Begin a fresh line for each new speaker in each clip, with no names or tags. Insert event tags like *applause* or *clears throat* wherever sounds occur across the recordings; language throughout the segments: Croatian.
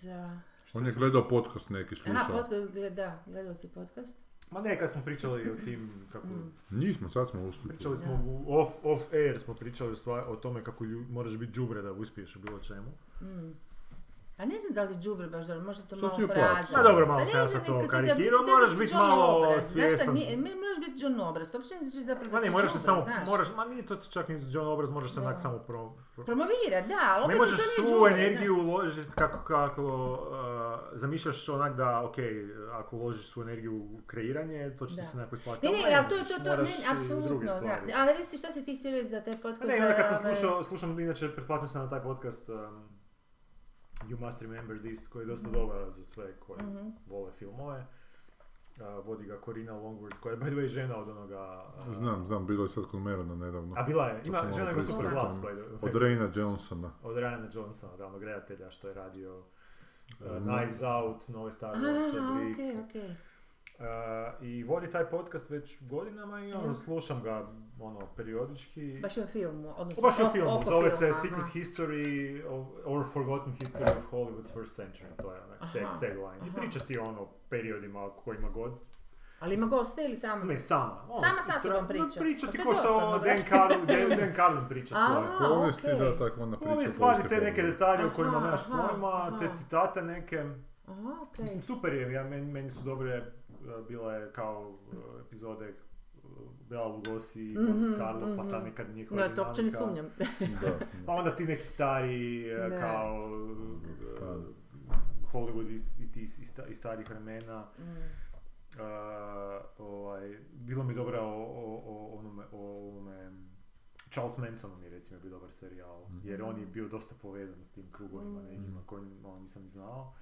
za...
On je gledao podcast neki,
Aha,
slušao.
podcast, gled- da, gledao si podcast.
Ma ne, kad smo pričali o tim, kako,
Mm.
Nismo, sad smo ušli.
pričali
Da.
smo u off, off air, smo pričali u stvar- o tome kako lju- moraš biti đubre da uspiješ u bilo čemu.
Mm. A ne znam da li džubre baš dobro, možda to
Sad
malo
si ju
fraza.
plaćao.
Ma dobro,
Pa
malo
ne
sam ja
znam,
sad to
neka si za-
karikirao,
trebaš
moraš
biti
biti
John
malo
Obraz, Znaš šta,
svjestan.
nije, mi- moraš biti John Obraz, to uopće ne znači zapravo da
Ma
si
ne, moraš se
John
samo,
Obraz, znaš.
moraš, ma nije to čak ni John obraz, moraš se
Da.
onak samo pro... pro-
Promovirat, da, ali opet
ne možeš
to nije
svu
John Obraz,
energiju uložiti kako, kako uh, zamišljaš onak da, ok, ako uložiš svu energiju u kreiranje, to će
Da.
ti se nekako isplatiti.
Ne,
ali
ne, ali to,
možeš,
to, to,
moraš
ne,
i druge
apsolutno, da.
stvari.
Ali reci šta si ti htio reći za taj
Pa
podcast?
Ne, onda kad sam
za ovaj-
slušao, slušam, inače pretplatio sam na taj podcast um, You Must Remember This, koji je dosta dobar za sve koji
Mhm.
vole filmove. Uh, vodi ga Corina Longwood, koja je by the way žena od onoga... uh,
Znam, znam, bilo je sad kod Merona nedavno.
A bila je, ima
sam
žena
malo
koji super
pristao
glas,
tamo.
by the way.
Od Reina Johnsona.
*laughs* Od Ryana Johnsona, da, onog redatelja što je radio uh,
Mm.
Knives Out, nove Star Wars,
Aha,
Brick.
okej, okej.
Uh, I vodi taj podcast već godinama i ono,
Mhm.
slušam ga ono, periodički.
Baš je o filmu, odnosno
Baš je
o-
u filmu,
oko
zove se
filma,
Secret
aha.
History of, or Forgotten History of Hollywood's First Century, to je onak
Aha.
tag, tagline. I
Aha.
priča ti ono o periodima o kojima god,
Ali ima goste ili samo?
ne sama. Ono,
Sama
s-
sa sobom
stra-
priča.
No, priča
Pa
ti
to je
ko što
dosadno,
o
brate.
Dan Carlin,
*laughs*
Dan, Dan Carlin priča
A,
svoje.
a,
Povijesti,
okej.
da, tako ona priča.
Ove
o
stvari,
povijesti
te neke
povijesti.
detalje o
Aha,
kojima nemaš
aha,
pojma, te
aha.
citate neke.
Aha, okej.
Mislim, super je, ja, meni, meni su dobre, uh, bile kao uh, epizode uh, Bela Lugosi, i
Mhm,
Boris Karloff, pa
mhm.
ta neka njihova
No, to uopće ne
dinamika.
sumnjam. *laughs*
Da,
Pa onda ti neki stari e,
Da.
kao e,
Fan.
Hollywood iz, i ti iz, iz sta- iz starih vremena.
Mm.
E, ovaj, bilo mi dobro o, o, o onome, o onome Charles Manson mi je recimo bio dobar serijal, jer on je bio dosta povezan s tim krugovima
Mm.
nekima koje malo nisam znao.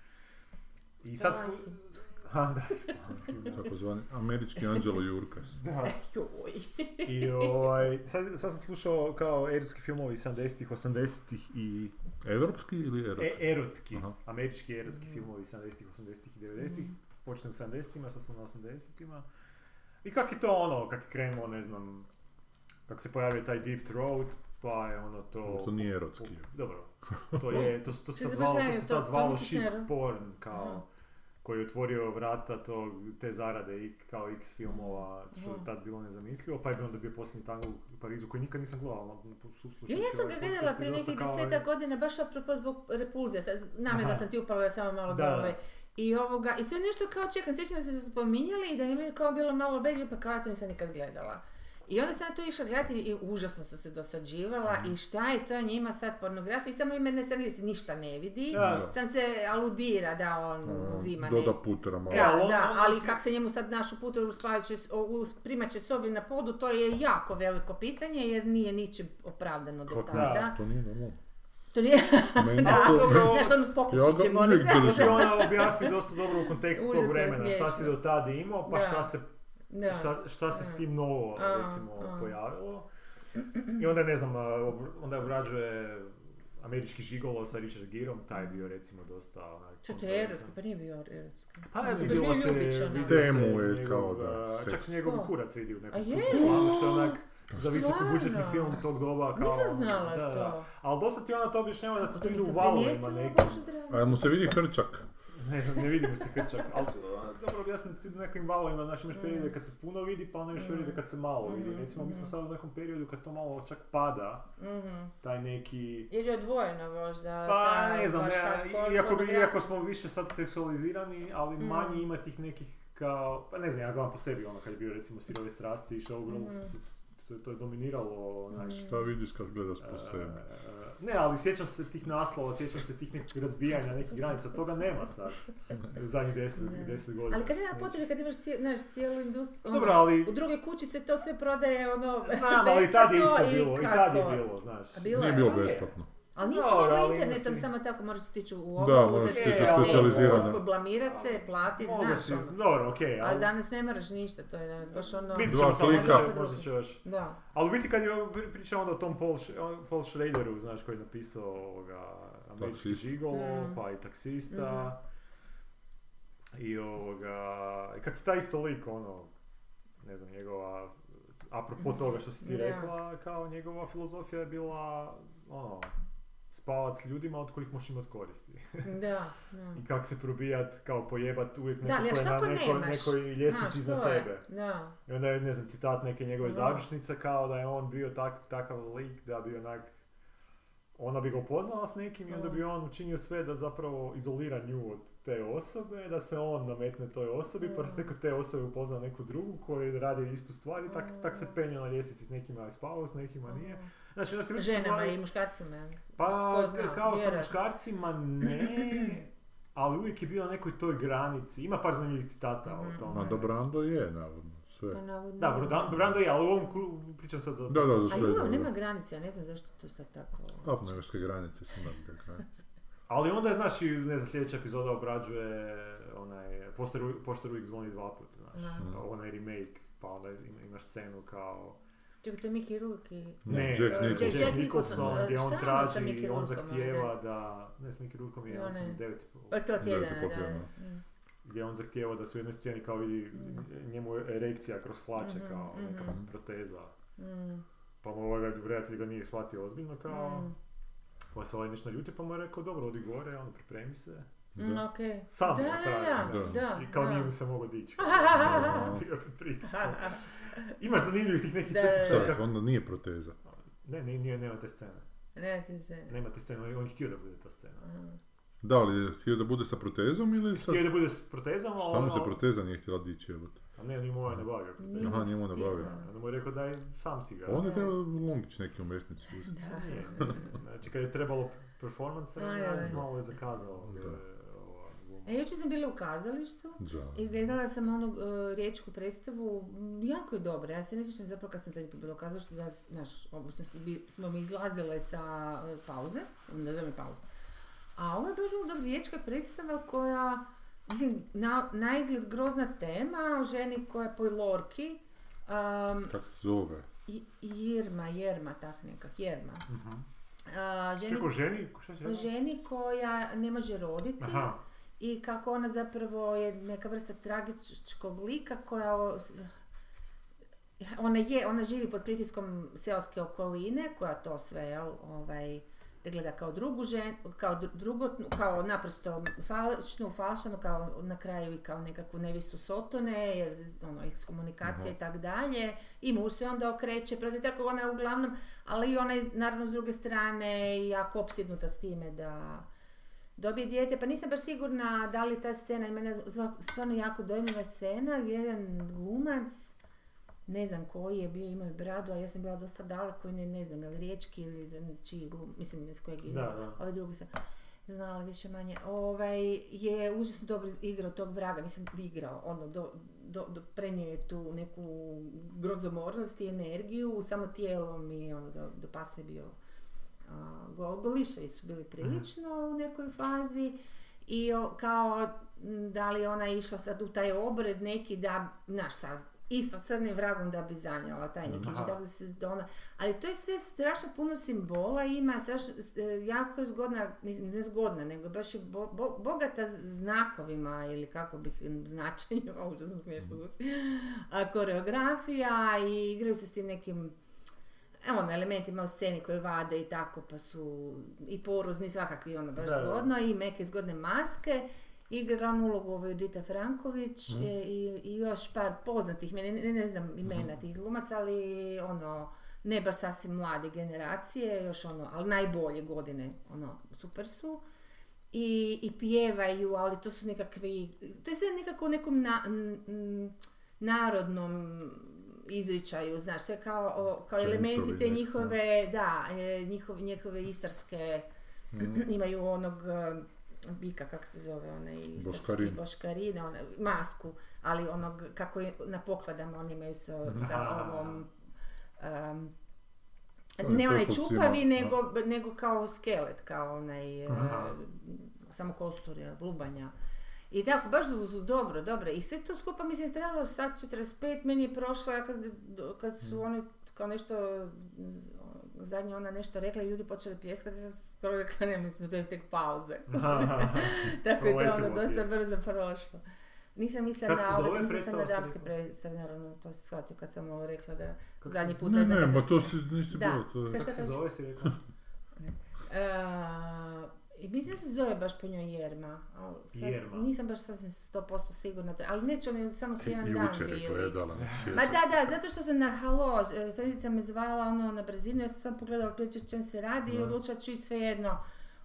I sad...
Spavanski.
*laughs* slu- Ha, da, spavanski, da.
da. Takozvani američki Anđelo Jurkas.
Da.
Joj.
I ovaj, sad, sad sam slušao kao erotski filmovi 70-ih, 80-ih i
Europski ili europski?
E, erotski,
Aha.
američki erotski
Mm.
filmovi 70-ih, 80-ih i 90-ih, počnem u 70-ima, sad sam na 80-ima. I kak je to ono, kak je krenulo, ne znam, kak se pojavio taj Deep Throat, pa je ono to...
To nije erotski.
Dobro, to je, to, to se
Čekaj,
tad
baš
zvalo, to
ne,
se
to-
tad
to
zvalo
misliš
shit
na ero-
porn, kao,
Aha.
koji je otvorio vrata to, te zarade i kao x filmova, što je
Aha.
tad bilo nezamislivo, pa je bio onda bio posljednji tango u Parizu koji nikad nisam gledala, ali
Ja,
slušajući
ja sam
ovaj
ga gledala
podcast je
prije
dosta
nekih
kao- ovaj-
deseta godina, baš apropo zbog repulzija. Sad,
Aha.
namjerno sam ti upala da samo malo
Da,
da,
da.
ovaj. I, ovoga, I sve nešto kao čekam, sjećam da ste se spominjali i da mi je kao bilo malo bedlju, pa kao ja to nisam nikad gledala. I onda sam ja to išla gledati i užasno sam se dosađivala
Mhm.
i šta je to njima sad pornografija i samo ima jedna strana gdje se ništa ne vidi,
Da.
sam se aludira da on uzima
Doda
neki-
putra malo.
E,
Da,
ali on-
da,
on-
ali
ti-
kak se njemu sad naš putor u spavajućoj s- o- u primaćoj sobi na podu, to je jako veliko pitanje jer nije ničim opravdano do
Kako Pa
tada.
da.
To nije
*laughs*
normalno.
To
*laughs*
nije,
Meni
Da,
to...
dobro,
znaš, ono s pokličićem,
Ja ga
ono,
uvijek
da,
Znači ona objasni dosta dobro u kontekstu tog
Užasno je
vremena, šta si
smiješno.
do tada imao, pa
Da.
šta se,
da.
šta, šta se s tim novo
A,
recimo
a.
pojavilo. I onda ne znam, a, ob- onda obrađuje američki žigolo sa Richard Girom, taj je bio recimo dosta onaj
Što to je
kontroverzan.
erotski, pa nije bio erotski.
Pa je
Pa
vidjelo
nije
se,
ljubić
vidjelo
onaj.
se
Temu je
njegov,
kao da,
a,
seks.
Čak se njegov
Ko?
kurac vidi u nekom
A je?
reklamu, što je onak za visoko
Stvarno?
budžetni film tog doba Pa kao... ono,
Nisam znala
da, Da.
to.
Ali dosta ti ona to objašnjava da to
To
ide u
nisam
valovima
primijetila,
nekim.
Bože dragi.
A jel mu se vidi hrčak?
Ne znam, ne vidimo se kad čak, ali a, dobro objasniti si u nekim valovima, znači imaš periode kad se puno vidi, pa onda imaš periode kad se malo vidi. Recimo, mi smo sad u nekom periodu kad to malo čak pada,
Mhm.
taj neki...
Jer je odvojeno možda.
Pa
ta
ne znam,
baš
ja, Mm.
hardcore
iako, bi,
pornografija.
iako smo više sad seksualizirani, ali manje ima tih nekih kao, pa ne znam, ja gledam po sebi ono kad je bio recimo Sirove strasti i Showgirls, to, to je dominiralo onaj,
Šta vidiš kad gledaš po sebi?
E, Ne, ali sjećam se tih naslova, sjećam se tih nekih razbijanja, nekih granica, toga nema sad, u zadnjih deset, deset godina.
Ali kad nema
Sjećam.
potrebe, kad imaš cijel, znaš, cijelu industriju, ono,
Dobro, ali,
u drugoj kući se to sve prodaje, ono, *laughs*
znam, ali i tad je isto
besplatno
bilo, i tad je
kako.
bilo, znaš.
A bilo
Nije
je?
bilo
Je.
besplatno.
Ali nisi
Dobro,
nego
ali
internetom,
mislim-
samo tako moraš otići u
Da,
ovo,
moraš
uzeti
otići
ono,
specijalizirano.
ospo- blamirat se, platit,
Mogu
znaš
si-
ono.
Dobro, okej,
Ali
ali...
danas ne moraš ništa, to je danas baš ono...
Vidit
Dva
ćemo samo, možda
klika.
će- možda će još.
Da.
Ali u biti kad je ovo pri- pričao onda o tom Paul, Sch- on- Paul Schraderu, znaš, koji je napisao ovoga, američki
Taksista.
žigolo,
Mm. Mhm.
pa i taksista. I ovoga, i kak je taj isto lik, ono, ne znam, njegova, apropo toga što si ti
Da.
rekla, kao njegova filozofija je bila, ono, spavat s ljudima od kojih možeš imat koristi.
Da, da.
I kak se probijat, kao pojebat uvijek
Da, ali
neko
još
ko je na
tako
nekoj,
nemaš.
nekoj
Znaš,
ljestvici iznad
to je,
tebe.
Da.
I onda je, ne znam, citat neke njegove
Da.
završnice kao da je on bio tak, takav lik da bi onak... Ona bi ga upoznala s nekim i onda bi on učinio sve da zapravo izolira nju od te osobe, da se on nametne toj osobi, pa
Mm.
preko te osobe upozna neku drugu koja radi istu stvar i tak, tak se penja na ljestvici s nekima je spavao, s nekima nije. Znači, onda se vidi
Ženama
stvari-
i muškarcima.
pa,
Ko zna,
kao sa
vjerojatno.
muškarcima
*clears throat*
ne, ali uvijek je bio na nekoj toj granici. Ima par zanimljivih citata
Mhm.
o tome.
Ma Dobrando je, navodno,
Pa
sve.
navodno.
Da, Brando- Brando je, ali u ovom kru- pričam sad za...
Da, da, za
Pa A
sve Pa- je
ljubav
dobro.
nema granica, ne znam zašto to sad tako...
Apneverske granice su nam
*laughs*
granice.
Ali onda je, znaš, i, ne znam, sljedeća epizoda obrađuje onaj, poštar, u- poštar uvijek zvoni dva puta, znaš,
Da.
onaj remake, pa onda im- imaš scenu kao...
Čekaj, to je Mickey Rourke i...
Ne,
Ne,
Jack
eh,
Nicholson.
Jack Nicholson, eh,
gdje
šta je
on
ono sa
traži,
Mickey
on
Rourkeom, ono,
zahtijeva da... Ne, s Mickey Rourkeom je,
Da,
on sam
ne.
devet i pol.
Pa to
Da,
tjedana,
to popio,
da, da.
da.
Mm.
gdje on zahtijeva da su u jednoj sceni kao vidi njemu je erekcija kroz hlače
Mhm,
kao neka
mhm.
proteza.
Mm.
Pa mu ovaj redatelj ga nije shvatio ozbiljno kao,
Mm.
pa se ovaj nešto ljuti pa mu je rekao dobro odi gore, ono pripremi se.
Mm,
Da.
okej.
Sam
Da,
mu
da,
napravi,
da,
znaš.
da,
I kao
da.
nije mu se mogao
*laughs*
dići.
Aha.
Bio je pod pritiskom.
Ha, ha.
Imaš zanimljivih tih nekih
Da, da,
crtica.
Šta,
kako-
onda nije proteza.
Ne, ne, nije, nema te scene.
Ne, ti se...
Nema te scene, on je- on je htio da bude ta scena.
Mm.
Da, ali je htio da bude sa protezom ili sa...
Htio je da bude s protezama,
Šta mu se
ono-
proteza nije htjela dići, evo.
A ne, on je moj nabavio
Nije
protezu.
Aha, njemu
htio.
nabavio.
Onda Ono mu je rekao daj, sam si ga.
On Pa je trebao Lungić neki u mesnici uzeti.
Da.
Nije. Znači kad je trebalo performance,
Aj,
onda
aj.
malo je zakazao.
Da.
e, ova gluma.
E, jučer sam bila u kazalištu
Da.
i gledala sam onu e, riječku predstavu, m, jako je dobra. Ja se ne sjećam zapravo kad sam zadnji put bila u kazalištu, da, znaš, obično smo bi- smo mi izlazile sa e, pauze, ne znam je pauza. A ovo je baš bila dobra riječka predstava koja, mislim, na, na izgled grozna tema o ženi koja je po Lorki, um,
Kako se zove?
I- Jirma, Jerma, tak nekak, Jerma. A, ženi,
Čekaj, o ženi? Ko- Šta si
o
rekao?
Mhm. ženi koja ne može roditi *laughs*
Aha,
i kako ona zapravo je neka vrsta tragičkog lika koja o- s- ona je, ona živi pod pritiskom seoske okoline koja to sve, jel, ovaj, te gleda kao drugu žen, kao dru- drugotnu, kao naprosto falšnu, falšanu, kao na kraju i kao nekakvu nevistu sotone, jer ono, ekskomunikacija i tak dalje. I muž se onda okreće protiv tako ona je uglavnom, ali i ona je naravno s druge strane jako opsjednuta s time da dobije dijete, pa nisam baš sigurna da li ta scena, ima jedna zva- stvarno jako dojmljiva scena gdje jedan glumac, ne znam koji je bio, imao je bradu, a ja sam bila dosta daleko i ne, ne znam, je li riječki ili za čiji glum, mislim iz kojeg je,
Da, da.
ovaj drugi sam znala više manje, ovaj, je užasno dobro igrao tog vraga, mislim igrao, ono, do, do, do, prenio je tu neku grozomornost i energiju, samo tijelom i ono, do, do pasa je bio a, gol, goliševi su bili prilično u nekoj fazi i o- kao m, da li je ona išla sad u taj obred neki da, znaš sad, i sa crnim vragom da bi zanjala taj neki
Aha.
tako da se da ona, ali to je sve strašno puno simbola ima, strašno, s- e, jako je zgodna, mislim, ne zgodna, nego baš je bo- bo- bogata z- znakovima ili kako bih m, značenjima, *laughs* užasno smiješno zvuči, a, koreografija i igraju se s tim nekim E, ono, elementima u sceni koje vade i tako, pa su i porozni, svakakvi, ono, baš
Da, da.
zgodno, i meke zgodne maske. Igra glavnu ulogu ovaj Judita Franković
Mhm.
e, i, i još par poznatih, meni- ne, ne znam
Mhm.
imena tih glumaca, ali ono, ne baš sasvim mlade generacije, još ono, ali najbolje godine, ono, super su. I, i pjevaju, ali to su nekakvi, to je sve nekako u nekom na- n- n- narodnom izričaju, znaš, sve kao, o- kao
Čentovi
elementi te
neki,
njihove, da, e, njihov, njihove istarske, *clears throat* imaju onog e, bika, kak se zove, onaj istarski
Boškarin.
boškarin, ona- masku, ali onog, kako je na pokladama, oni imaju sa, sa
Da.
ovom, em,
To je
ne onaj
kosovcima,
čupavi,
da.
nego, nego kao skelet, kao onaj, e,
Aha.
samo kostur, jel, lubanja. I tako, baš su, su dobro, dobro. I sve to skupa, mislim, trebalo sat 45, meni je prošlo, ja kad, kad
Mm.
su oni kao nešto, z- zadnje ona nešto rekla i ljudi počeli pljeskati, ja sam skoro rekla, ne mislim da je tek pauze. *laughs* tako je to
Proletilo
ono
Mm. ti je.
dosta brzo prošlo. Nisam mislila
Kako se
na
zove
ovo, mislila sam na
predstava,
dramske
si rekla?
predstave, naravno, to sam shvatio kad sam ovo rekla da
Kako
zadnji
se-
put
Ne,
znam
ne,
kad
ma
sam-
to si, nisi
Da.
bilo, to je...
Kaš-
Kako
Šta
se
kažeš?
zove si rekao?
Uh, i mislim da se zove baš po njoj Jerma. ali sad
Jerma.
Nisam baš sasvim 100% sigurna, ali neću, oni samo su jedan dan
Jučer je
bili.
gledala. znači,
Ma
jučer.
da, da, zato što sam na halo, e, Felica me zvala ono na brzinu, ja sam samo pogledala priče o čem se radi i
Da.
odlučila ću ići svejedno.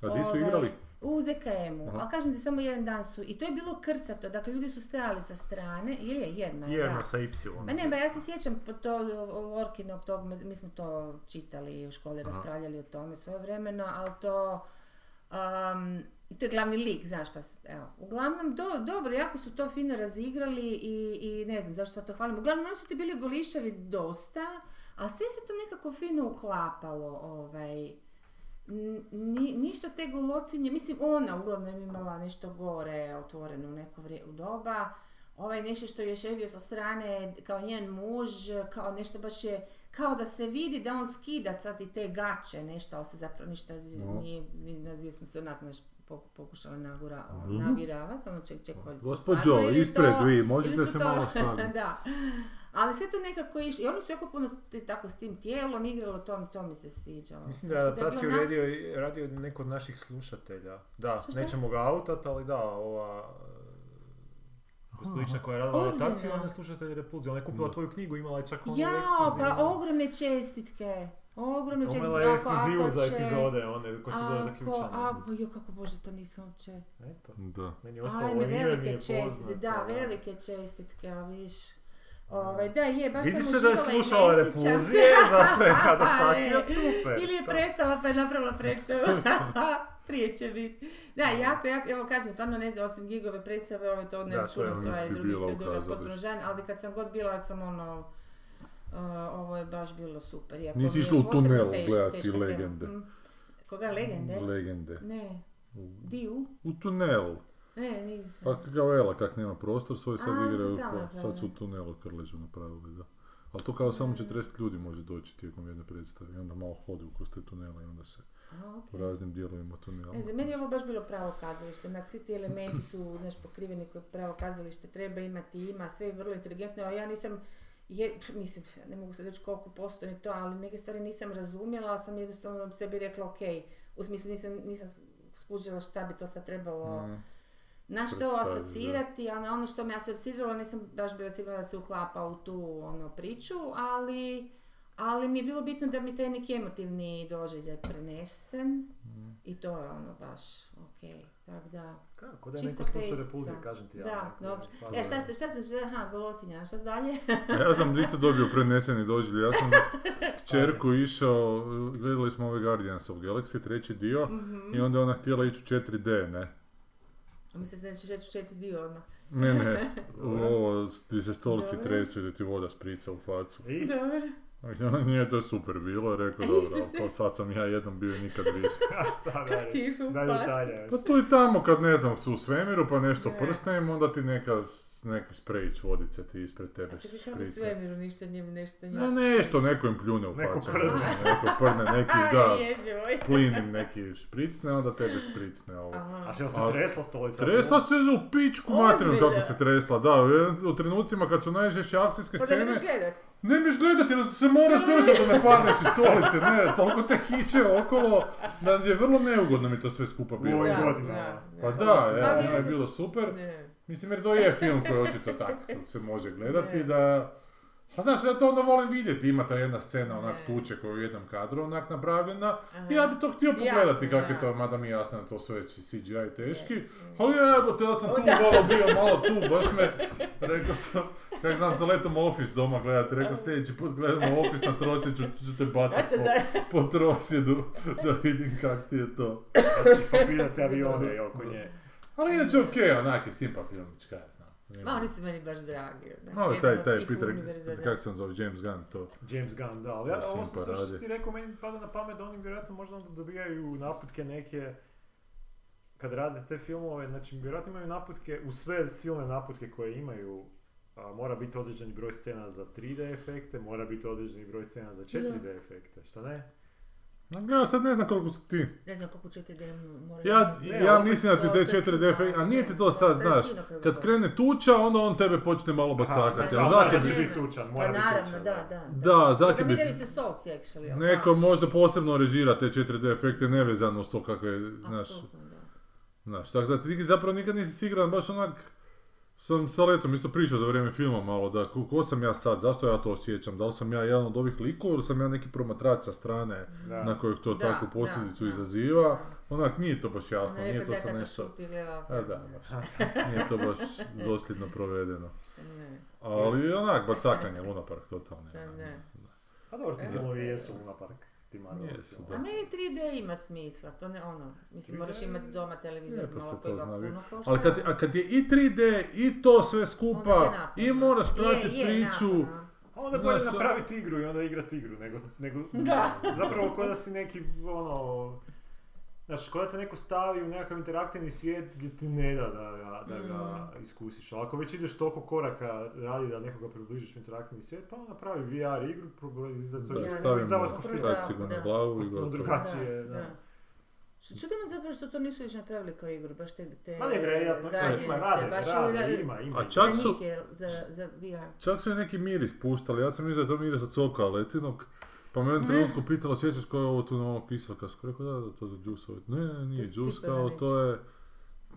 A di su
ovaj,
igrali?
U ZKM-u,
Aha.
ali kažem ti samo jedan dan su. I to je bilo krcato, dakle ljudi su stajali sa strane, ili je jedna,
Jerma
da.
sa Y.
Ma Pa ne, ba ja se sjećam po to o- Orkinog tog, mi smo to čitali u školi,
Aha.
raspravljali o tome svojevremeno, ali to... Um, i to je glavni lik, znaš, pa s- evo. Uglavnom, do- dobro, jako su to fino razigrali i, i ne znam zašto sad to hvalim. Uglavnom, oni su ti bili golišavi dosta, a sve se to nekako fino uklapalo, ovaj... N- Ni, ništa te golotinje, mislim ona uglavnom je imala nešto gore otvoreno u neko vri- u doba, ovaj nešto što je ševio sa strane kao njen muž, kao nešto baš je, kao da se vidi da on skida sad i te gače nešto, ali se zapravo ništa z-
No.
nije, mi nazvije smo se onak naš pokušali nagura,
Mhm.
naviravati, ono ček, ček, hoće to stvarno
Gospođo,
ili je
ispred
to-
vi,
ili
možete
su
se
to-
malo staviti.
*laughs* da. Ali sve to nekako iš... I oni su jako puno sti- tako s tim tijelom igralo, to, mi- to mi se sviđalo.
Mislim da je adaptaciju
Da je
radio, i- radio neko od naših slušatelja. Da,
Šta, šta?
nećemo ga autat, ali da, ova... e, Gospodična koja je radila
Ozbiljno?
adaptaciju, ona je slušatelj Repulzija. Ona je kupila tvoju knjigu, imala je čak onu
Jao,
ekskluzivnu.
pa ogromne čestitke. Ogromne čestitke.
Imala je
Ako- ako
ekskluzivu za
će-
epizode, one koje su bile
Ako,
zaključene.
ako, jo, kako bože, to nisam uopće.
Eto,
Da.
meni je ostalo
Ajme,
ovo ime mi
velike
je
čestitke,
poznato.
da, velike čestitke, a viš. Ovaj, da, je, baš
Vidi
sam
se da je
uživala i ne
slušala
sjećam
Repulzije,
se.
*laughs* zato je
*laughs* Ali-
adaptacija super.
Ili je
Da.
prestala pa je napravila
*laughs*
predstavu. *laughs* Prije će biti. Da, jako, jako, evo kažem, stvarno ne znam, osim gigove predstave, ovo to ne
Da, to
računam,
je
to je
nisi
drugi,
bila u
drugi
kazalištu.
potpuno žan, ali kad sam god bila, sam ono, uh, ovo je baš bilo super. iako
Nisi
mi je
išla u
posebno
tunel
teška-
gledati
teška tema.
legende.
Mm. Koga, legende?
Legende.
ne,
U,
Diu?
u tunelu.
Ne, nisam.
Pa kao Ela, kak nema prostor svoj, sad
A, oni su
igraju,
tamo
ko-
napravili.
sad su u tunelu Krležu napravili, da. Ali to kao
Mm.
samo 40 ljudi može doći tijekom jedne predstave i onda malo hodi u kroz te tunele i onda se
A,
po
okej.
raznim dijelovima tunela. Znači,
Ne znam, Mm. E, meni je ovo baš bilo pravo kazalište, onak svi ti elementi su, znaš, pokriveni kod pravo kazalište, treba imati, ima, sve je vrlo inteligentno, a ja nisam, je, mislim, ne mogu sad reći koliko posto ni to, ali neke stvari nisam razumjela, ali sam jednostavno sebi rekla ok, u smislu nisam, nisam skužila šta bi to sad trebalo,
Mm.
na što
Predstaviti, da.
asocirati, a na ono što me asociralo nisam baš bila sigurna da se uklapa u tu ono, priču, ali, ali mi je bilo bitno da mi taj neki emotivni doživljaj prenesen
Mhm.
i to je ono baš ok, tako da.
Kako da je
Čista
neko slušao
fejtica.
Repulziju, kažem ti ja.
Da,
neko-
dobro.
pa
E,
da.
šta, ste, šta smo, se- aha, golotinja, šta dalje? *laughs*
Ja sam isto dobio preneseni doživljaj, ja sam čerku išao, gledali smo ove Guardians of Galaxy, treći dio,
Mhm.
i onda je ona htjela ići u 4D, ne?
Mislim se da ćeš reći u četiri dio odmah.
Ne, ne,
*laughs*
u ovo, ti se stolci
Dobro.
tresu i da ti voda šprica u facu.
*laughs*
I,
Dobro.
Nije to super bilo,
*laughs*
rekao,
E,
dobro,
išli ste?
to sad sam ja jednom bio i nikad više.
a šta
Kako ti
dalje?
je išao u
Dalje
pas?
dalje. još.
Pa tu i tamo kad ne znam su u svemiru pa nešto
Ne.
prsnem onda ti neka neki sprejić vodice ti ispred tebe
A čekaj, kako u
šprica.
svemiru, ništa njemu, nešto
Ne,
njemu.
nešto, neko im pljune u
Neko
facu.
prdne.
ne, Neko prdne, neki
Aj, *laughs*
da,
jezivo je.
plin im neki špricne, onda tebe špricne ovo.
Aha.
A što se
A-
tresla stolica?
*laughs* Tresla se u pičku
Ozbiljno?
materinu kako se tresla, da, u jednom- u trenucima kad su najžešće akcijske
Pa da ne
scene,
možeš gledat.
ne biš gledati jer se moraš držati da ne padneš iz stolice, ne, toliko te hiće okolo, da je vrlo neugodno mi to sve skupa
U
bilo.
ovim
Da,
godinama.
da,
Pa
da.
da,
Pa
evo,
vjerujem.
njima je bilo super.
Ne.
Mislim jer to je film koji očito tak se može gledati
Ne.
da... A znaš, ja to onda volim vidjeti, ima ta jedna scena onak
Ne.
tuče koja je u jednom kadru onak napravljena.
Aha.
I ja bi to htio
Jasno,
pogledati kako je
da.
to, mada mi je jasno da to sve već i CGI teški.
Ne.
Ali evo, te, ja sam tu malo bio, malo tu, baš me, rekao sam, kak sam sa letom Office doma gledati, rekao sljedeći put gledamo Office na trosjeću, ću te
Ja
bacati
ću
po,
da-
po trosjedu da vidim kak ti je to.
Znači, papiraste avione i oko nje.
Ali inače okej, okay, onak je simpa filmić, kaj ja znam.
Ma
Nema-
oni su meni baš dragi. onak,
Malo je
jedan
taj,
od
taj
tih
Peter,
univerza, da.
kak se on zove, James Gunn to.
James Gunn, da, ali ja,
To Simpa
ovo sam sve što
radi.
si ti rekao, meni pada na pamet da oni vjerojatno možda onda dobijaju naputke neke kad rade te filmove, znači vjerojatno imaju naputke, u sve silne naputke koje imaju, a, mora biti određeni broj scena za 3D efekte, mora biti određeni broj scena za 4D efekte, šta ne?
Ma gle, sad ne znam koliko su ti.
Ne znam koliko ćete da im moraju...
Ja,
Ne,
ja
opet
mislim da ti
to-
te
to je
4D
fino,
efekta, a nije ti to
ne,
sad,
to je
znaš,
fino prvo
kad
to.
krene tuča, onda on tebe počne malo bacakati,
da, da,
ali zato
da,
će
da.
biti,
biti tučan,
Pa
znači, mora biti
naravno,
tučan.
da, da.
da, zato će biti,
Reklamiraju se stolci, actually. ali
neko
da.
možda posebno režira te 4D efekte nevezano uz to kakve, znaš,
Apsolutno, da.
znaš, tako da ti zapravo nikad nisi siguran, baš onak, sam sa letom isto pričao za vrijeme filma malo, da ko, ko sam ja sad, zašto ja to osjećam, da li sam ja jedan od ovih likova ili sam ja neki promatrač sa strane
Da.
na kojeg to
Da,
takvu
da,
posljednicu
da.
izaziva, onak nije to baš jasno,
Ona je
nije to
rekla da
sad
je
nešto...
nešto... Ili,
A da, baš. Nije to
*laughs*
baš dosljedno provedeno.
Ne.
Ali onak, bacakanje, lunapark, totalno.
Da, ne.
Pa dobro, ti
Evo,
filmovi
evo.
jesu lunapark. Ti Marvel
Jesu,
filmovi.
da.
A meni 3D ima smisla, to ne ono, mislim
3D
moraš imati doma televizor
Lijepo pa se
malo
to
koji ga
zna vidjeti.
puno košta.
Ali kad, a kad je i 3D, i to sve
onda te
skupa,
napadne.
i moraš
Je,
pratiti
je,
priču,
napadno.
A onda
Znaš,
bolje
ono-
napraviti igru i onda igrat igru nego... nego
Da.
Zapravo ko da si neki ono... Znaš, ko da te neko stavi u nekakav interaktivni svijet gdje ti ne da da ga, da ga
Mm.
iskusiš. Ali ako već ideš toliko koraka radi da nekoga približiš u interaktivni svijet, pa onda napravi VR igru, probaj izdati to
Da,
da
ja
stavim
izdavat ko film.
da,
kacigu na
da.
glavu i
Potpuno
gotovo.
drugačije. Drugačije, da.
Što čudimo zapravo što to nisu još napravili kao igru, baš te, te
Ma ne, vjerojatno,
Guardianse,
ima, rade,
baš
rade,
ili-
ima, ima.
A
za
čak su-
njih je, za, za VR.
Čak su i neki miris puštali, ja sam mislio da je to miris od soka letinog. Pa me u jednom trenutku pitalo, sjećaš koja je ovo tu na ovo kiselkarsko? Rekao, da, da, to je džusa. E. Ne, ne, nije
To su
džus,
cipele
kao
već.
to je...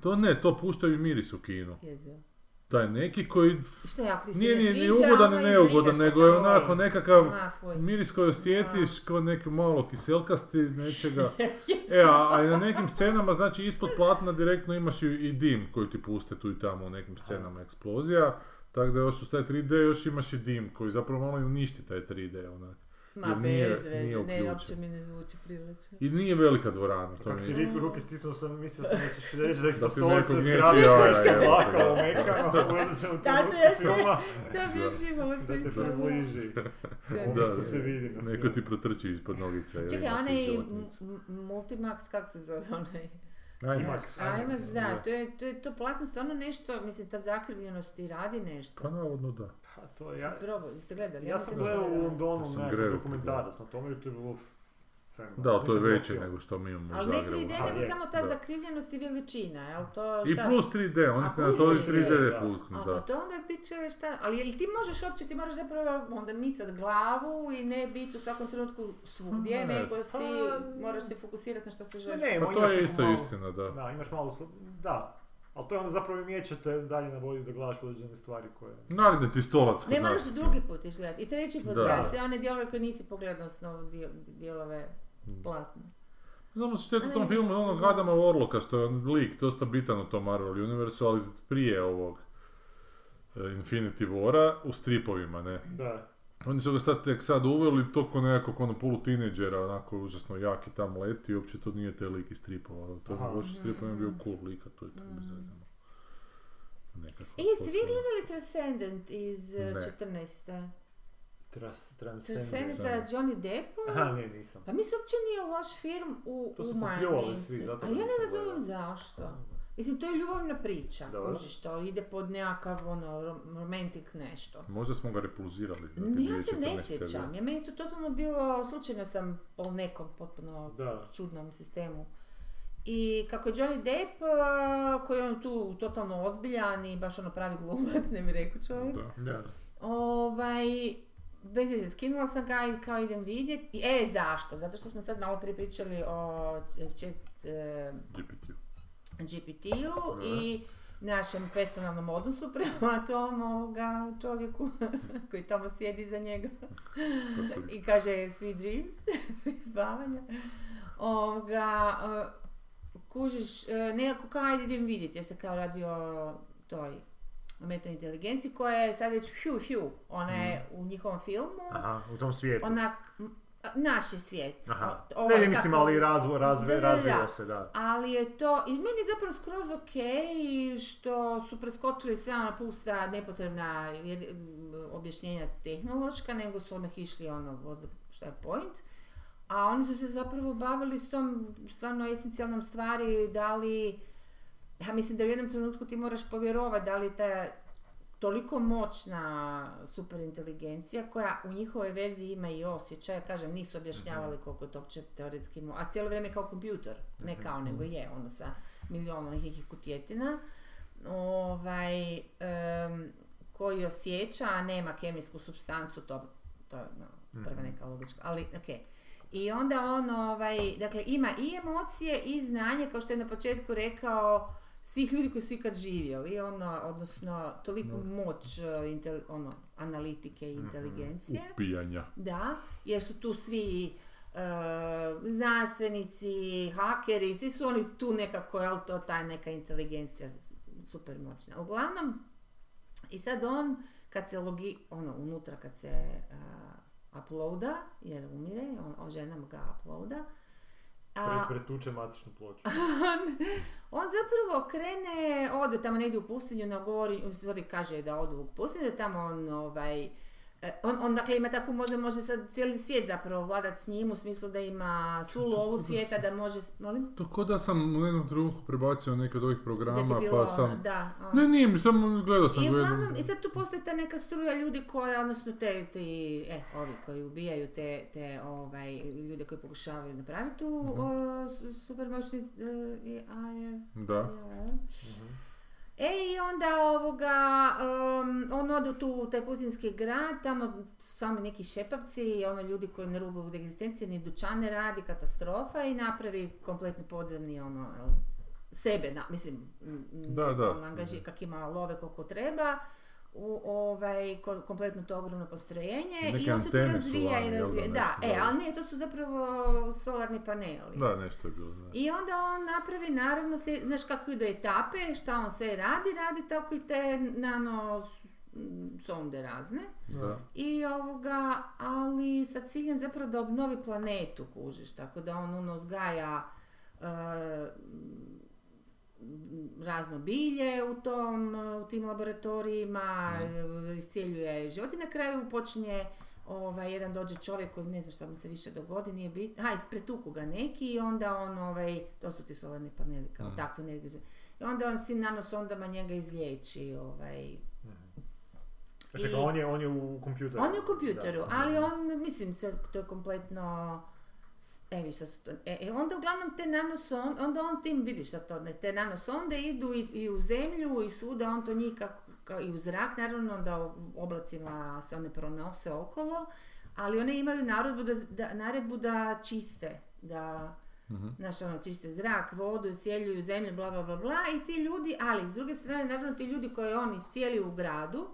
To ne, to puštaju i miris u kinu.
Jezio.
Taj neki koji
Šta je, ako ti se
Nije,
ne
nije
sviđa,
ni ugodan ni
ono,
neugodan,
izvidaš se
nego je
kao-
onako nekakav
Mahoj.
miris koji osjetiš kao neki malo kiselkasti
*laughs*
nečega. e, a, a i na nekim scenama, znači ispod platna direktno imaš i, i dim koji ti puste tu i tamo u nekim scenama eksplozija. Tako da još uz taj 3D još imaš i dim koji zapravo malo i uništi taj 3D onak.
Ma
jer
bez
nije-
veze,
nije uključen.
ne, uopće mi ne zvuči privlačno.
I nije velika dvorana, to
Kako si
mi
riku ruke stisnuo sam, mislio sam da ćeš reći da
Da
ispod
si rekao,
stolice
"Gnječi
zgrabi
jaja,
školske
evo te, da.
vlaka omekano u jednom
Da, to
trenutku
još ne-
filma
Da bi još imalo
da te
smisla.
približi.
Cijeli.
Ono što se vidi na
neko
filmu.
ti protrči ispod nogice. jer
Čekaj,
ima tu
onaj
životinjicu.
m- m- Multimax, kako se zove onaj?
Ajme.
Imax.
Ajmax, da,
da.
to je, to je to platno stvarno nešto, mislim, ta zakrivljenost i radi nešto.
Pa navodno da.
Pa to ja,
Ja, Probao, jeste gledali?
ja
nisam
sam gledao u
gledala.
Ja
Londonu
sam
nekakav
Gravity,
dokumentarac na tome i to je bilo fenomenalno.
Da, ali to je
Nisam bio
veće
film.
nego što mi imamo u
Ali ne
Zagrebu.
3D,
Aha,
nego
je,
samo ta
da.
zakrivljenost i veličina, jel to
I
šta?
plus 3D, oni
A
te na
plus
to još
3D,
3D
da.
puknu,
A pa
da.
to onda je piče šta, ali jel ti možeš uopće, ti moraš zapravo onda micat glavu i ne biti u svakom trenutku svugdje,
Ne.
nego si,
Pa-
moraš se fokusirati na što se
Ma
želiš.
Ne,
Pa to
imaš
je
neku
isto
malu-
istina, da.
Da, imaš malo, sl- da. Ali to je onda zapravo mječete dalje na volju da gledaš određene stvari koje...
Nagne ti stolac kod
Ne moraš
nas.
drugi put izgledati. I treći put
Da.
gledati sve one dijelove koje nisi pogledao s novog dijelove platno.
Znamo se šteti u
Ne.
tom filmu onog Adama Warlocka, što je on lik dosta bitan u tom Marvel universu, ali prije ovog e, Infinity War-a u stripovima, ne.
Da.
Oni su ga sad tek sad uveli, to ko nekako ono polu tineđera, onako užasno jak i tam leti, uopće to nije taj lik iz stripova, ali to je
Aha.
baš iz stripova je bio cool lika, to je tako
Mhm.
bez ono, zezano. Nekako
E, jeste vi
Pa potpuno.
gledali Transcendent iz eh,
Ne.
14.
Tras,
Transcendent
transcendent.
sa Johnny Deppom?
Aha, ne, nisam.
Pa mislim, uopće nije loš film u,
To su
u Mad
popljuvali
Mensu.
svi, zato
A
ga
ja ne
nisam
razumijem zašto. Mislim, to je ljubavna priča,
Dobro.
kužiš, to ide pod nekakav ono, rom- romantik nešto.
Možda smo ga repulzirali.
Dakle,
N- Ja se ne
2014.
sjećam, ja meni to totalno bilo, slučajno sam po nekom potpuno
Da.
čudnom sistemu. I kako je Johnny Depp, eh, koji je on tu totalno ozbiljan i baš ono pravi glumac, ne mi rekao čovjek,
Da.
Da.
Ovaj, bez veze, skinula sam ga i kao idem vidjet. I, e, zašto? Zato što smo sad malo prije pričali o č- chat e,
GPT.
GPT-u
Da.
i našem personalnom odnosu *laughs* prema tom ovoga čovjeku *laughs* koji tamo sjedi za njega
Kako bi-
i kaže Sweet Dreams *laughs* prije spavanja. Ovoga, e, kužiš, e, nekako kao ajde idem vidjeti jer se kao radi o toj umjetnoj inteligenciji koja je sad već hiu hiu, ona je u njihovom filmu,
Mhm. Aha, u tom svijetu.
onak m, a, naš je svijet.
Aha.
O- ovaj
ne, ne, mislim,
kako-
ali razvo, razve,
Da, da, da.
razvilo se, da.
ali je to, i meni je zapravo skroz ok što su preskočili sve ona pusta nepotrebna jer- m, objašnjenja tehnološka, nego su odmah išli ono, what's the- šta je point. A oni su se zapravo bavili s tom stvarno esencijalnom stvari, da li, ja mislim da u jednom trenutku ti moraš povjerovati da li ta toliko moćna superinteligencija koja u njihovoj verziji ima i osjećaj, ja kažem, nisu objašnjavali koliko je to uopće teoretski mo- a cijelo vrijeme je kao kompjutor, ne kao nego je, ono sa milion nekih kutjetina, ovaj, em, koji osjeća, a nema kemijsku supstancu, to, to je no, prva neka logička, ali okej. I onda on, ovaj, dakle, ima i emocije i znanje, kao što je na početku rekao, svih ljudi koji su ikad živjeli, ono, odnosno, toliku moć e, intel- ono, analitike i inteligencije.
Upijanja.
Da, jer su tu svi e, znanstvenici, hakeri, svi su oni tu nekako, jel to, ta neka inteligencija super moćna. Uglavnom, i sad on, kad se logi, ono, unutra kad se e, uploada, jer umire, on, on ženama ga uploada, a,
Pre, pretuče matičnu ploču.
on zapravo krene, ode tamo negdje u pustinju, na govori, u stvari kaže da ode u pustinju, da tamo on ovaj, e, on, on dakle ima takvu, možda može sad cijeli svijet zapravo vladat s njim, u smislu da ima svu
To- to-
lovu
to
svijeta,
se-
da može, s- molim?
To ko da sam u jednom trenutku prebacio neke od ovih
Da ti
programa,
je bilo,
pa sam...
ono, da. ono.
Ne, nije mi, samo gledao sam
I
gledao.
uglavnom, i sad tu postoji ta neka struja ljudi koja, odnosno te, ti, e, ovi koji ubijaju te, te ovaj, ljude koji pokušavaju napraviti tu
Mhm.
o, s- supermoćni e, i AR,
Da.
Jel? E i onda ovoga, em, on ode tu u taj puzinski grad, tamo su samo neki šepavci, ono ljudi koji na rubu od egzistencije, ni dućane radi, katastrofa i napravi kompletni podzemni ono, jel, sebe, na, mislim, m, m,
Da, da.
on angaži kak ima love koliko treba, u ovaj, ko- kompletno to ogromno postrojenje i
Neke
on se tu
antene su
razvija i
vani, jel da,
razvija. Da,
nešto,
e,
da.
ali ne, to su zapravo solarni paneli.
Da, nešto je bilo, da.
I onda on napravi naravno, sli- znaš kako idu etape, šta on sve radi, radi tako i te nano s- m, sonde razne.
da.
I ovoga, ali sa ciljem zapravo da obnovi planetu, kužiš, tako da on ono uzgaja e, m, razno bilje u tom, e, u tim laboratorijima, e, iscjeljuje život i na kraju počinje ovaj, jedan dođe čovjek koji ne zna šta mu se više dogodi, nije bitno, a ispretuku ga neki i onda on, ovaj, to su ti solarni paneli kao
Mhm.
takvi negdje. I onda on s tim nanosondama njega izliječi, ovaj,
Znači,
I-
kao on je, on je u kompjuteru.
on je u kompjuteru,
Da.
ali on, mislim, sad to je kompletno... s- E, viš, sad su to- e, e, onda uglavnom te nanosonde, onda on tim, vidiš sad to, ne, te nanosonde idu i, i u zemlju i svuda, on to njih kako, kao i u zrak, naravno da u oblacima se one pronose okolo, ali one imaju naredbu da, da, naredbu da čiste, da,
Mhm.
znaš, ono, čiste zrak, vodu, isjeljuju zemlju, bla, bla, bla, bla, i ti ljudi, ali s druge strane, naravno, ti ljudi koje oni iscijelio u gradu,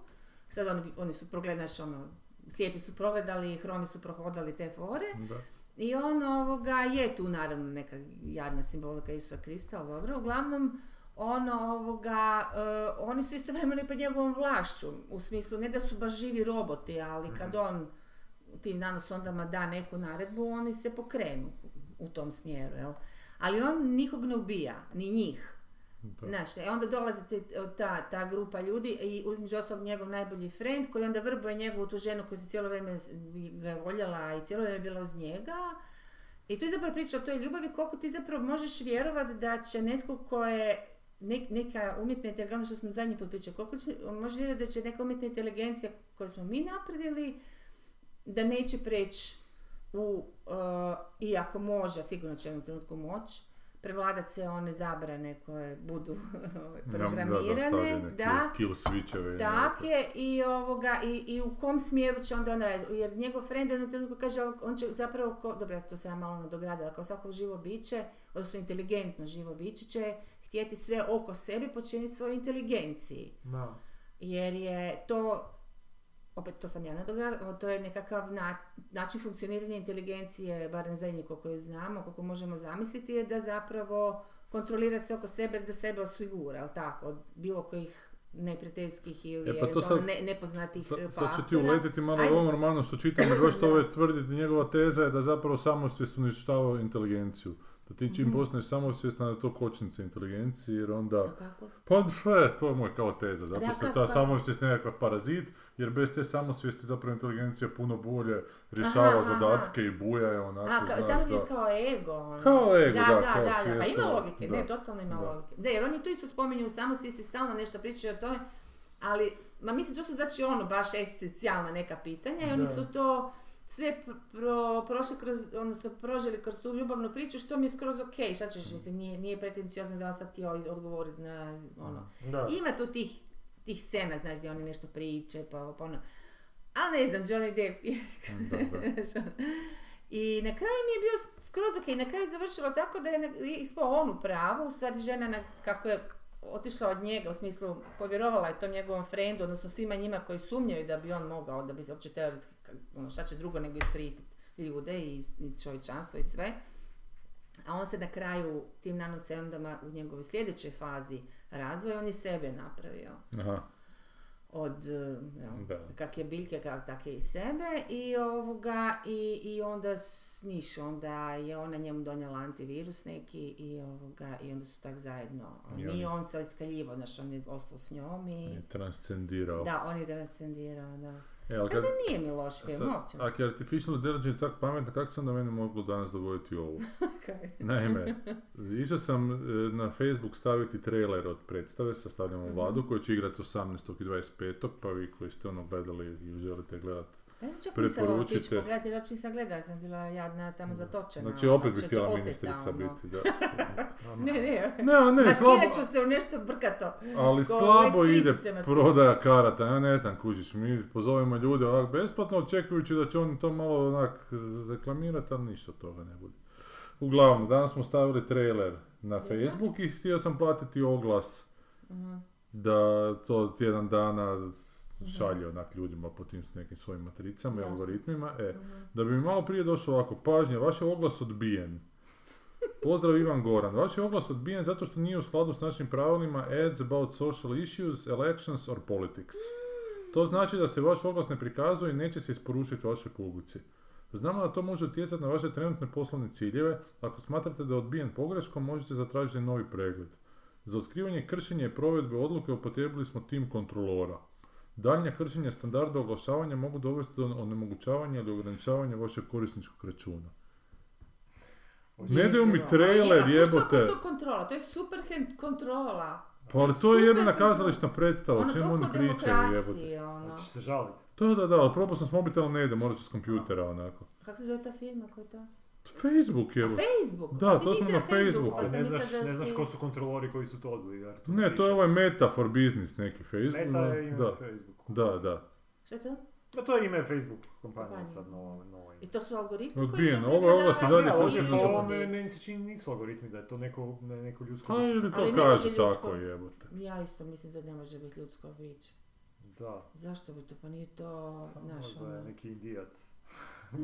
sad oni, oni su progledaš, ono, slijepi su progledali, hromi su prohodali te fore,
Da.
i on ovoga, je tu naravno neka jadna simbolika Isusa Krista, ali dobro, uglavnom, ono ovoga, e, oni su istovremeno i pod njegovom vlašću, u smislu, ne da su baš živi roboti, ali kad on tim nanosondama da neku naredbu, oni se pokrenu u tom smjeru, jel? Ali on nikog ne ubija, ni njih.
Da.
Znaš, e, onda dolazi te- ta, ta grupa ljudi i između ostalog njegov najbolji friend koji onda vrbuje njegovu tu ženu koja se cijelo vrijeme s- ga je voljela i cijelo vrijeme je bila uz njega. I to je zapravo priča o toj ljubavi koliko ti zapravo možeš vjerovati da će netko ko je nek- neka umjetna inteligencija, ono što smo zadnji put pričali, koliko će, može vjerovati da će neka umjetna inteligencija koju smo mi napravili, da neće preći u, e, i ako može, a sigurno će u jednom trenutku moći, prevladat se one zabrane koje budu *laughs* ovaj, programirane.
Da, da,
Da,
da kill switcheve. i
tak
neke.
je i, ovoga, i, i u kom smjeru će onda on raditi. Jer njegov friend u jednom trenutku kaže, ali on će zapravo, ko, dobro, ja to sam ja malo nadogradila, kao svako živo biće, odnosno inteligentno živo biće će htjeti sve oko sebe počiniti svojoj inteligenciji
Da.
jer je to, opet to sam ja nadogradila, to je nekakav na- način funkcioniranja inteligencije, barem zadnji koliko znamo, koliko možemo zamisliti, je da zapravo kontrolira sve oko sebe, da sebe osigura, jel tako, od bilo kojih neprijateljskih ili
E, pa to
eventualno
sad-
ne- nepoznatih
Sa-
e,
sad će ti
faktora.
uletiti malo
Ajde.
u ovom romanu što čitam, jer baš
*laughs*
to
Da.
ove tvrditi, njegova teza je da zapravo samosvijest uništava inteligenciju. Da ti čim
Mhm.
postaneš samosvjestan da je to kočnica inteligencije, jer onda...
A kako?
Pa e, to je moj kao teza, zato
Da,
što je
kako?
ta samosvijest nekakav parazit, jer bez te samosvijesti zapravo inteligencija puno bolje rješava
Aha, aha.
zadatke i buja je onako,
A, kao,
znaš,
samo
da.
ti kao ego. ono.
Kao ego, da,
da,
kao
da, Pa
svijest,
ima
da,
logike, ne,
da.
totalno ima
Da.
logike. Da, jer oni tu isto spominju u samosvijesti, stalno nešto pričaju o tome Ali, ma mislim, to su znači ono baš esencijalna neka pitanja i oni
Da.
su to sve pr- pro, prošli kroz, odnosno prožili kroz tu ljubavnu priču, što mi je skroz ok, šta
Mm.
ćeš, mislim, nije, nije pretenciozno da vam sad ti odgovoriti na ono.
Da.
Ima tu tih, tih scena, znaš, gdje oni nešto priče, pa ovo, pa ono. Ali ne znam, Johnny Depp je
*laughs* Dobro.
Znaš, ono. I na kraju mi je bio skroz ok, na kraju je završilo tako da je na- je ispao on u pravu, u stvari žena na, kako je otišla od njega, u smislu povjerovala je tom njegovom frendu, odnosno svima njima koji sumnjaju da bi on mogao, da bi se uopće teoretski, ka- ono šta će drugo nego iskoristiti ljude i, i čovječanstvo i sve. A on se na kraju tim nanoseondama u njegovoj sljedećoj fazi razvoja, on je sebe napravio
Aha,
od eh, evo,
Da.
kak je biljke, kak tak je i sebe i ovoga i, i onda s- niš, onda je ona njemu donijela antivirus neki i ovoga i onda su tak zajedno.
I
Nije
oni-
on se iskaljivo, znaš, on je ostao s njom i...
je transcendirao.
Da, on je transcendirao, da.
E, ali
Tako
kad,
da nije mi loš film,
sad,
uopće.
ako je artificial intelligence tak pametna, kako se onda meni moglo danas
*laughs*
dogoditi ovo?
Kaj.
Naime, išao sam e, na Facebook staviti trailer od predstave, sastavljamo vladu,
Mhm.
koju će igrati 18. i 25. pa vi koji ste ono gledali i želite gledati
Ja sam čak mislila otići
Preporučite.
pogledati, jer uopće nisam gledala, sam bila jadna tamo zatočena.
Znači
ono,
opet bi
što će
htjela
oteta,
ministrica
ono. *laughs*
biti, da.
Ne, ne,
Ne, ne, slabo,
maskirat ću se u nešto brkato.
ali
ko
slabo
Lex
ide
Tričice maskirat.
prodaja karata, ja ne znam, kužiš, mi pozovemo ljude onak besplatno, očekujući da će oni to malo onak e, reklamirati, ali ništa od toga ne bude. Uglavnom, danas smo stavili trailer na Facebook i htio sam platiti oglas
Mhm.
da to tjedan dana šalje onak ljudima po tim nekim svojim matricama i
Jasno.
algoritmima. E,
mhm.
da bi mi malo prije došlo ovako, pažnja, vaš je oglas odbijen. Pozdrav Ivan Goran, vaš je oglas odbijen zato što nije u skladu s našim pravilima ads about social issues, elections or politics. To znači da se vaš oglas ne prikazuje i neće se isporučiti vašoj publici. Znamo da to može utjecati na vaše trenutne poslovne ciljeve. Ako smatrate da je odbijen pogreškom, možete zatražiti novi pregled. Za otkrivanje kršenja i provedbe odluke upotrijebili smo tim kontrolora. Daljnja kršenja standarda oglašavanja mogu dovesti do onemogućavanja ili ograničavanja vašeg korisničkog računa. Ne
да
daju mi
Ali, a
trailer,
znaš kako je
jebote.
to kontrola? To je super hand- kontrola.
Pa ali to je jebena kazališna predstava, o
Ono
čemu oni
toliko
pričaju, jebote. Znači.
demokracije, ono.
Hoćeš se žaliti.
Da, da, da, ali probao sam s mobitelom, ne ide, morat ću s kompjutera, onako.
Kako se zove ta firma koja je to?
Facebook,
A
jebote.
Facebook?
Da,
A ti
to smo
nisi
na Facebooku.
pa
Ali
sam
ne
mislila
znaš,
da
ne znaš
si-
ko su kontrolori koji su to odbili. Jer tu
Ne,
piše.
to je ovaj meta for business neki Facebook.
Meta je
da,
ime
da,
na Facebooku.
da, da.
Šta je to?
Ma to je ime Facebook kompanije
Kompanije.
sad novo. novo ime.
I to su algoritmi koji
Odbijeno,
to
ovo je oglas i
pregledavaju
dalje
Ne,
i
ovdje
hoće
po
ljudi.
država.
ovome meni se čini nisu algoritmi, da je to neko, ne- neko ljudsko...
Pa ili
Ali
to
ne
kaže
može ljudsko.
tako, jebote.
Ja isto mislim da ne može biti ljudsko biće.
Da.
Zašto bi to? Pa nije to
Pa
naš
Možda je
ono...
neki *laughs* indijac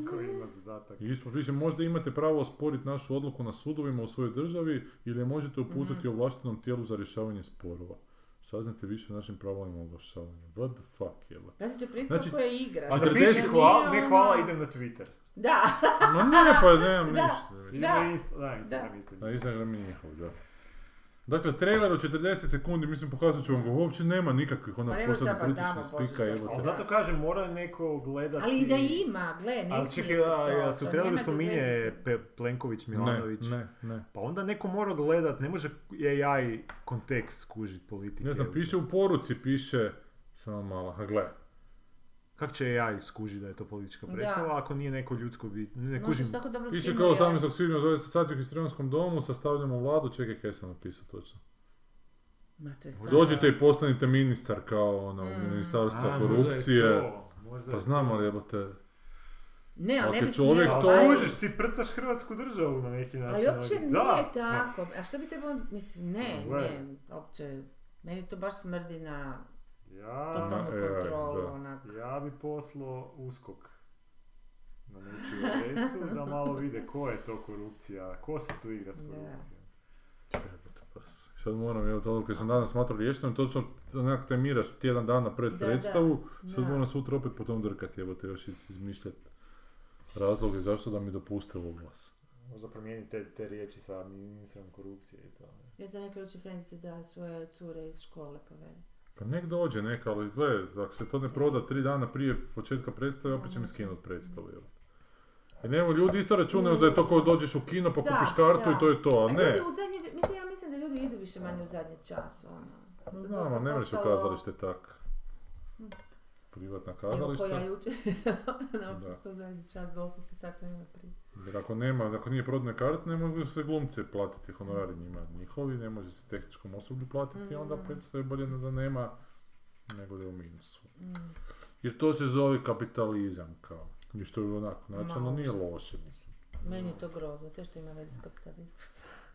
koji ima zadatak.
I ispod piše, možda imate pravo osporiti našu odluku na sudovima u svojoj državi ili je možete
Mhm.
uputiti ovlaštenom tijelu za rješavanje sporova. Saznajte više o našim pravilima oglašavanja. What the fuck, jebote.
Pazi, to je pristup
Znači,
koja igra.
A
Znači,
da
to
piše
nije
hvala, ne
ono-
hvala, idem na Twitter.
Da,
Ma ne, pa
*laughs*
nemam
Da.
ništa.
Ili
mislim.
Da.
na Insta- da, Instagram isto.
Na Instagram je njihov, da. Dakle, trailer od 40 sekundi, mislim, pokazat ću vam ga, uopće nema nikakvih
Pa
onak
ne može da
posebno
baš
pritisnih
damo, Bože,
spika,
što-
jebote.
Ali zato kažem, mora neko gledati...
ali i da ima, gle, ne
Znači, Ali
smije
čekaj,
se
a,
to,
ja se
to
u traileru
nema tu veze
spominje
s tim.
Pe- Plenković,
Ne,
Milanović.
ne, ne.
Pa onda neko mora gledat, ne može AI kontekst skužit politike.
Ne znam, piše u poruci, piše, samo malo, ha, gle.
Kak će AI skužit da je to politička
Da.
predstava ako nije neko ljudsko bit... Ne
Možda
kužim.
su tako dobro
Piše kao
skinuli, ali-
18. svibnja, zove se Satnik u Histrionskom domu, sastavljamo vladu, čekaj kaj sam napisao točno.
Ma, to je strašno.
Dođite i postanite ministar kao ono, u
Mm.
ministarstva
A, možda je
korupcije.
to, možda je
Pa
to.
znam, ali jebote,
Ne, ali
Ako
ne
je
bi
čovjek
smjela,
to
pazi.
Ali kužiš, ti prcaš hrvatsku državu na neki način.
Ali uopće
ali-
nije
znači, Da, pa.
tako. A što bi trebalo, mislim, ne,
Gle.
ne, uopće. Meni to baš smrdi na
Pa, Ja,
totalnu
e, ja,
kontrolu,
da.
onako.
ja bi poslo uskok na nečiju adresu da malo vide ko je to korupcija, ko se tu igra s
Da.
korupcijom.
jebote, pa s- sad moram, evo to kad sam danas smatrao riješenom, točno onak te miraš tjedan dana pred
Da, da.
predstavu, sad ono-
Da.
moram sutra opet po tom drkati, jebote, još iz- izmišljat razloge zašto da mi dopuste oglas.
Možda promijeni te, te riječi sa ministrom korupcije i to.
Ja sam rekla uči Frenzici da svoje cure iz škole povede.
Pa nek dođe neka, ali gle, ako se to ne proda tri dana prije početka predstave, opet će mi skinut predstavu, jel? Jer evo, ljudi isto računaju da je to kao dođeš u kino pa
Da,
kupiš kartu
da.
i to je to,
A
a Pa ne.
ljudi u zadnji, mislim, ja mislim da ljudi idu više manje u zadnji čas, ono. Sad to
Znamo,
dosta
ne mreš u
postalo-
kazalište tak. privatna
Evo koja
kazališta.
jučer, *laughs* naprosto zadnji čas doslovce sat vremena prije.
Jer ako nema, ako nije prodane karte, ne mogu se glumce platiti, honorari njima njihovi, ne može se tehničkom osoblju platiti, onda
Mm.
predstaje bolje da nema, nego da je u minusu.
Mm.
Jer to se zove kapitalizam, kao. I što je onako, načalno
Ma,
nije
užas.
loše, mislim.
Meni je to grozno, sve što ima veze s kapitalizmom.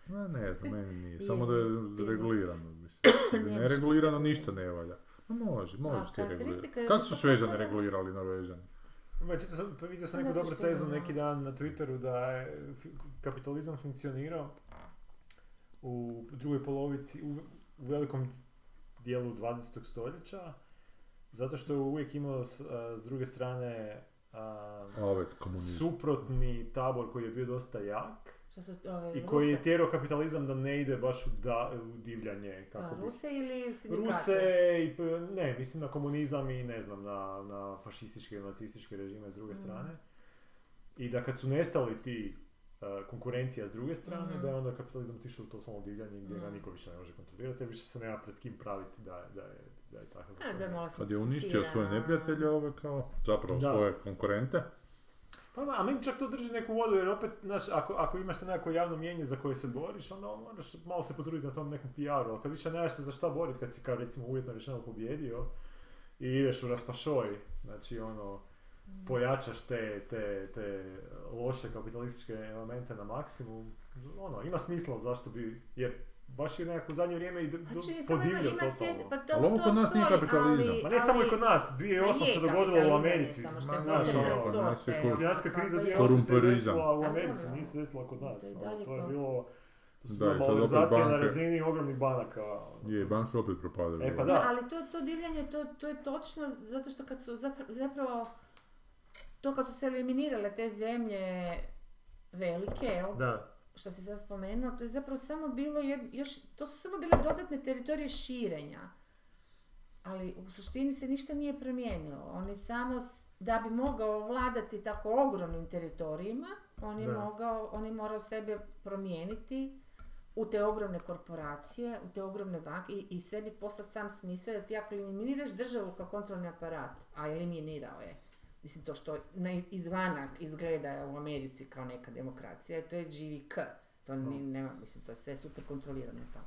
Ne, Pa ne znam, meni nije.
Je,
Samo da je
ti- *coughs*
regulirano, mislim. Da
Ne
je
možeš
neregulirano
tako.
ništa ne valja. Ma može,
A,
može ti regulirati.
karakteristika je-
Kako su Šveđani
Kako da-
regulirali Norvežani?
Ma, čitao sam, pa vidio sam neku
Zato
dobru
što je
tezu
ono-
neki dan na Twitteru da je fi- kapitalizam funkcionirao u drugoj polovici, u, u velikom dijelu 20. stoljeća, zato što je uvijek imao s, a, s druge strane a,
A ovaj komunizam.
suprotni tabor koji je bio dosta jak
Što su ove,
i koji je
Ruse?
tjerao kapitalizam da ne ide baš u, da, u divljanje,
Pa,
kako bi
Ruse ili sindikate?
Ruse i p- ne, mislim na komunizam i ne znam, na, na fašističke i nacističke režime s druge
Mm.
strane. I da kad su nestali ti e, konkurencija s druge strane,
Mhm.
da je onda kapitalizam otišao u totalno divljanje gdje ga
Mm.
niko više ne može kontrolirati, jer više se nema pred kim praviti da, je- da je, da je takav.
A, da je malo
Kad je uništio svoje
sofisticirana.
neprijatelje ove kao, zapravo
Da.
svoje konkurente,
Pa da, a meni čak to drži neku vodu, jer opet, znaš, ako, ako imaš to nekako javno mijenje za koje se boriš, onda moraš malo se potruditi na tom nekom PR-u, ali kad više nemaš se za šta boriti, kad si kao recimo uvjetno rečeno pobjedio i ideš u raspašoj, znači ono,
Mm.
pojačaš te, te, te loše kapitalističke elemente na maksimum, ono, ima smisla zašto bi, jer baš je nekako u zadnje vrijeme i do, do,
Znači, samo ima,
podivljao
ima svijest,
totalno.
pa to,
Ali ovo
to
kod nas nije
sorry,
kapitalizam.
ali-
Ma ne samo i
ali-
kod nas,
Ma
2008.
je
se dogodilo u
kapitalizam,
Americi,
samo
što je
znaš,
posebna
ono,
sorta.
Financijska kriza
Kako je?
2008. se
Korumperizam.
desila u
A
Americi,
dobro.
nije se desila kod nas.
To je
ono,
daleko.
To je bilo, to su
Da,
bila
i sad opet
malverzacija na
banke.
razini ogromnih banaka. ono.
je i banke opet propadaju.
E, pa
Da,
da.
ali to, to divljanje, to, to je točno, zato što kad su zapra- zapravo, to kad su se eliminirale te zemlje velike, jel,
Da,
što si sad spomenuo, to je zapravo samo bilo, jed- još, to su samo bile dodatne teritorije širenja. Ali u suštini se ništa nije promijenilo. On je samo, s- da bi mogao vladati tako ogromnim teritorijima, on je,
Da.
mogao, on je morao sebe promijeniti u te ogromne korporacije, u te ogromne banke i, i sebi poslati sam smisao da ti ako eliminiraš državu kao kontrolni aparat, a eliminirao je, mislim to što na izvana izgleda u Americi kao neka demokracija, to je GVK, to ni, nema, mislim to je sve super kontrolirano tamo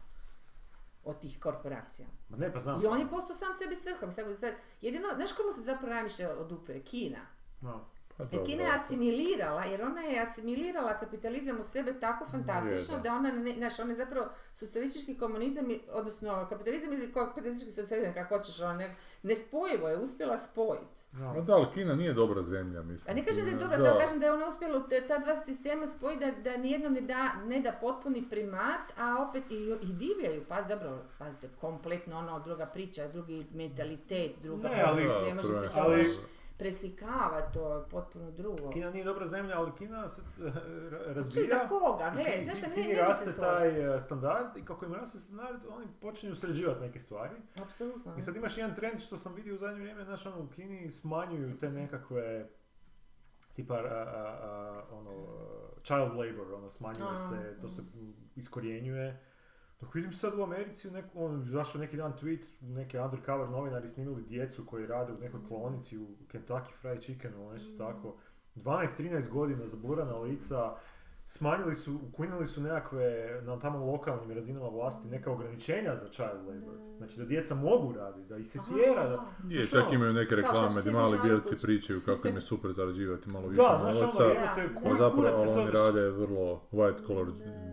od tih korporacija.
ma ne pa znam.
I on je postao sam sebi svrhom. Sad, sad, jedino, znaš komu se zapravo najviše odupire? Kina.
No.
Pa
E,
dobro.
Kina je asimilirala, jer ona je asimilirala kapitalizam u sebe tako fantastično
Je, da.
da ona, ne, znaš, ona je zapravo socijalistički komunizam, i- odnosno kapitalizam ili kapitalistički socijalizam, kako hoćeš, ona ne, nespojivo je uspjela spojiti.
no.
Ma da, ali Kina nije dobra zemlja, mislim.
A ne kažem da je
Kina-
dobro, samo kažem da je ona uspjela u te- ta dva sistema spojiti da, da nijednom ne da, ne da potpuni primat, a opet i, i divljaju. Pa dobro, pazite, kompletno ono druga priča, drugi mentalitet, druga
Ne, ali-
proces, ne može se
prvenstveno.
ali-
ali... preslikava, to je potpuno drugo.
Kina nije dobra zemlja, ali Kina se eh, ra-
Čuj, Znači, za
razbija.
koga?
I
Gle,
ti-
zašto
ti-
ne,
ti
ne bi se
raste
složila?
taj eh, standard i kako im raste standard, oni počinju sređivati neke stvari.
Apsolutno.
I sad imaš jedan trend što sam vidio u zadnje vrijeme, znaš, ono, u Kini smanjuju te nekakve, tipa, a, a, a, ono, a, child labor, ono, smanjuje
A,
se, to se
mm.
iskorjenjuje. Dok vidim sad u Americi, u neku, ono, zašto neki dan tweet, neki undercover novinari snimili djecu koji rade u nekoj klonici u Kentucky Fried Chicken ili nešto tako. 12-13 godina zaburana lica, smanjili su, ukinuli su nekakve na tamo lokalnim razinama vlasti neka ograničenja za child labor. Znači da djeca mogu raditi, da ih se tjera, da...
Mm. *laughs* Aha.
Je,
Znaš,
čak
ono,
imaju neke
Kao što
reklame
se
gdje mali
izražavaju
bijelci
kući.
pričaju kako im je super zarađivati malo više
Da, znaš
novaca.
ono, jebote,
Da.
A
koji kurac
zapravo
je to
oni
da-
rade vrlo white collar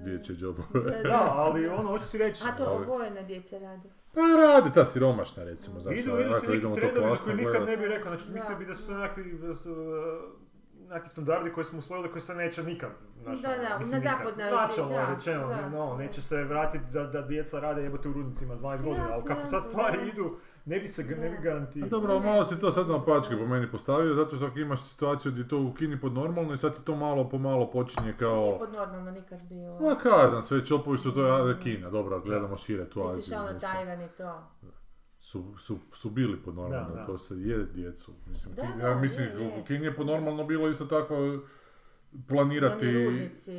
dječje
Da,
jobove.
da.
Da, ali ono, hoću ti reći,
A to
Ali-
obojena djeca rade.
*laughs* Pa rade ta siromašna recimo, znaš,
idu,
ali
idu ti
ako idemo
neki
to
trendovi za
klasno
koje nikad
gledat.
ne bi rekao, znači
Da.
mislio bi da su to nekakvi, da su, uh, neki standardi koje smo usvojili koji se neće nikad, znači,
Da, da, na zapadnoj
zapadnoj
Aziji,
načalno
da,
rečeno,
da.
no, neće se vratiti da, da djeca rade jebote u rudnicima s 12 godina, ali
Jasno,
kako sad
jasno,
stvari
da.
idu, ne bi se, ga- ne bi
Da.
A
garantirao.
dobro, ali malo se to sad na pačke po meni postavio, zato što ako imaš situaciju gdje je to u Kini pod normalno i sad se to malo po malo počinje
Nije
kao...
pod normalno nikad bio.
Ma kazan, sve čopovi su to ali Kina, dobro, gledamo šire tu
Misliš
Aziju.
ono
mislim.
Tajvan i to.
su, su, su bili pod normalno,
Da, da.
to se je djecu. Mislim,
Da,
Kini-
da,
ja mislim,
je, je.
u Kini je pod normalno bilo isto tako planirati...
Oni rudnici.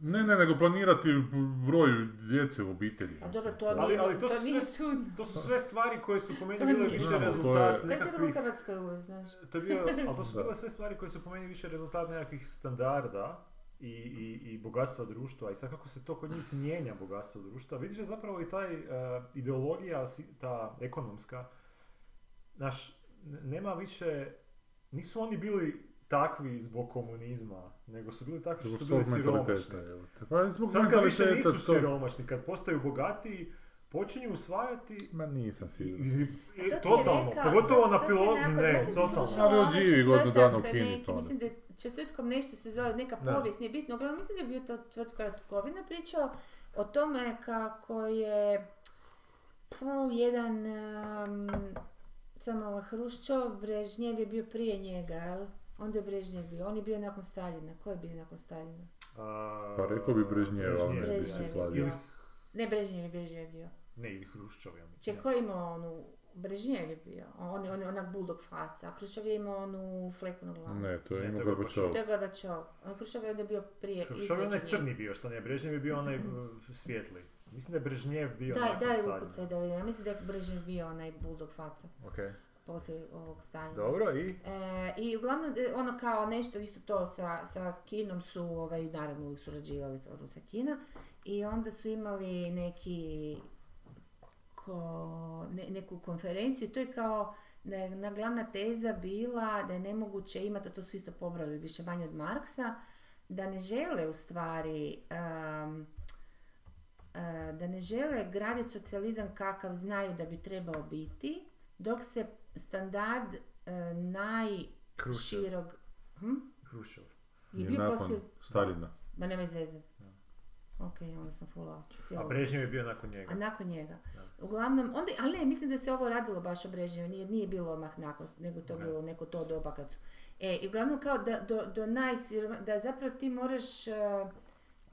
Ne, ne, nego planirati b- broj djece u obitelji.
A dobro,
mislim,
to
Ali-
nije,
ali to
to,
su
nije
sve-
čudno.
To su sve stvari koje su po meni
To
bile
nije.
više
Znam, to je-
rezultat
Kaj treba u
nekakvih...
Hrvatskoj uvijek, znaš?
To je
*laughs*
bio, ali to su
Da.
bile sve stvari koje su po meni više rezultat nekakvih standarda i, i, i bogatstva društva i sad kako se to kod njih mijenja bogatstvo društva, vidiš da zapravo i taj e, ideologija, si- ta ekonomska, naš, nema više, nisu oni bili takvi zbog komunizma, nego su bili takvi što
Zbog
su
svog
bili siromašni.
mentaliteta, jel te. Pa zbog
Sad kad više
mentaliteta
nisu
to...
siromašni, kad postaju bogatiji, počinju usvajati
Ma nisam siguran.
To ti je
totalno,
rekao-
pogotovo
to
na
ti je
pilotu,
nakon- ja
ne,
sam
totalno.
slušala
Ali
onaj
odživi godinu dana u
ono četvrtak
Kini,
neki,
to ono.
Mislim da je četvrtkom nešto se zove, neka
Da.
povijest, nije bitno. Uglavnom mislim da je bio to tvrtka Kovina pričao o tome kako je pu, jedan um, sam malo Hruščov, Brežnjev je bio prije njega, jel? Onda je Brežnjev bio, on je bio nakon Staljina. Ko je bio nakon Staljina?
A,
Pa rekao bi Brežnjeva, ali ne bi
Brežnjev,
se
da.
sladio.
Ili-
Ne, Brežnjev je Brežnjev je bio.
Ne, ili Hruščov, ja mislim.
Čeko je imao onu, Brežnjev je bio, on, on, onak buldog faca, Hruščov je imao onu fleku na glavi.
Ne, to je
Ne,
imao
to je
Gorbačov.
To je Gorbačov. On Hruščov je onda bio prije.
Hruščov je onaj
između njih.
crni bio, što ne, Brežnjev je bio onaj eh, svijetli. Mislim da je Brežnjev bio
Daj,
nakon
daj
Staljina.
upucaj da vidim. Ja mislim da je Brežnjev bio onaj buldog faca
Okej,
poslije ovog stanja.
dobro, i?
E, I uglavnom e, ono kao nešto isto to sa, sa Kinom su, ovaj, naravno uvijek surađivali to Rusa Kina i onda su imali neki ko, ne- neku konferenciju i to je kao da je na glavna teza bila da je nemoguće imati, a to su isto pobrali više manje od Marksa, da ne žele u stvari em, e, da ne žele graditi socijalizam kakav znaju da bi trebao biti, dok se standard e, najširog...
Hruščov.
Hm?
Hruščov.
Je
I
bio
nakon
poslije...
Staljina.
Ma nemoj zezat. Ok, onda sam fulao.
A
cijelu-
Brežnjev je bio nakon njega.
a nakon njega. Uglavnom, onda, ali ne, mislim da se ovo radilo baš o Brežnjevu, nije, nije bilo odmah nakon, nego to
Ne.
bilo neko to doba kad su. E, i uglavnom kao da, do, do najsiroma- da zapravo ti moraš, e,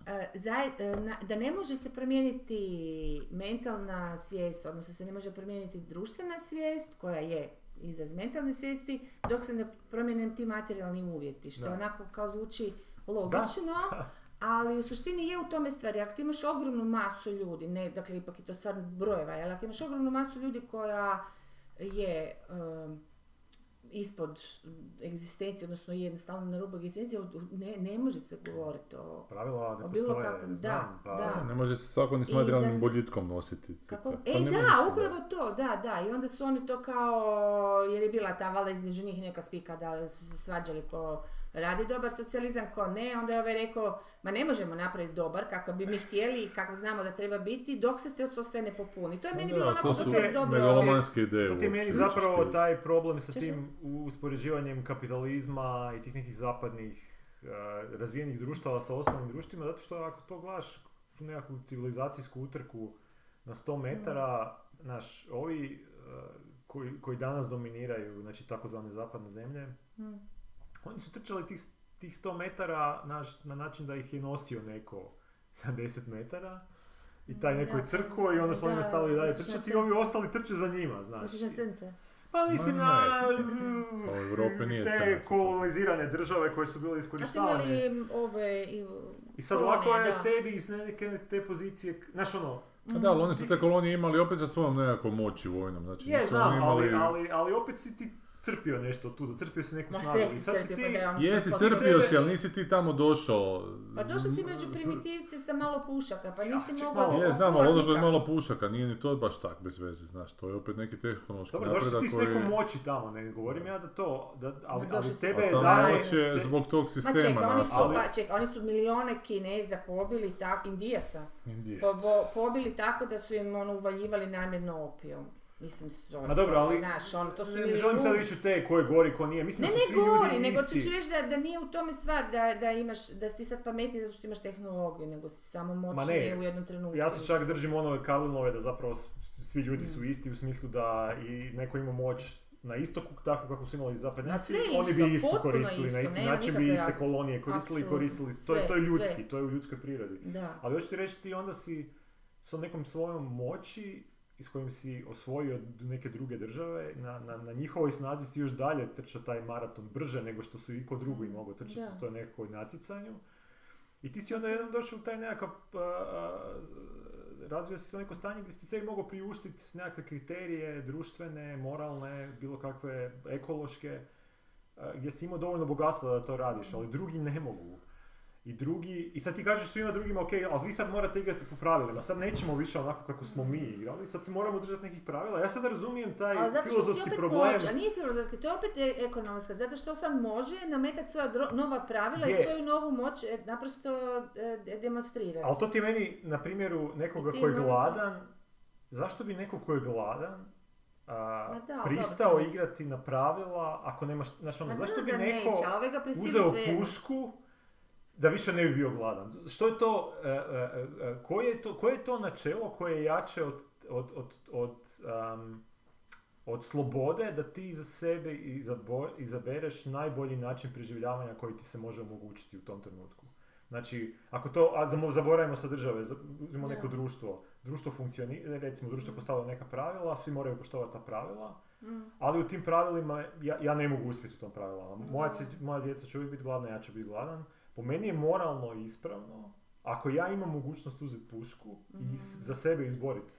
e, zaj- e, na- da ne može se promijeniti mentalna svijest, odnosno se ne može promijeniti društvena svijest koja je izraz mentalne svijesti, dok se ne promijene ti materijalni uvjeti, što
Da.
onako kao zvuči logično,
Da.
ali u suštini je u tome stvari, ako ti imaš ogromnu masu ljudi, ne, dakle ipak je to stvarno brojeva, jel, ako imaš ogromnu masu ljudi koja je em, ispod egzistencije, odnosno jednostavno na rubu egzistencije, u- ne, ne može se govoriti o...
Pravila
O
ne
bilo
postoje,
kakvom,
ne
da,
znam, pa...
da.
Pa Ne može se svako ni s materijalnim boljitkom nositi.
Kako?
Pa
E,
ne može
da,
se,
upravo to, da, da. I onda su oni to kao, jer je bila ta valjda između njih neka spika da su se svađali ko radi dobar socijalizam, ko ne. Onda je ovaj rekao, ma ne možemo napraviti dobar kako bi mi htjeli i kako znamo da treba biti, dok se to sve ne popuni. To je meni
Da,
bilo onako
to su
dosta dobro.
megalomanske ideje
To ti je meni
uopće,
zapravo
znači,
taj problem sa
Češ-
tim uspoređivanjem kapitalizma i tih nekih zapadnih eh, razvijenih društava sa osnovnim društvima, zato što ako to gledaš tu nekakvu civilizacijsku utrku na 100 metara, znaš, ovi eh, koji, koji danas dominiraju, znači takozvane zapadne zemlje,
Mm.
oni su trčali tih, tih 100 metara naš, na način da ih je nosio neko 70 metara i taj neko
Da,
je crko i onda su oni
da,
nastavili dalje
misliš na
trčati i ovi
crnce.
ostali trče za njima, znaš.
Misliš na crnce?
Pa mislim
Ma
na
ne,
*laughs* mm,
pa u Europi nije
te
crnac.
kolonizirane države koje su bile
A su
iskorištavane.
imali ove... I,
I sad
kolonije,
ovako je
da.
tebi iz neke te pozicije, znaš ono,
A Da, ali oni su te kolonije imali opet sa svojom nekakvom moći vojnom, znači
je
nisu
znam,
oni imali...
ali, ali, ali opet si ti crpio nešto od tuda, crpio si neku
Ma
snagu.
sve
I
si
sad si
crpio, pa
ti,
da je ono
Jesi,
sve to-
crpio si, ali nisi ti tamo došao.
Pa došao si među primitivce sa malo pušaka, pa nisi
ček
mogao...
malo.
Je, znam, ali
ofulat
odakle je
nikako.
malo pušaka, nije ni to baš tak bez veze, znaš, to je opet neki tehnološki
dobro, došli
napredak
ti s
koji...
nekom moći tamo, ne govorim ja da to, da, ali,
Ma došli
ali
su-
tebe
A
je
ta
daj,
daje...
moć je
te-
zbog tog
Ma
sistema
čekaj, oni su,
nastala.
pa, čekaj, oni su milijone Kineza pobili, tak, Indijaca,
Indijac.
Pobo- pobili tako da su im ono, uvaljivali namjerno opijom. Mislim, to,
Ma dobro, ali
Znaš, ono, to su
ne, ne
bili
želim sad
ludi.
ići u te ko je gori, ko nije, mislim
Ne,
da su
ne
svi
gori,
ljudi
nego
isti.
ću reći da, da nije u tome stvar da, da imaš, da si ti sad pametniji zato što imaš tehnologiju, nego si samo moćniji u jednom trenutku.
Ja se čak držim ono Karlinove da zapravo s- svi ljudi su
Mm.
isti u smislu da i neko ima moć na istoku tako kako su imali
Ma
zapadnjaci,
sve
oni
isto,
bi isto
potpuno
koristili, na
isto,
isti
nema
način bi
nikakve
iste
razlike.
kolonije koristili i
Apsolutno,
koristili, to, je-
sve,
to je ljudski,
sve.
to je u ljudskoj prirodi.
Da.
Ali hoću ti reći ti onda si s nekom svojom moći i s kojim si osvojio neke druge države, na, na, na njihovoj snazi si još dalje trčao taj maraton brže nego što su i ko drugi mogao trčati
Mm. Da.
u toj nekoj natjecanju. I ti si onda jednom došao u taj nekakav, a, a, razvio si to neko stanje gdje si sebi mogao priuštiti nekakve kriterije, društvene, moralne, bilo kakve ekološke, a, E, gdje si imao dovoljno bogatstva da to radiš,
Mm.
ali drugi ne mogu. I drugi, i sad ti kažeš svima drugima, ok, ali vi sad morate igrati po pravilima, sad nećemo više onako kako smo mi igrali, sad se moramo držati nekih pravila. Ja sad razumijem taj
Mm. Ali zato što si
filozofski
opet
problem.
moć, a nije filozofski, to je opet e- ekonomska, zato što sad može nametati svoja dro- nova pravila
Je.
i svoju novu moć e, naprosto e, de- demonstrirati.
Ali to ti je meni, na primjeru, nekoga
I ti
koji je
moraš-
gladan, zašto bi neko koji je gladan a,
Ma da, ali
pristao
dobro.
igrati na pravila ako nemaš, znaš ono,
Ma
zašto
znam
bi
Pa da
neko
neće, ali ovaj ga prisili
uzeo
sve jedno.
pušku da više ne bi bio gladan? Što je to, e, e, e, koje je to, koje je to načelo koje je jače od, od, od, od, am, od slobode da ti za sebe izabo- izabereš najbolji način preživljavanja koji ti se može omogućiti u tom trenutku. Znači, ako to, a zamo- zaboravimo sa države, za- uzmimo
Da.
neko društvo, društvo funkcionira, recimo društvo
Mm.
postavlja neka pravila, svi moraju poštovati ta pravila,
Mm.
ali u tim pravilima ja, ja ne mogu uspjeti u tom pravilima. Moja,
Da.
dje- moja djeca će uvijek biti gladna, ja ću biti gladan. Po meni je moralno i ispravno, ako ja imam mogućnost uzeti pušku i s- za sebe izboriti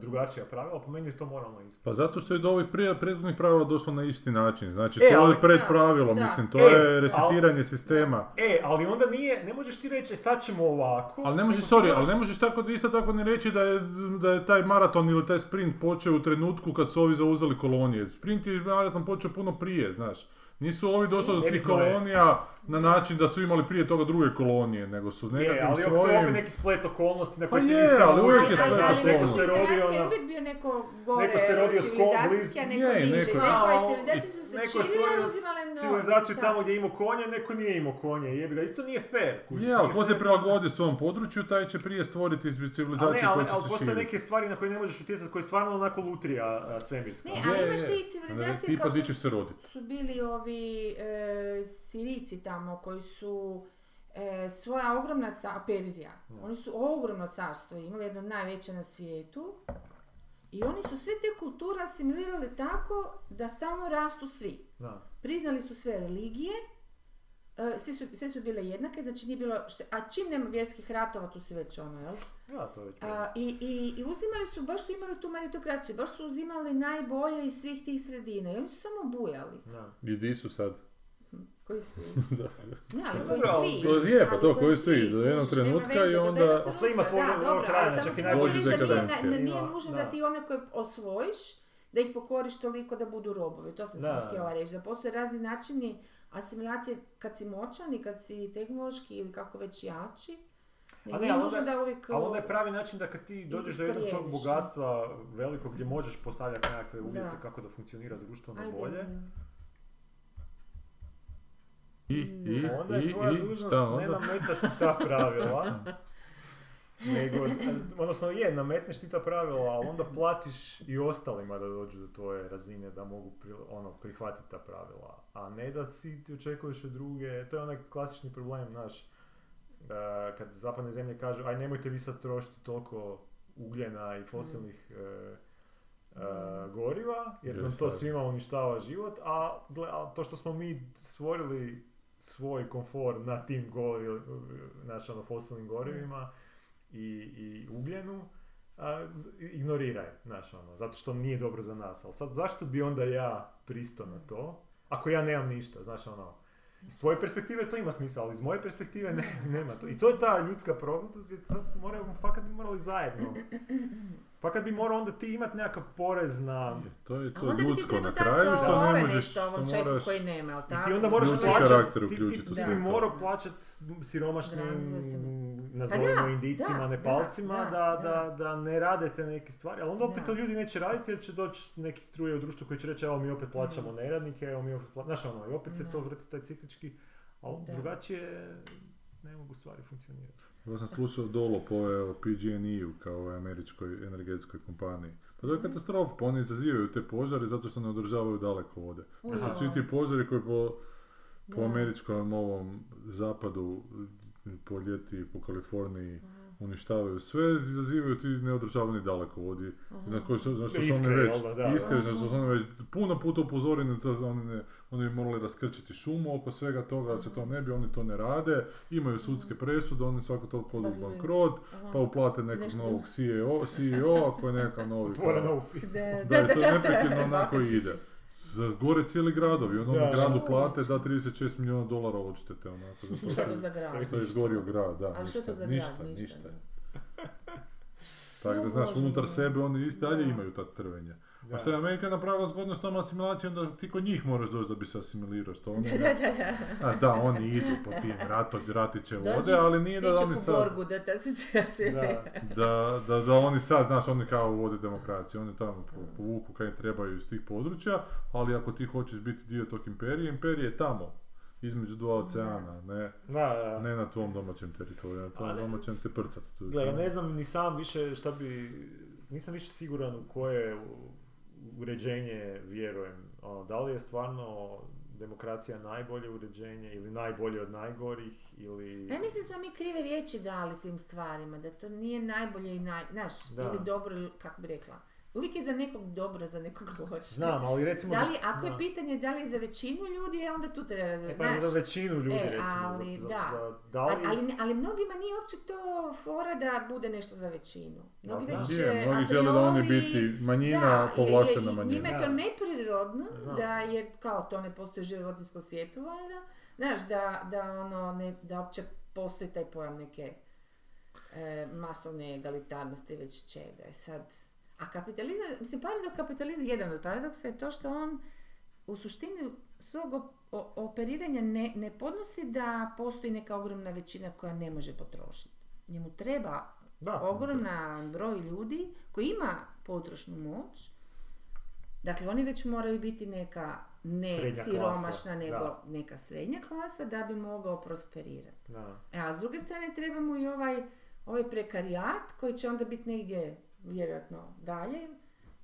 drugačija pravila, po meni je to moralno ispravno.
Pa zato što je do ovih prije- prethodnih pravila došlo na isti način. Znači,
E,
to
ali-
je pred
Da,
pravilo,
da.
mislim, to
E,
je
al-
resetiranje sistema.
E, ali onda nije, ne možeš ti reći, e, sad ćemo ovako.
Ali ne možeš,
nego ti
sorry,
moraš-
ali ne možeš tako, isto tako ni reći da je, da je taj maraton ili taj sprint počeo u trenutku kad su ovi zauzeli kolonije. Sprint i maraton počeo puno prije, znaš. Nisu ovi došli do tih
Nebitno je.
kolonija na način da su imali prije toga druge kolonije, nego su
Je,
nekakvim
ali to je
svojim...
opet neki splet okolnosti na
Pa
koji ti
je,
nisi
ali uvijek
naučen,
je
znaš,
splet
znaš, neko
okolnosti.
se rodio ono,
je
na...
uvijek bio neko gore
neko se rodio s kom
civilizacijska,
blizu.
neko
Je,
niže. Neko,
neko-
Da,
je
ali-
civilizaciju pa su se
Neko je
činile,
stvorio
uzimale novac,
civilizaciju
šta?
tamo gdje je imao konja, neko nije imao konje, jebi ga, isto nije fair. kužiš,
Je, ali
nije
ko se
fair.
prilagodi svom području, taj će prije stvoriti
Ali ne,
civilizaciju koja
ali,
će
ali
se
postoje
širiti.
neke stvari na koje ne možeš utjecati, koje je stvarno onako lutrija a, svemirska.
Ne,
Je,
ali imaš
je.
ti i
Ne,
civilizacije
Tipa,
kao
di
što
ćeš se roditi.
su bili ovi e, Sirici tamo koji su e, svoja ogromna ca- Perzija. Oni su ogromno carstvo imali, jedno od najveće na svijetu. I oni su sve te kulture asimilirali tako da stalno rastu svi.
Da.
Priznali su sve religije, e, svi su, sve su bile jednake, znači nije bilo, šte- a čim nema vjerskih ratova, tu se već ono, jel?
Ja, to je već
A,
povijest.
i, i, I uzimali su, baš su imali tu meritokraciju, baš su uzimali najbolje iz svih tih sredina i oni su samo bujali.
Da.
I di su sad?
Koji svi?
Da.
Ne, ali koji
Dobro, ali
svi?
to je, pa
Ali
to, koji svi,
svi?
do jednog
Kužiš, nema
trenutka
veze,
i
do jednog
onda-
trenutka,
Sve ima svoje
da,
ono
dobro,
trajanje,
ali
čak
samo
i
ti
najbolje
hoću reći da nije,
dekadencija.
na- nije
Ima,
nužno
da.
da ti one koje osvojiš, da ih pokoriš toliko da budu robovi. To sam
Da, da.
samo htjela reći, da postoje razni načini asimilacije kad si moćan i kad si tehnološki ili kako već jači.
A ne,
nije
ali
nužno
onda-
da uvijek...
Ali onda je pravi način da kad ti dođeš do jednog tog
iskorijeniš, ne?
bogatstva velikog gdje možeš postavljati nekakve uvjete
Da.
kako da funkcionira društvo na
Ajde,
bolje,
ono.
I,
Da.
i,
Pa onda je
i,
tvoja
i,
dužnost
šta
ne
onda?
nametati ta
*laughs*
pravila. nego, odnosno je, nametneš ti ta pravila, ali onda platiš i ostalima da dođu do tvoje razine da mogu pri- ono, prihvatiti ta pravila. A ne da si ti očekuješ od druge, to je onaj klasični problem, znaš, e, kad zapadne zemlje kažu, aj nemojte vi sad trošiti toliko ugljena i fosilnih e, e, goriva, jer
Jer
nam to
sad-
svima uništava život, a, gle, a to što smo mi stvorili svoj komfor na tim gori, znaš, ono, fosilnim gorivima i, i ugljenu, a, ignoriraj, znaš, ono, zato što nije dobro za nas. Ali sad, zašto bi onda ja pristao na to, ako ja nemam ništa, znaš, ono, iz tvoje perspektive to ima smisla, ali iz moje perspektive ne- nema to. I to je ta ljudska prohodnost, jer sad moramo, fakat bi morali zajedno. Fakat bi morao onda ti imati nekakav porez na...
Je, To je
A
to je
onda bi ti
ljudsko na
trebao
kraju,
dati
što
ove
ne možeš,
nešto
što
ovom čovjeku
moraš... Znači,
koji nema, jel
I
tako?
ti onda moraš
Ljudski
plaćati,
karakter
ti, ti,
uključiti
ti
u sve
bi
to.
morao plaćati siromašnim,
Dragim zvjestima. Pa
nazovimo
da,
indicima,
da,
nepalcima, da
da,
da,
da.
da, ne rade te neke stvari, ali onda opet
Da.
to ljudi neće raditi jer će doći neki struje u društvu koji će reći evo mi opet
Mm.
plaćamo neradnike, evo mi opet plaćamo, znaš ono, i opet se
Da.
to vrti taj ciklički, ali
Mm. Da.
drugačije ne mogu stvari funkcionirati.
Ja sam slušao Dolop ove o PG&E-u kao ovoj američkoj energetskoj kompaniji. Pa to je katastrofa, pa oni izazivaju te požare zato što ne održavaju daleko vode. Znači svi ti požari koji po, po
Da.
američkom ovom zapadu, po ljeti, po Kaliforniji, uništavaju sve, izazivaju ti neodržavani dalekovodi. Na koji su, na što su
Iskre,
oni već,
jel da, da,
iskre, na što su oni već puno puta upozoreni, da to oni, ne, oni bi morali raskrčiti šumu oko svega toga, da se to ne bi, oni to ne rade, imaju sudske presude, oni svako toliko odu
Pa bi-
u bankrot,
Aha.
pa uplate nekog
Nešto.
novog E CEO, CEO ako je nekakav novi.
Otvore novu firmu.
Da,
Da, to neprekidno
da.
onako ide. Za gore cijeli gradovi, onom
Da.
gradu plate da 36 milijuna dolara odštete onako. Za to
Što je to
što-
za grad?
što je izgorio grad, da,
Ali što je to
ništa,
za
ništa,
grad? Ništa.
ništa.
*laughs* da.
Tako da,
O
znaš,
Bože
unutar
moj.
sebe oni isti dalje
Da.
imaju ta trvenja.
Da.
A Pa što je Amerika napravila zgodno s tom asimilacijom, da ti kod njih moraš doći da bi se asimilirao, što oni...
*laughs* Da, da, da.
Znaš, da, oni idu po tim rato, ratiće
Dođi,
vode, ali nije da oni
Stići ku
sad...
borgu da te se... *laughs*
Da.
*laughs* Da, da, da oni sad, znaš, oni kao uvode demokraciju, oni tamo po- povuku kaj im trebaju iz tih područja, ali ako ti hoćeš biti dio tog imperija, imperije je tamo, između dva oceana, ne,
Da, da.
ne na tvom domaćem teritoriju, na tvom
Ali-
domaćem te prcat. tu i
Gle, ja
tamo.
ne znam ni sam više šta bi, nisam više siguran u koje u- uređenje vjerujem. Ono, da li je stvarno demokracija najbolje uređenje ili najbolje od najgorih ili...
Ne mislim smo mi krive riječi dali tim stvarima, da to nije najbolje i naj... Znaš,
Da.
ili dobro, ili kako bi rekla. Uvijek je za nekog dobro, za nekog loše.
Znam, ali recimo...
Da
za-
li, ako
da.
je pitanje da li je za većinu ljudi, e, onda tu treba
E,
razvijeti.
pa za većinu ljudi
e,
recimo. za-
ali
za,
da.
za- da li...
ali, ali, ali mnogima nije uopće to fora da bude nešto za većinu. Mnogi
znam.
već
Je,
e,
mnogi
a
žele da oni
priori-
biti
Da,
manjina,
je- je-
povlaštena
i
manjina.
Njima je to neprirodno,
Znam.
da, jer kao to ne postoji u životinjskom svijetu, valjda. Znaš, da, da, ono, ne, da uopće postoji taj pojam neke e, masovne egalitarnosti, već čega. I sad, a kapitalizam, mislim, paradoks kapitalizma, jedan od paradoksa je to što on u suštini svog op- o- operiranja ne, ne podnosi da postoji neka ogromna većina koja ne može potrošiti. Njemu treba
Da.
Pa,
ogroman broj ljudi koji ima potrošnu moć. Dakle, oni već moraju biti neka ne
Srednja klasa,
siromašna, nego
da.
neka srednja klasa da bi mogao prosperirati.
Da.
E, a s druge strane treba mu i ovaj, ovaj prekarijat koji će onda biti negdje vjerojatno dalje.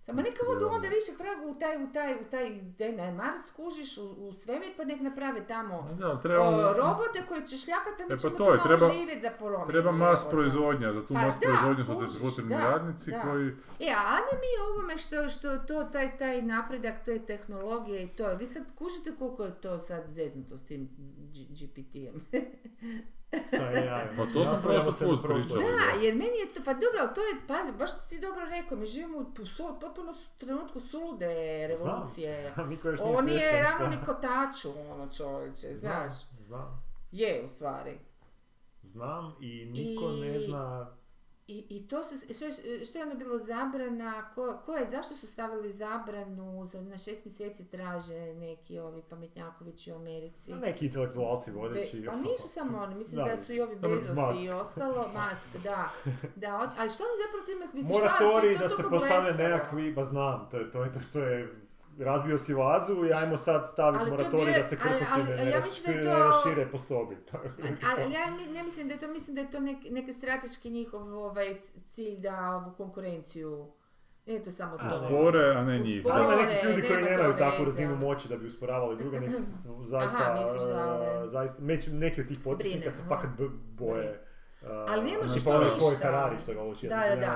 Samo neka odu
Vjerojatno.
onda više fragu u taj, u taj, u taj, gdje na Mars kužiš, u, u svemir pa nek naprave tamo
Da, ali treba, ono-
o, robote koji će šljakati, a mi
E, pa
ćemo
to je,
pomalo
treba-
živjeti za promjenu.
treba
Evo,
mas
da.
proizvodnja, za tu
Pa
mas
da,
proizvodnju su
kužiš,
te potrebni
da,
radnici
da.
koji...
E, a ajme mi o ovome što, što to, taj, taj napredak, to je tehnologija i to. Vi sad kužite koliko je to sad zeznuto s tim G- GPT-em.
Sa
*laughs*
AI-om.
Pa to sam
Nastavljamo
prošli
se na
put
prošlo.
pričali.
Da, jer meni je to, pa dobro, ali to je, pazi, baš što ti dobro rekao, mi živimo u su- potpuno su- trenutku sulude revolucije.
Znam, *laughs* niko još nije
On je
svjestan šta-
ravno ni kotaču, ono čovječe,
Znam,
znaš.
Znam,
Je, u stvari.
znam i niko ne
I-
zna
I, i to su, što, je- što je ono bilo zabrana, ko, ko je, zašto su stavili zabranu, za, na šest mjeseci traže neki ovi pametnjakovići u Americi.
Pa neki intelektualci
Be-
vodeći.
pa nisu samo oni, mislim da,
Da.
su i ovi
Dobro,
Bezosi
Musk.
i
*laughs*
ostalo, Mask, da. da od- ali što oni zapravo time, mislim, šta, to
Moratorij
je to
da se
toliko ono.
postave
blesavo.
nekakvi, ba znam, to je, to je, to, to je razbio si vazu i ajmo sad staviti
Ali to
moratorij
bi-
da se
ali- ali-
krhotine ne,
ja
raš-
mislim da je
ne
to-
rašire po sobi. To je otprilike
Ali,
to.
ja mi- ne mislim da je to, mislim da je to nek, neki strateški njihov ovaj, c- cilj da ovu konkurenciju, nije to samo
A,
to.
Uspore, a ne njih.
Uspore.
Ali ima
Ove,
nekih ljudi koji
nema
nemaju
to veze,
takvu razinu
ono.
moći da bi usporavali druga, neki
*laughs*
se s- zaista,
misliš da ove-
e, zaista meć- neki od tih
Zbrine,
potpisnika se
aha.
fakat b- boje. e,
Ali ne možeš
to
to
ono, tvoj
ništa.
Ferrari što ga uči,
Da, da, da,
ono,
da,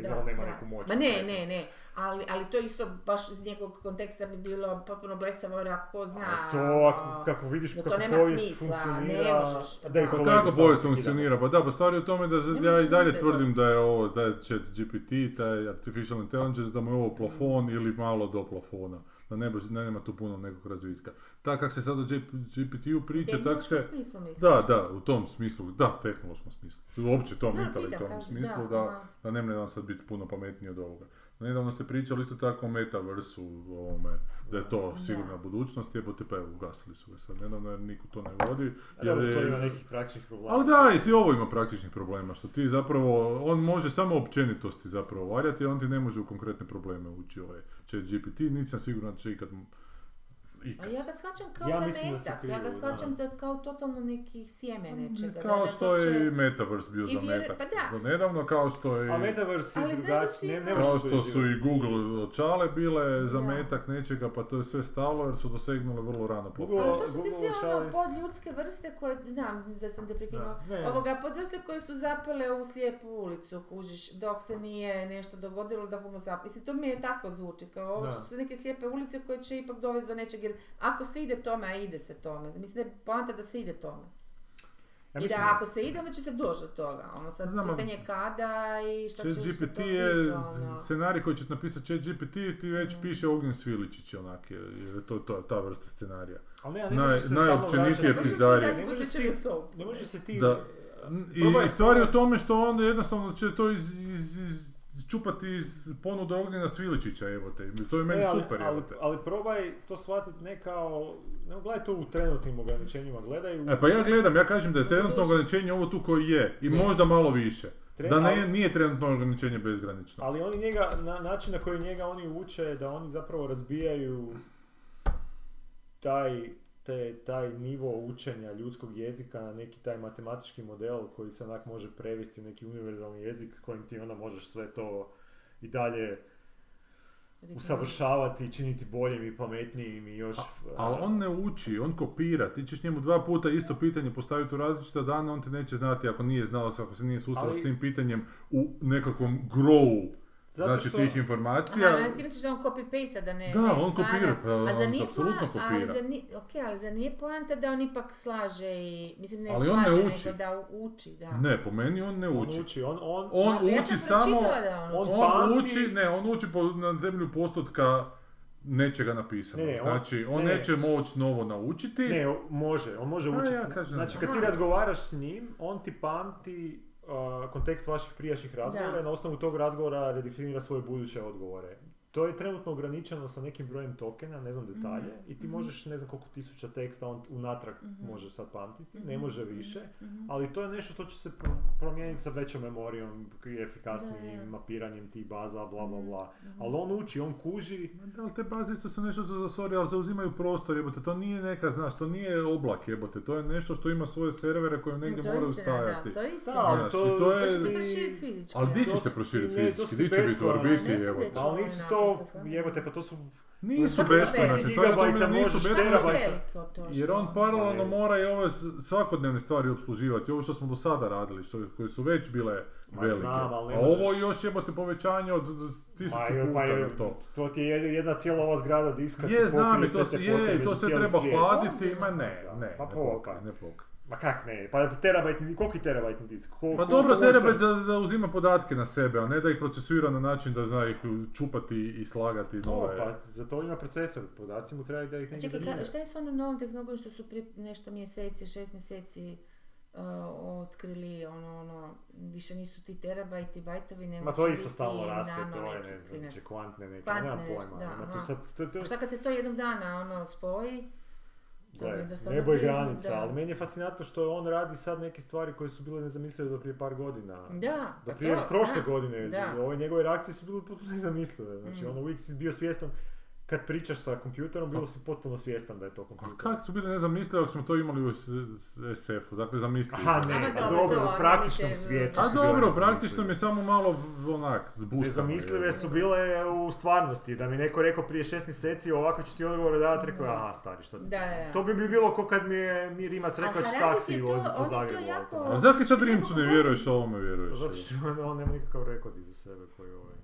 da,
on nema
da.
neku moć. E,
Ma ne, ne, ne, ali, ali to isto baš iz njegovog konteksta bi bilo potpuno blesavo, jer ako ko zna... ono,
A to ako, kako vidiš
da Pa to
kako
nema
povijest
smisla, ne
funkcionira,
možeš, pa
da i
da.
Pa
kolegu
kako
znam
bolje
neki dan.
funkcionira? Pa da, pa stvar je u tome da
Ne
ja i
možeš
dalje
ništa
tvrdim da je ovo, da je chat GPT, taj artificial intelligence, da mu je ovo plafon ili malo do plafona. Da ne, baš- da nema tu puno nekog razvitka. Tak kak se sad o GPT-u priča, tak
tehnološkom
se...
smislu, mislim.
Da, da, u tom smislu, da, tehnološkom smislu, uopće tom
Da, pitam,
intelektualnom
kažem,
smislu,
da, ono
da,
aha.
da ne mre sad biti puno pametniji od ovoga. Nedavno se pričalo isto tako o metaversu, o ovome, da je to
Da.
sigurna budućnost, jebote pa evo, ugasili su ga sad nedavno jer niko to ne vodi.
A
Jer
Pa dobro, to ima
je,
nekih praktičnih problema.
ali da, i svi ovo ima praktičnih problema, što ti zapravo, on može samo općenitosti zapravo valjati, on ti ne može u konkretne probleme ući ovaj chat GPT, niti sam siguran da će ikad
A
ikad.
ja ga shvaćam kao
Ja mislim da si
zametak, ja
krivo,
ga
da. Mm,
shvaćam da. kao totalno neki sjeme nečega. da-
Kao
da to
što
će-
je i Metaverse bio
i
za
vjer-
metak.
pa da.
Do nedavno, kao što je...
A Metaverse
Ali
je
znaš da si
drugačiji, ne, ne
imao-
Kao
možeš
što su i
uspoređivati.
Google čale bile za
Da.
metak nečega, pa to je sve stalo jer su dosegnule vrlo rano.
Google-
Ali to su ti
Google
sve ono
Chalice.
podljudske vrste koje, znam da sam te prekinula,
Da, ne.
ovoga podvrste koje su zapele u slijepu ulicu, kužiš, dok se nije nešto dogodilo da homo sap... Mislim, to mi je tako zvuči, kao ovo
Da.
su neke slijepe ulice koje će ipak dovesti do nečeg, jer ako se ide tome, a ide se tome, mislim da je poanta da se ide tome.
Ja
I da
mislim
ako se ide, onda će se doći do toga, ono sad
Znam, ali-
pitanje je kada i šta će
Chat
uz
GPT
to
je
biti, ono. Mm.
scenarij koji će napisati Chat GPT ti već piše Ognjen Sviličić onak, jer je to, to ta vrsta scenarija.
Ali ne, ali ne
Naj-
možeš se
najopćenitije
stalno vraćati.
Možeš mi
pizdarije.
zadnji
Ne
put
možeš
pričali
ti-
o soap.
Ne možeš se ti...
Da. I,
Mm, Probaj-
i stvar je u tome što onda jednostavno će to iz, iz, iz, čupati iz ponude Ognjena Sviličića, evo te. To je meni
Ne, E, ali,
super,
ali,
evo te.
ali probaj to shvatiti ne kao, ne gledaj to u trenutnim ograničenjima, gledaj u...
E pa ja gledam, ja kažem da je
To
trenutno
dosta.
ograničenje ovo tu koje je i
Ne.
možda malo više.
Tre-
Da ne,
ali-
nije trenutno ograničenje bezgranično.
Ali oni njega, na, način na koji njega oni uče je da oni zapravo razbijaju taj, te, taj nivo učenja ljudskog jezika na neki taj matematički model koji se onak može prevesti u neki univerzalni jezik s kojim ti onda možeš sve to i dalje usavršavati i činiti boljim i pametnijim i još...
Ali on ne uči, on kopira, ti ćeš njemu dva puta isto pitanje postaviti u različita dana, on te neće znati ako nije znao, se, ako se nije susreo
Ali-
s tim pitanjem u nekakvom growu,
Zato
znači
što-
tih informacija.
Aha, ti misliš da on copy paste da ne
Da,
ne
on
stvara.
kopira, pa
A zar
on
nije
apsolutno
poan- ali
kopira.
zar ni- ok, ali zar nije poanta da on ipak slaže i, mislim ne
Ali on ne
slaže,
uči.
nego da u- uči, da.
Ne, po meni on ne
on
uči.
uči, Pa on, on,
On
Ali ja
uči
sam
samo,
pročitala da on
uči.
on
pamti-
uči, ne, on uči po, na temelju postotka nečega napisanog.
Ne, on-
znači, on
ne.
neće moći novo naučiti.
Ne, o- može, on može
A,
učiti.
ja kažem
znači,
da.
kad ti
Aha.
razgovaraš s njim, on ti pamti uh, kontekst vaših prijašnjih razgovora
Da.
i na osnovu tog razgovora redefinira svoje buduće odgovore. To je trenutno ograničeno sa nekim brojem tokena, ne znam detalje, i ti možeš ne znam koliko tisuća teksta on unatrag može sad pamtiti, ne može više, ali to je nešto što će se pro- promijeniti sa većom memorijom, i efikasnijim
Da, da.
mapiranjem tih baza, bla bla bla. Ali on uči, on kuži,
Ma Da, ali te baze isto su nešto za sorry, ali zauzimaju prostor, jebote, to nije neka, znaš, to nije oblak, jebote, to je nešto što ima svoje servere koje negdje
To je
moraju
istina, da,
stajati.
to je istina.
Da, ali
Znaš,
to,
i to je-
To
ali-
će se proširiti fizički.
Ali
da.
di će
To
se
su-
proširiti
ne, to
fizički,
su
di će biti u
beskonačni.
orbiti,
Ne znam
jebote.
da će-
ali
Čuj,
nisu
na,
to,
to je-
jebote, pa to su
Nisu znači,
Svaki
beskonačne,
veliki
stvar je u tome da
gigabajta
nisu
možeš
Samo
beskonačne.
terabajta.
veliko to što-
Jer on paralelno mora i ove s- svakodnevne stvari obsluživati, ovo što smo do sada radili, što, koje su već bile
Ma
velike.
znam, ali ne
A ovo
možeš-
još jebote povećanje od od
Ma,
tisuću
je, pa
puta
je,
na to.
to ti je jedna cijela ova zgrada diska. ti
Je, znam, i
pokrije
to
sve
se,
te
je,
potrebe
i to
za
sve
cijeli
treba
svijet.
hladiti, ma ne,
Da,
ne,
pa
ne pokaj,
pokaj.
ne pokaj.
Ma kak ne, pa terabajtni, koliki terabajtni disk? Ko,
Pa
ko-
dobro,
ko-
Terabet da, da uzima podatke na sebe, a ne da ih procesuira na način da zna ih čupati i slagati
O,
nove.
pa za to ima procesor, podaci mu treba da ih
A
negdje
Pa Čekaj, ka,
zadrži.
šta je s onom novom tehnologijom što su prije nešto mjeseci, šest mjeseci uh, otkrili, ono, ono, više nisu ti terabajti, bajtovi, nego
Ma to
će
isto
biti
stalno raste,
znači nano
to je,
neki
ne znam,
klinac.
će kvantne neke,
Kvantne
nemam
nešto,
pojma.
da,
ma to
aha.
sad, to, to,
A šta kad se to jednog dana, ono, spoji, to
Gle,
je jednostavno...
nebo je
prirodno,
granica,
da.
ali meni je fascinantno što on radi sad neke stvari koje su bile nezamislive do prije par godina.
Da,
Do
pa
prije
to,
prošle
da,
godine,
da. Mm.
ove njegove reakcije su bile potpuno nezamislive. Znači, ono, uvijek si bio svjestan, kad pričaš sa kompjuterom, bilo si potpuno svjestan da je to
A
kompjuter.
kak su bili nezamislivi ako smo to imali u s- s- SF-u, dakle zamislili.
Aha, ne,
Ama
pa
dobro,
dobro,
to
u
ono
praktičnom
više-
svijetu.
A
su bile
dobro,
nezamislive.
praktično mi je samo malo onak, boostano. ono.
Nezamislive su bile u stvarnosti, da mi neko rekao prije šest mjeseci ovako ću ti odgovor davati, rekao je, aha stari šta ti.
Da, da, da.
To bi mi bilo ko kad mi je Mir Rimac
A
rekao da će
Harari je
taksi
to-
voziti po
on je to
Zagrebu.
jako-
autom.
A zaki sad Rimcu ne vjeruješ, a ovome vjeruješ.
Pa Zato što on, on nema nikakav rekord iza sebe koji je ovaj.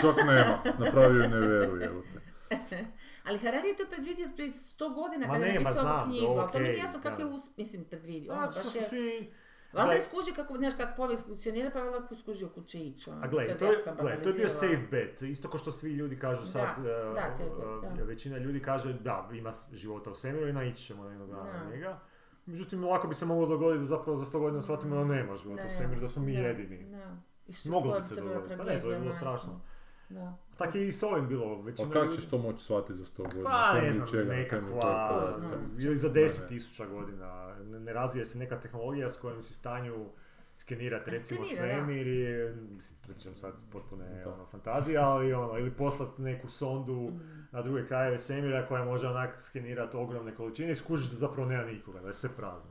Čak nema, napravio je ne vjeruje.
Znači,
Ali Harari je to predvidio prije 100 godina
Ma
kada je
ne, ma
napisao
znam,
ovu knjigu,
da,
ali to mi
okej,
nije jasno kako
da.
je, us... mislim, predvidio, ono
A što
baš
su
je...
svi...
Valjda
Da.
je skužio kako, znaš, kako povijest funkcionira, pa valjda je skužio kuće će ići, ono,
A gle,
sad
to je,
jako sam
gle, to je bio
banalizirala.
safe bet, isto kao što svi ljudi kažu sad,
Da,
e,
da, safe bet,
e,
da.
većina ljudi kaže da, ima s- života u svemiru i naići ćemo jednog dana na
Da.
njega. Međutim, lako bi se moglo dogoditi da zapravo za 100 godina shvatimo da nema života
Mm. Da,
u svemiru, da smo mi
da,
jedini.
Da. Isus,
Moglo
koja
bi
bi
se
to bila
dogoditi, pa ne, to je
tragedija,
bilo
majko.
strašno.
Da.
Tako je i s ovim bilo, većina
A Pa kak
ljudi-
ćeš to moći shvatiti za 100 godina?
Pa ne
Temeljem
znam,
čega, na temelju
nekakva,
tog
znam.
podatka?
ili za
Ne, ne.
10.000 godina, ne, ne razvije se neka tehnologija s kojom si u stanju skenirati
A
recimo
Pa skenira, da.
svemir i, mislim, pričam sad potpuno je
Da.
ono, fantazija, ali ono, ili poslati neku sondu na druge krajeve svemira koja može onak skenirati ogromne količine i skužiti da zapravo nema nikoga, da je sve prazno.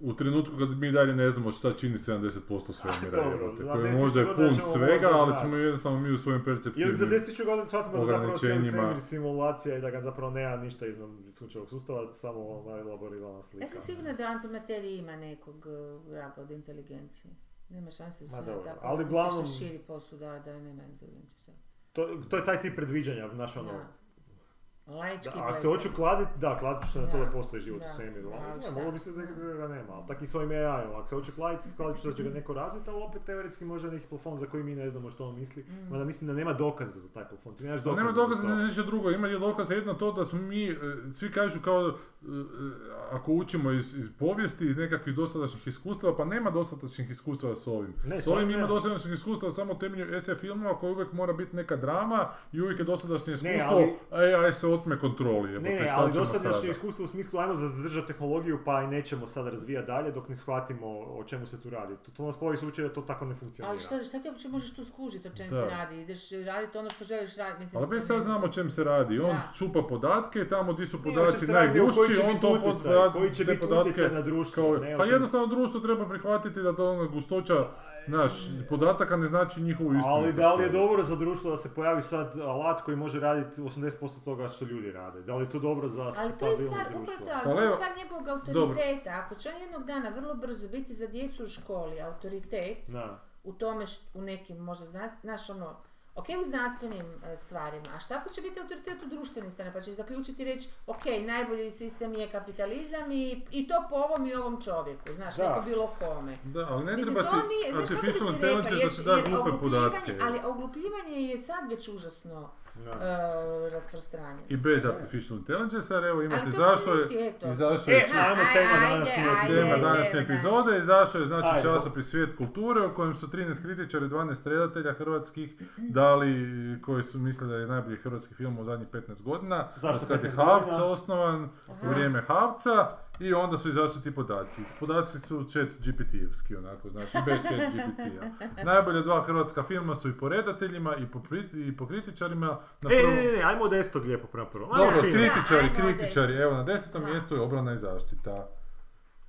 U trenutku kad mi dalje ne znamo šta čini 70% svemira,
dobro,
jebote,
za
koji
10
možda je
godina
pun
ćemo
svega,
možda
ali
znati.
smo jednostavno mi u svojim
Ili za
perceptivnim
10.000 godina shvatimo da zapravo cijeli
ograničenjima.
svemir simulacija i da ga zapravo nema ništa izvan sunčevog sustava, samo ona elaborirana slika.
Ja E, sam sigurna da antimaterija ima nekog eh, vraga od inteligencije. Nema šanse da
Ma
se
dobro,
tako
ali
ali
uglavnom-
širi posuda da nema inteligencije.
To, to je taj tip predviđanja, znaš ono,
Da. Laički
Da, ako se
blesavo.
hoću kladit, da, kladit ću se na to da
Da,
postoji život
da,
u svemiru.
da,
Ali, ne,
šta?
moglo bi se da da ga nema, ali tako i s ovim AI-om. Ako se hoću kladit, kladit ću da će ga neko razviti, ali opet teoretski može neki plafon za koji mi ne znamo što on misli.
Mm.
Mada mislim da nema dokaza za taj plafon. Ti nemaš
Pa
dokaza,
nema dokaza
za
za
to.
nešto drugo, ima je dokaz jedno to da smo mi, e, svi kažu kao, e, e, ako učimo iz, iz povijesti, iz nekakvih dosadašnjih iskustava, pa nema dosadašnjih iskustava s ovim.
Ne,
s
s ovim
ovim ima
nema.
dosadašnjih iskustava samo temelju SF filmova koji uvijek mora biti neka drama i uvijek je dosadašnje
Ne,
iskustvo, a AI se otme kontroli, jebote,
Ne,
šta
ali
ćemo
dosadašnje
sada?
iskustvo u smislu ajmo zadržati tehnologiju pa i nećemo sad razvijati dalje dok ne shvatimo o čemu se tu radi. To, to nas povijest uči da to tako ne funkcionira.
Ali šta, šta ti uopće možeš tu skužiti o čem
Da.
se radi? Ideš raditi ono što želiš raditi. Mislim,
Ali već sad znamo o čem se radi, on
Da.
čupa podatke, tamo gdje su
Ne, o čem
podaci
se radi, nego koji
najgušći,
će
on
biti
to
utjecaj,
podat-
koji će
te
biti
podatke
utjecaj na društvo,
Kao,
ne, o
pa
čem-
jednostavno društvo treba prihvatiti da to ona gustoća, naš, podataka ne znači njihovu istinu.
Ali da li je dobro za društvo da se pojavi sad alat koji može raditi 80% toga što ljudi rade? Da li je to dobro za
Ali to je
stabilnost
stvar, upravo to,
društva?
ali to
Ali
je
evo-
stvar njegovog
Dobro.
autoriteta. Ako će on jednog dana vrlo brzo biti za djecu u školi autoritet
Da.
u tome, št- u nekim možda, zna, znaš ono, ok u znanstvenim e, stvarima, a šta ako će biti autoritet u društvenim stvarima, pa će zaključiti i reći, ok, najbolji sistem je kapitalizam i, i to po ovom i ovom čovjeku, znaš,
Da.
neko bilo kome.
Da, ali ne
Mislim,
treba ti
to nije, znaš, kako bi
artificial
ti rekla,
intelligence da
jer-
se da
jer
glupe
oglupljivanje-
podatke.
Ali oglupljivanje je sad već užasno e,
Da.
rasprostranjeno.
I bez artificial intelligence, ali evo imate
to se
zašto
vidi,
je,
eto.
izašao
E,
je
a- ajmo,
Aj,
tema
ajde,
današnje
ajde,
tema
ajde,
današnje
ajde.
epizode, izašao je znači
Ajde.
časopis Svijet kulture u kojem su 13 kritičara i 12 redatelja hrvatskih dali, koji su mislili da je najbolji hrvatski film u zadnjih 15 godina.
Zašto
Od kad je
15 godina?
Havca osnovan, u vrijeme Havca i onda su izašli ti podaci. Podaci su chat GPT-evski onako, znači bez chat
*laughs*
GPT-a. Najbolja dva hrvatska filma su i po redateljima i po, pri- i po kritičarima. Na
E,
prvom-
ne, ne, ne, ajmo od desetog lijepo prema prvo. Ajmo
Dobro,
film.
tri-
kritičari,
ajmo od
kritičari, evo na desetom
Da.
mjestu je obrana i zaštita.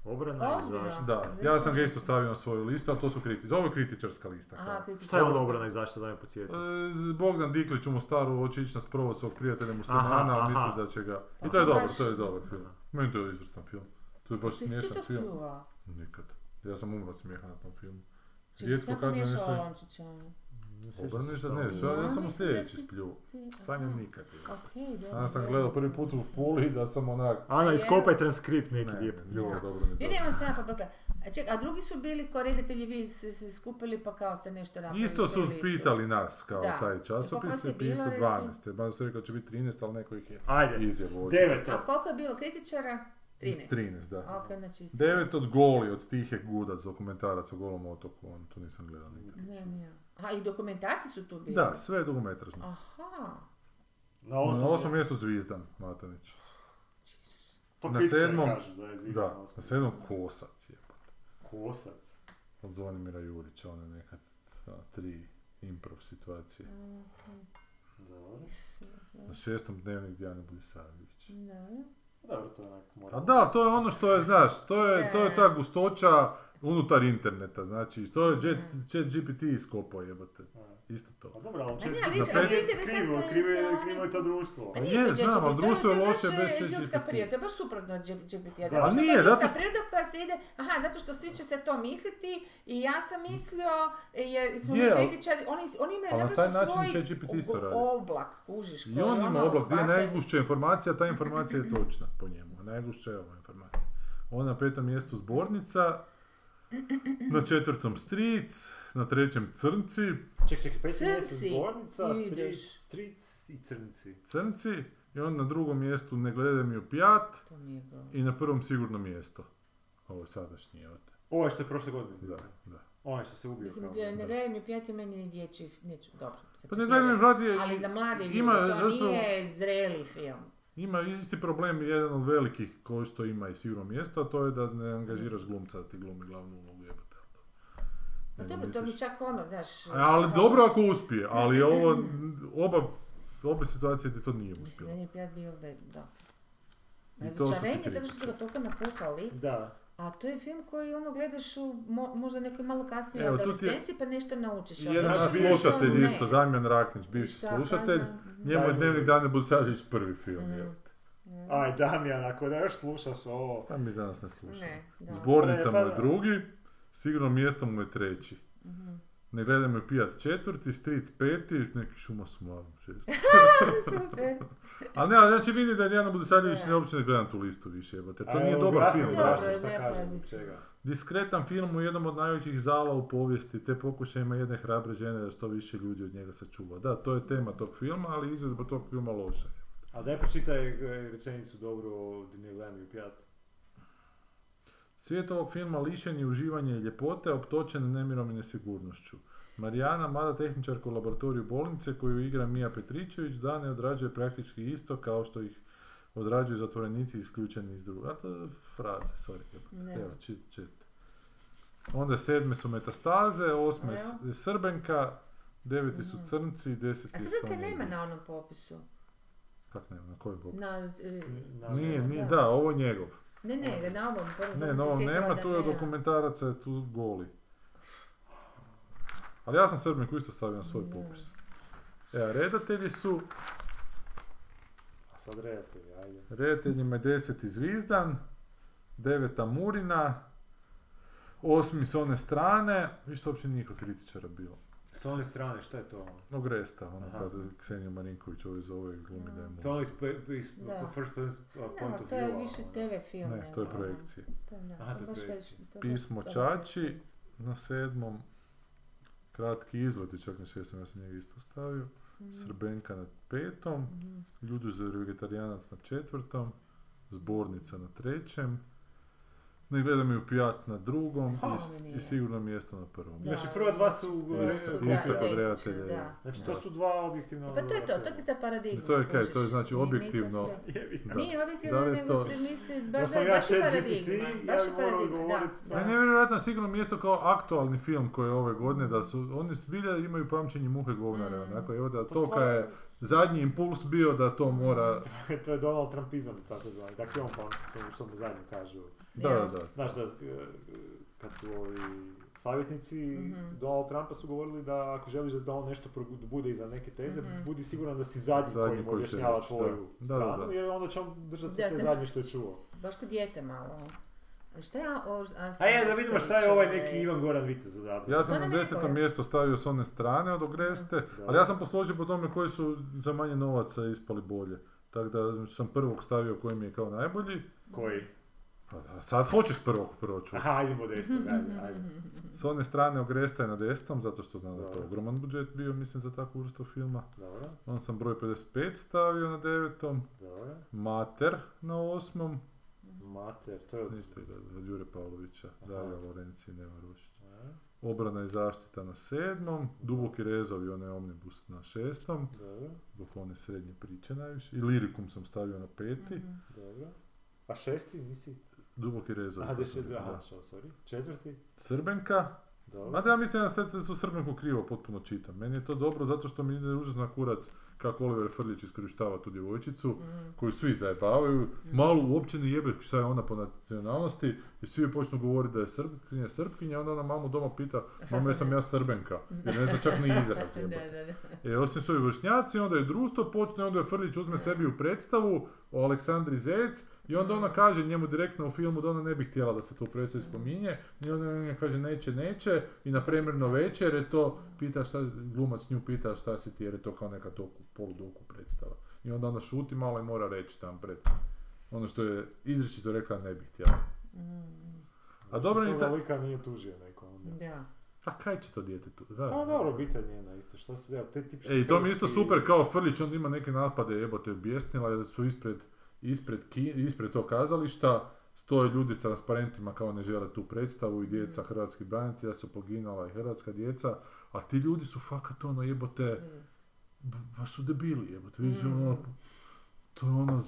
Obrana i
Ozbiljno?
zaštita.
Da, ja sam ga isto stavio na svoju listu, ali to su kritičari, ovo je kritičarska lista. kao.
Aha, kritičar.
Šta je ono obrana i zaštita, daj me podsjetiti.
E, Bogdan Diklić u Mostaru hoće ići na sprovod svog prijatelja Muslimana,
Aha,
ali
aha.
misli da će ga... I
Pa
to je
to
dobro,
baš-
to je dobar film. Meni to je izvrstan film. To je baš
Ti si ti
smiješan
to
film.
spljuvao?
Nikad. Ja sam umro od smijeha na tom filmu.
Če si
Rijetko
sad
kad me
pomiješala
nešto-
lončića?
E, Obrana ništa ne, sve,
Ja
ja sam u
mislim
sljedeći
da si-
splju.
Ti-
Sanjam
aha,
nikad. ja.
okej, dobro,
Danas sam
dobro.
gledao prvi put u Puli da sam onak...
Ana, iskopaj transkript neki
Ne,
lijepo.
ljubo,
Da.
dobro ne
Ne, ne,
zove.
on se jako dobro. A ček, a drugi su bili ko redatelji, vi se, se skupili pa kao ste nešto radili.
Isto su
svoju listu.
pitali nas kao
Da. E,
taj
Koliko
časopis
vas
je
je bilo,
pitao
reci?
12. Ba su rekao da će biti 13, ali neko ih je
Ajde,
izjavu.
deveto.
A koliko je bilo kritičara? 13.
13, da.
Ok, znači isto.
Devet od Goli, od Tihe Gudac, dokumentarac o Golom otoku, on tu nisam gledao nikad.
Ne, ne. A i dokumentarci su tu bili?
Da, sve je dugometražno.
Aha.
Na
Na osmom
osmom
mjestu Zvizdan Matanić.
To
na
kritičari
sedmom-
kažu da je zizno
Da, na sedmom Kosac je.
Kosac.
Od Zvonimira Jurića, one nekad ta, tri improv situacije.
Mm.
Dobro.
Na šestom dnevnik Dijane Budisavljević.
znači, Da.
Dobro, to je onak
A
moralno.
da, to je ono što je, znaš, to je, to
E.
je ta gustoća unutar interneta, znači, to je
E.
Jet- chat GPT iskopao jebote,
Da.
isto to.
Pa dobro, ali
A ne,
čekaj,
ali
vidiš, ali
krivo,
interesantno je
krivo,
da
krivo
se
je,
oni-
krivo je to društvo.
Pa
Pa
nije
je,
to
znam,
ChatGPT,
ali društvo je
to
loše
baš,
bez
e,
ChatGPT.
Ljudska priroda, to je baš suprotno od GPT-a.
Da.
Zato što
Pa Nije,
to je
zato
ljudska
što-
priroda koja se ide, aha, zato što svi će se to misliti i ja sam mislio, e, jer smo
Je,
mi
ali-
kritičari, oni, oni imaju
ali na
naprosto
taj način
svoj
ChatGPT isto
ob-
radi.
oblak, kužiš.
I
koji
on
ono
ima oblak, gdje je
hvate-
najgušća informacija, ta informacija je točna po njemu, a najgušća je ova informacija. Ona na petom mjestu zbornica, na četvrtom stric, na trećem crnci,
Ček, ček, pet
Crnci.
mjesta zbornica,
Ideš.
stric, stric i crnci.
crnci, i onda na drugom mjestu ne gledaj mi u pijat,
To mi je govno.
i na prvom sigurno mjesto. Ovo je sadašnji, evo te.
Ovo je što je prošle godine.
Da,
bio.
da.
Onaj što se ubio.
Mislim,
kao.
gdje
Da.
ne gledaj mi pijati meni je dječji, neću, dobro. se
Pa ne gledaj
pretjerujem.
mi vrati, je-
Ali za mlade ljude,
ima
to
zapravo-
nije zreli film.
Ima isti problem, jedan od velikih koji što ima i sigurno mjesto, a to je da ne angažiraš glumca da ti glumi glavnu ulogu jebote.
Pa
nego
dobro, to bi
misliš-
čak ono, znaš...
Ali
kao-
dobro ako uspije,
*laughs*
ali ovo, oba, oba situacije gdje to nije
Mislim,
uspjelo.
meni je pijat bio be... da.
I to su ti
Razočarenje, zato što
kritički.
su ga toliko napukali,
Da.
a to je film koji ono gledaš u mo- možda nekoj malo kasnijoj
Evo, tu ti je-
adolescenciji pa nešto naučiš. ali
Jedan
više
naš
naš
nešto
slušatelj
ono, ne.
isto, Damjan Raknić, bivši
Šta,
slušatelj,
pa znam.
njemu je
Damjan.
Dnevnik Dane Budsavić prvi film,
Mm.
jel?
Aj, Damjan, ako da još slušaš ovo...
Pa mi danas ne slušamo.
Ne, da.
Zbornica mu
Pa,
je
pa, da.
drugi, sigurno mjesto mu je treći.
Mhm. *laughs*
Ne gledaj me pijat četvrti, stric peti, neki šuma suma šesti.
Super.
A ne, ali znači vidi da Dijana Budisavljević
Da.
ne uopće ne gledam tu listu više, jebote. To
A,
nije
evo,
dobar
objasni
film.
mi
Dobro,
znaš.
zašto, šta
lijepo je,
kaže, zbog
mislim.
čega.
Diskretan film u jednom od najvećih zala u povijesti, te pokušajima jedne hrabre žene da što više ljudi od njega sačuva. Da, to je tema tog filma, ali izvedba tog filma loša. je.
A daj pročitaj e, rečenicu dobro, di ne gledam i pijat.
Svijet ovog filma lišen je uživanja i ljepote, optočen nemirom i nesigurnošću. Marijana, mlada tehničarka u laboratoriju bolnice koju igra Mija Petričević, dane odrađuje praktički isto kao što ih odrađuju zatvorenici isključeni iz druga. A to je fraze, sorry. jebote.
Da.
Evo, čit, čit. Onda sedme su metastaze, osme
Evo.
s- Srbenka, deveti su
Mhm.
Crnci, deseti
A
su...
sad
oni-
nema na onom popisu.
Kak nema, na kojem popisu?
Na, e,
Na-
Nije,
da.
nije, da, ovo je njegov.
ne, ne, na ovom prvom. sad
Ovaj. Ne,
sam se
no,
sjetila
nema,
da
tu je
nema.
dokumentaraca, je tu goli. Ali ja sam Srbenku isto stavio na svoj
Da.
popis. E, a redatelji su,
A sad redatelj, ajde.
redateljima je 10 Zvizdan, 9 Murina, 8 s one strane, više uopće niko kritičara bilo.
S one strane, šta je to ono?
Ogresta, ono
Aha.
kad Ksenija Marinković ovaj zove i glumi da je muž.
To ono iz, pe- iz
Da.
first person uh, point
Nema,
of
to je
view-a,
više
ono.
TV film.
ovaj. Ne,
nego
to je
ono.
projekcije.
To ne,
Aha, to je
baš već-
projekcije.
to baš-
Pismo
to baš-
Čači na sedmom, kratki izlet, i čak na šestom, ja sam njega isto stavio.
Mhm.
Srbenka na petom,
Mhm.
Ljudozor i vegetarijanec na četvrtom, Zbornica na trećem, Ne gledam ju pijat na drugom
Ha,
i- i,
nije.
sigurno mjesto na
Da,
prvom.
Znači, prva dva su-
znači,
Isto-
su, da,
isto kod
identične,
redatelja,
da.
je.
Znači, to su dva objektivna...
Pa to je to, to ti je ta paradigma.
To je kaj,
kužiš.
to je znači
Mi- mi to
objektivno.
se-
*laughs* Jebi ga.
Da.
Nije objektivno,
Da li je
nego
to-
se misli, baš,
Da
baš
sam
je
ja ChatGPT,
paradigma.
ja bi
Baš je
morao
paradigma,
odgovorit.
da. Pa
A je
da.
nevjerojatno sigurno mjesto kao aktualni film koji je ove godine, da su, oni zbilja imaju pamćenje muhe govnare,
Mm.
onako, evo da
Pa
to kad je zadnji impuls bio da to mora,
stvarno, To je Donald Trumpizam, tako zvani. Dakle, on pamti s tim što mu zadnje kažu.
da,
Ja.
da, da.
Znaš da, e, kad su ovi savjetnici
Mhm.
Donald Trumpa su govorili da ako želiš da on nešto progu- bude iza neke teze,
Mhm.
budi siguran da si zadnji,
Zadnji
koji mu
koji će
objašnjava
reći, da.
tvoju
Da, da,
stranu,
da.
jer onda će on držati se
Da,
te
se-
zadnje što je
*laughs*
čuo.
Baš kod dijete malo. A šta je Ar-
A
Arsenal
je, da vidimo šta je ovaj neki Ivan Goran Vitez odabrao.
Ja sam
To
na
nam je
desetom
rekao, ja.
mjesto stavio s one strane od Ogreste, ali ja sam posložio po tome koji su za manje novaca ispali bolje. Tako da sam prvog stavio koji mi je kao najbolji.
Koji?
Pa da, sad hoćeš prvog prvo čuti.
Aha, ajdemo desno,
*laughs*
ajde, ajde.
S one strane Ogresta je na desetom, zato što znam da je to
Dobro.
ogroman budžet bio, mislim, za takvu vrstu filma.
Dobro,
Onda sam broj 55 stavio na devetom,
dobro.
Mater na osmom,
Mhm.
Mater, to je... od-
isto je od- od Jure Pavlovića,
Aha.
Darija Lorenci i Neva Rušić.
A,
Obrana i zaštita na sedmom, Duboki rezovi, onaj omnibus na šestom,
Dobro,
zbog one srednje priče najviše. I lirikum sam stavio na peti.
Mhm.
Mhm,
dobro. A šesti nisi?
Duboki rezovi.
Aha,
to sam
deset,
rekao,
aha,
da.
šo, sorry. Četvrti?
Srbenka.
Dobro.
Mada ja mislim da ste tu Srbenku krivo potpuno čitam. Meni je to dobro zato što mi ide užasno na kurac kako Oliver Frljić iskorištava tu djevojčicu
mhm.
koju svi zajebavaju,
Mhm.
malo uopće ne jebe šta je ona po nacionalnosti i svi joj počnu govoriti da je srpkinja, srpkinja, onda ona mamu doma pita,
sam
mama
ja?"
jesam
*laughs*
ja srbenka, jer ne zna čak ni izraz
Da,
jebote.
da, da.
E, osim su i vršnjaci, onda je društvo počne, onda je Frlić uzme sebi u predstavu o Aleksandri Zec i onda ona kaže njemu direktno u filmu da ona ne bi htjela da se to u predstavi spominje i onda on kaže neće, neće i na premjerno večer je to, pita šta, glumac nju pita šta si ti jer je to kao neka toku, poludoku predstava. I onda ona šuti malo i mora reći tam pred ono što je izričito rekla ne bi htjela.
Mm,
A dobro ni
Toga
ta...
lika Znači, nije tužio neko onda.
Da.
A kaj će to dijete tu? Da.
Pa dobro, bitan je na isto, šta se, evo, te tipični
E, i to mi je isto
hrvatski-
super, kao Frlić, on ima neke napade, jebote, objesnila, jer su ispred, ispred, ki, ispred to kazališta, stoje ljudi s transparentima kao ne žele tu predstavu
Mm.
i djeca hrvatskih branitelja su poginala i hrvatska djeca, a ti ljudi su fakat ono jebote,
Mm.
ba su debili jebote, vidiš
Mm.
ono, to je ono,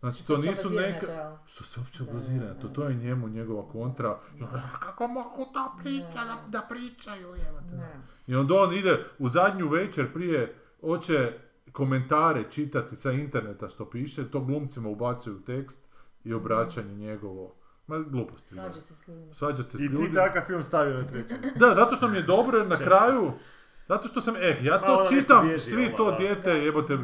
Znači, to nisu neke...
neka...
Što se uopće
Da,
obazira na
da,
to,
da.
to je njemu njegova kontra.
Da.
Kako mogu to priča, da, da pričaju, evo te.
Ne.
I onda on ide u zadnju večer prije, hoće komentare čitati sa interneta što piše, to glumcima ubacuju u tekst i obraćanje njegovo. Ma gluposti. je.
Slađe se s ljudima.
Svađa se s
I ti
ljudima.
takav film stavio na treću.
Da, zato što mi je dobro jer na
Čekaj.
kraju, zato što sam, eh, ja
Malo
to
nešto
čitam,
bježi,
svi
ono,
to
da.
dijete jebote,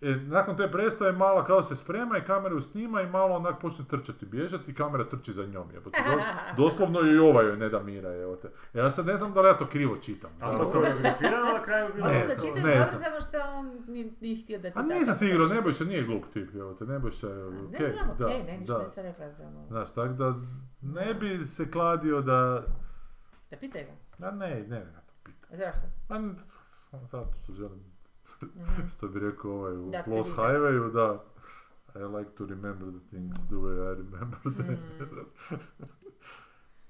e, nakon te predstave mala kao se sprema i kameru snima i malo onak počne trčati, bježati i kamera trči za njom jebote.
*laughs*
Do- doslovno i ova joj ne da mira jebote. Ja sad ne znam da li ja to krivo čitam.
A to koreografirano na kraju bilo. ono
Ne
Odnosno
znam,
čitaš
ne
dobro
znam.
samo što on nije, nije htio da ti
A
tako-
Pa nisam sigurno, Nebojša nije glup tip, jebote, Nebojša je
A,
okej.
Ne, znam, okej,
da,
ne, ništa
da.
nisam rekla za ovo.
Znaš, tako da ne bi se kladio da...
Da pitaj ga.
A ne, ne bi na to pitao.
Zašto?
Pa ne, samo zato što želim
Mhm.
što bi rekao ovaj u
Da,
Lost
aktivira.
Highwayu, da I like to remember the things the way I remember *laughs* them.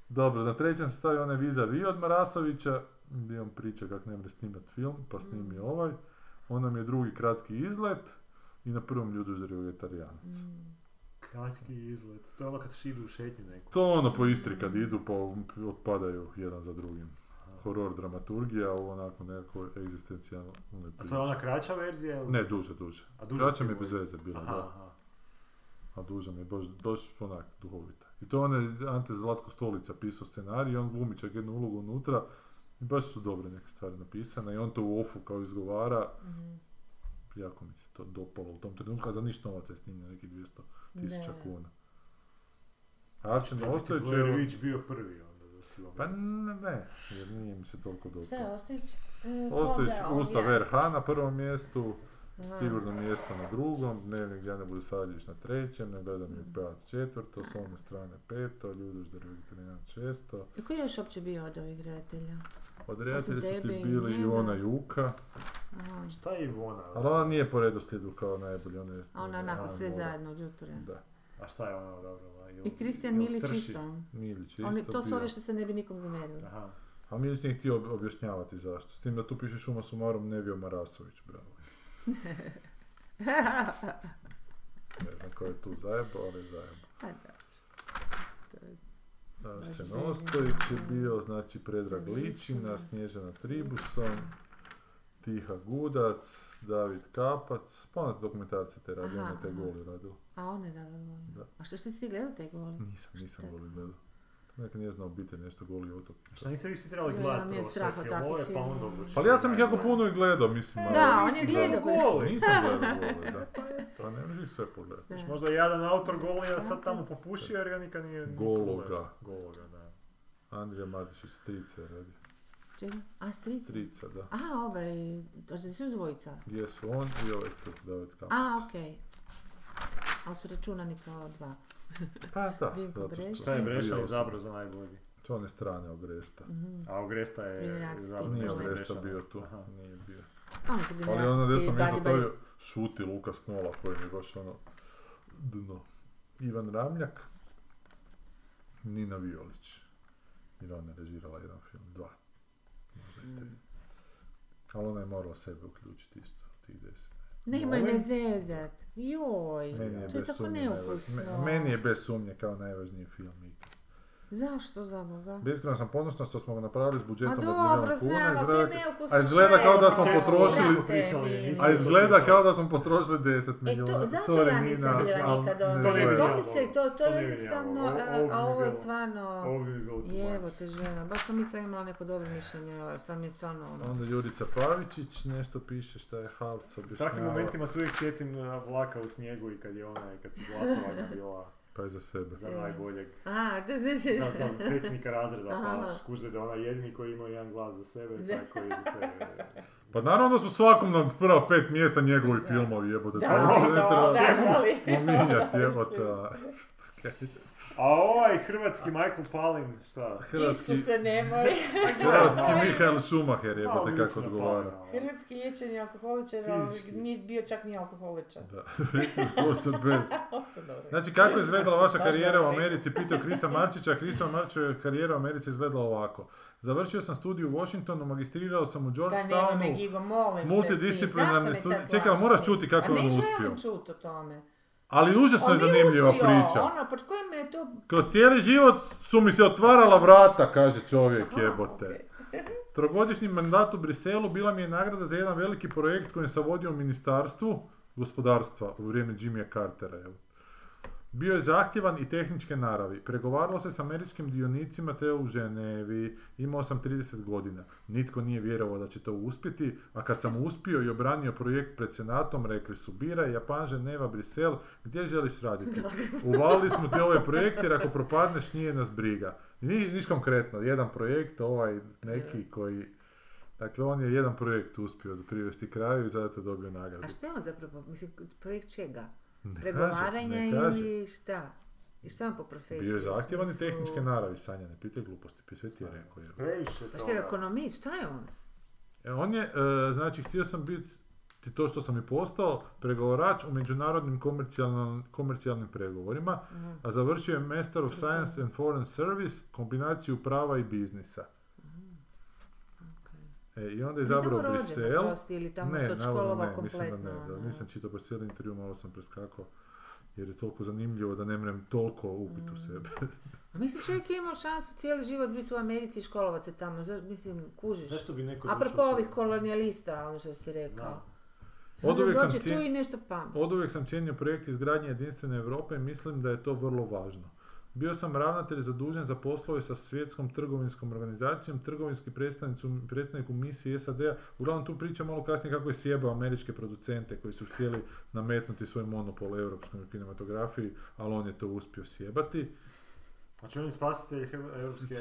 Dobro, na trećem se stavio onaj Viza Vi od Marasovića, gdje on priča kako ne mre snimat film, pa snimi
Mm.
ovaj. On nam je drugi kratki izlet i na prvom ljudu uzrio vegetarijanac.
Mm.
Kratki izlet. To je ono kad šidu u šetnju neku.
To ono po Istri kad idu pa otpadaju jedan za drugim. Horor dramaturgija, ovo onako nekako egzistencijalno
A to je ona kraća verzija? ili-
Ne, duže, duže.
A duže
Kraća mi je
film
bez
je?
veze bila,
Aha,
da.
aha.
A duža mi je baš, baš onak duhovita. I to one Ante Zlatko Stolica pisao scenarij, i on glumi čak jednu ulogu unutra. I baš su dobre neke stvari napisane i on to u ofu kao izgovara.
Mhm.
Jako mi se to dopalo u tom trenutku, a za ništa novaca je snimljeno, neki 200 tisuća
Da.
kuna. A Arsen
Kako ti je
Ostojić je...
Blair Witch bio prvi onda za silovanje?
Pa ne, ne, jer nije mi se toliko
Šta je
dopalo.
Ostojić? E,
Ostojić
onda on,
Ustav
ja.
RH na prvom mjestu,
Da.
Sigurno mjesto na drugom, dnevnik Dijane Budisavljević na trećem, ne gledam je
Mhm.
pet četvrto, s one strane peto, Ljuduš da Revitalijan šesto.
I ko je još uopće bio od ovih gledatelja?
Od redatelja su
tebe
ti
i
bili i
njega.
ona Juka,
Aha.
Šta je Ivona?
ali ona nije po redoslijedu kao najbolji, ona je...
A ona onako
ona
sve
mora.
zajedno od jutra.
Da,
A šta je ona odabrala? Jel-
I Kristijan
jel
Milić
strši?
isto.
Milić je
Oni,
isto
to su
bio.
ove što se ne bi nikom zamjerili.
Aha.
A Milić nije htio ob- objašnjavati zašto, s tim da tu piše šuma sumarom Nevio Marasović,
*laughs*
bravo. Ne znam ko je tu zajebao, ali je zajebao.
A da.
Arsen
Znači,
Ostojić je
da.
bio, znači Predrag Ličina, Snježana Tribuson, Tiha Gudac, David Kapac, pa onda dokumentarce te radi,
Aha,
ona te
aha.
goli radila.
A on je radila.
Da.
A što ste svi gledali te gole?
Nisam, nisam
Šta?
goli gledao. Neka njezina obitelj, nešto goli otok.
Šta niste vi svi trebali
Ja,
gledati
mi je
prvo sve
strah od takvih
filmove, pa onda
filmova.
odlučiti?
Ali ja sam ih jako puno i gledao, mislim.
E,
ali-
Da, on je
nisi
gledao.
*laughs* Goli.
Nisam gledao goli, da. Pa ne možeš ih sve pogledati.
Da.
Znaš, možda je jedan autor Golija sad tamo popušio jer ga nikad nije... nije
Gologa.
pogledao. Gologa, da.
Andrija Martišić, strica je radi.
Čega? A, stric?
Strica, da.
A, ovaj, to su svi dvojica.
Gdje su on i ovaj tu, David Kapac.
A, okej. Ali su računani kao dva.
Pa da,
Vinko
zato što...
Breša.
Šta je Brešan
Prije
izabrao za najbolji?
To one strane Ogresta.
Mhm.
A Ogresta je
Generacijski.
izabrao
Nije
Možda je
Ogresta
Brešana.
bio tu,
Aha.
nije bio.
Oni su
Ali ono desno
generacijski
mjesto
Bari
stavio šuti Lukas Nola koji je baš ono dno. Ivan Ramljak, Nina Violić. Jer ona je režirala jedan film, dva. možda i
Mm.
tri. Ali ona je morala sebe uključiti isto, tih deset.
Nemoj me
Molim?
zezat. Joj,
Meni je
E, to je
bez
tako
sumnje, najvažniji-
neukusno.
me- meni je bez sumnje kao najvažniji film ikad.
Zašto za Boga?
Beskreno sam ponosna što smo ga napravili s budžetom
Mm. Ma
od
dobro,
milijuna kuna.
znam, ali to
izgleda
je
ka-
neukusno.
a izgleda kao da smo
šećer.
potrošili-
Brate,
Pričali,
mili.
nisam
A izgleda kao da smo potrošili 10
E
milijuna.
to, zato
Sorry,
ja nisam
Nina,
bila
ali
nikad
ne
ono,
ne
jer
izgleda.
to
valja.
mi se, to, to
To ne bi
jednostavno,
valja.
a-
Ovo bi
a ovo je
bilo-
stvarno,
Ovo bi bilo tu
jevo
baš.
te žena, baš sam mislila imala neko dobro mišljenje, a sad mi je stvarno ono,
Onda Jurica Pavičić nešto piše šta je Havc
U
objašnjava.
takvim momentima se uvijek sjetim eh, vlaka u snijegu i kad je ona, i kad su glasovanja bila
Pa je za sebe.
za
Ja.
najboljeg
a, da se se,
Da, kao predsjednika razreda,
Aha.
pa skužde da je ona jedini koji ima jedan glas za sebe, i taj koji za sebe.
Pa naravno da su svakom na prva pet mjesta njegovi
Da.
filmovi jebote.
Da,
to uopće ne
to,
treba
da, žali.
spominjati jebote.
A ovaj hrvatski Michael Palin, šta?
Hrvatski,
Isuse nemoj,
hrvatski Mihael Schumacher
Malo
jebote
mi
kako
liči na
odgovara.
Palina, Pa ono.
hrvatski ječeni alkoholičar, ali
Fizički.
nije bio čak ni alkoholičar.
Da, *laughs* uopće bez.
Opet dobro.
Znači, kako je izgledala vaša
Baš dobro
karijera u
rekao.
Americi, pitao Krisa Marčića. Krisa Marčića je karijera u Americi izgledala ovako. Završio sam studij u Washingtonu, magistrirao sam u
Da nema me
Georgetownu.
Gigo, molim te, Steve,
multidisciplinarni
zašto me
studij-
sad
Čekaj, ali
plaćaš
moraš
ti?
čuti kako je on
A ne
uspio.
želim čut o tome.
Ali užasno je
On nije
zanimljiva
uspio,
priča.
Ono, pod kojim je to...
Kroz cijeli život su mi se otvarala vrata, kaže čovjek
Aha,
jebote.
okej. *laughs*
Trogodišnji mandat u Briselu bila mi je nagrada za jedan veliki projekt kojim sam vodio u ministarstvu gospodarstva u vrijeme Jimmya Cartera. Evo. Bio je zahtjevan i tehničke naravi. Pregovaralo se s američkim dionicima te u Ženevi. Imao sam 30 godina. Nitko nije vjerovao da će to uspjeti, a kad sam uspio i obranio projekt pred senatom, rekli su biraj Japan, Ženeva, Brisel, gdje želiš raditi? Uvalili smo ti ovaj projekt jer ako propadneš nije nas briga. Ni, niš konkretno, jedan projekt, ovaj neki koji... Dakle, on je jedan projekt uspio privesti kraju i zato je dobio nagradu.
A što je on zapravo? Mislim, projekt čega?
Ne kaže,
Pregovaranja
ne kaže.
ili šta? I šta on po profesiji?
Bio je zahtjevan
u
i
smislu-
tehničke naravi, Sanja, ne pitaj gluposti, pi- sve ti je rekao. je.
Previše
Pa što je
toga.
ekonomist? Šta je on?
E, On je, e, znači, htio sam biti ti to što sam i postao, pregovarač u međunarodnim komercijalnom- komercijalnim pregovorima,
Mhm.
a završio je Master of Science and Foreign Service, kombinaciju prava i biznisa.
Mhm.
E, I onda je
Tamo
izabrao
rođen,
Brisel.
oprosti, ili tamo
ne,
se
navodno
odškolovao
ne, mislim da ne,
kompletno,
da,
ono.
nisam čitao baš cijeli intervju, malo sam preskakao, jer je toliko zanimljivo da ne mrem toliko upit
Mhm.
u sebe.
A mislim, čovjek je imao šansu cijeli život biti u Americi i školovat se tamo. Za- Mislim, kužiš.
Zašto bi neko...
Apropo
došao-
ovih kolonijalista, ono što si rekao.
Da.
Onda
Od uvijek sam
dođe tu
cien-
i nešto pamet.
Od uvijek sam cijenio projekt izgradnje jedinstvene Europe i mislim da je to vrlo važno. Bio sam ravnatelj zadužen za poslove sa svjetskom trgovinskom organizacijom, trgovinski predstavnicu- predstavnik u misiji SAD-a. Uglavnom tu priča malo kasnije kako je sjebao američke producente koji su htjeli nametnuti svoj monopol europskoj kinematografiji, ali on je to uspio sjebati.
Znači oni spasitelji Hrv- europske...
CS,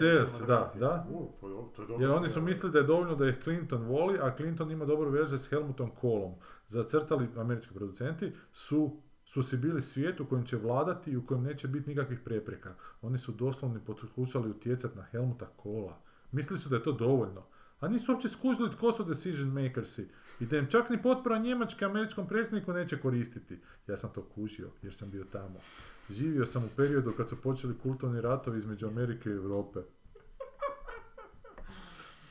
da,
demografije.
da.
U, pa dobro, to je dobro.
Jer oni su mislili da je dovoljno da ih Clinton voli, a Clinton ima dobru veze s Helmutom Kohlom. Zacrtali američki producenti su, su si bili svijet u kojem će vladati i u kojem neće biti nikakvih prepreka. Oni su doslovno pokušali utjecati na Helmuta Kohla. Mislili su da je to dovoljno. A nisu uopće skužili tko su decision makersi. I da im čak ni potpora Njemačke američkom predsjedniku neće koristiti. Ja sam to kužio, jer sam bio tamo. Živio sam u periodu kad su počeli kulturni ratovi između Amerike i Europe.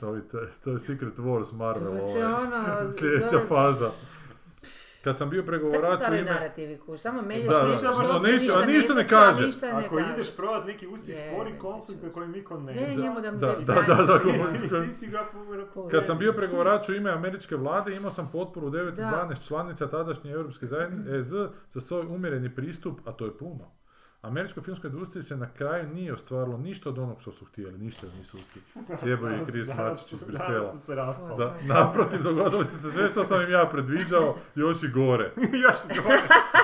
To, je- to je- to je Secret Wars Marvel.
To se
ovaj.
ono...
*laughs* Sljedeća
zove-
faza. Kad sam bio
Tako se
pregovarač u
stvaraju
ime...
narativi, kuš. Samo meljaš
Da,
da,
nešto
samo
što
ono
uopće
neću, a
ništa
ništa ne
znači, a
kaže.
ništa ne
Ako
kaže.
ideš provat neki uspjeh, stvori
Jebete,
konflikt na
čovječe.
kojem niko ne
Ne,
zna.
njemu
*laughs*
da mi
Da,
bebi
da,
sranj.
da, da,
Ti si ga
ovaj.
pomrako.
Kad sam bio pregovarač u ime američke vlade, imao sam potporu 9 od
Da.
12 članica tadašnje Europske
*clears throat*
zajednice EZ za svoj umjereni pristup, a to je puno. Američkoj filmskoj industriji se na kraju nije ostvarilo ništa od onog što su htjeli, ništa nisu uspjeli. Sjebao je
*laughs*
Chris Matić iz Brisela.
Danas su se raspali.
Da, naprotiv, dogodilo se sve što sam im ja predviđao, još i gore.
*laughs* Još gore.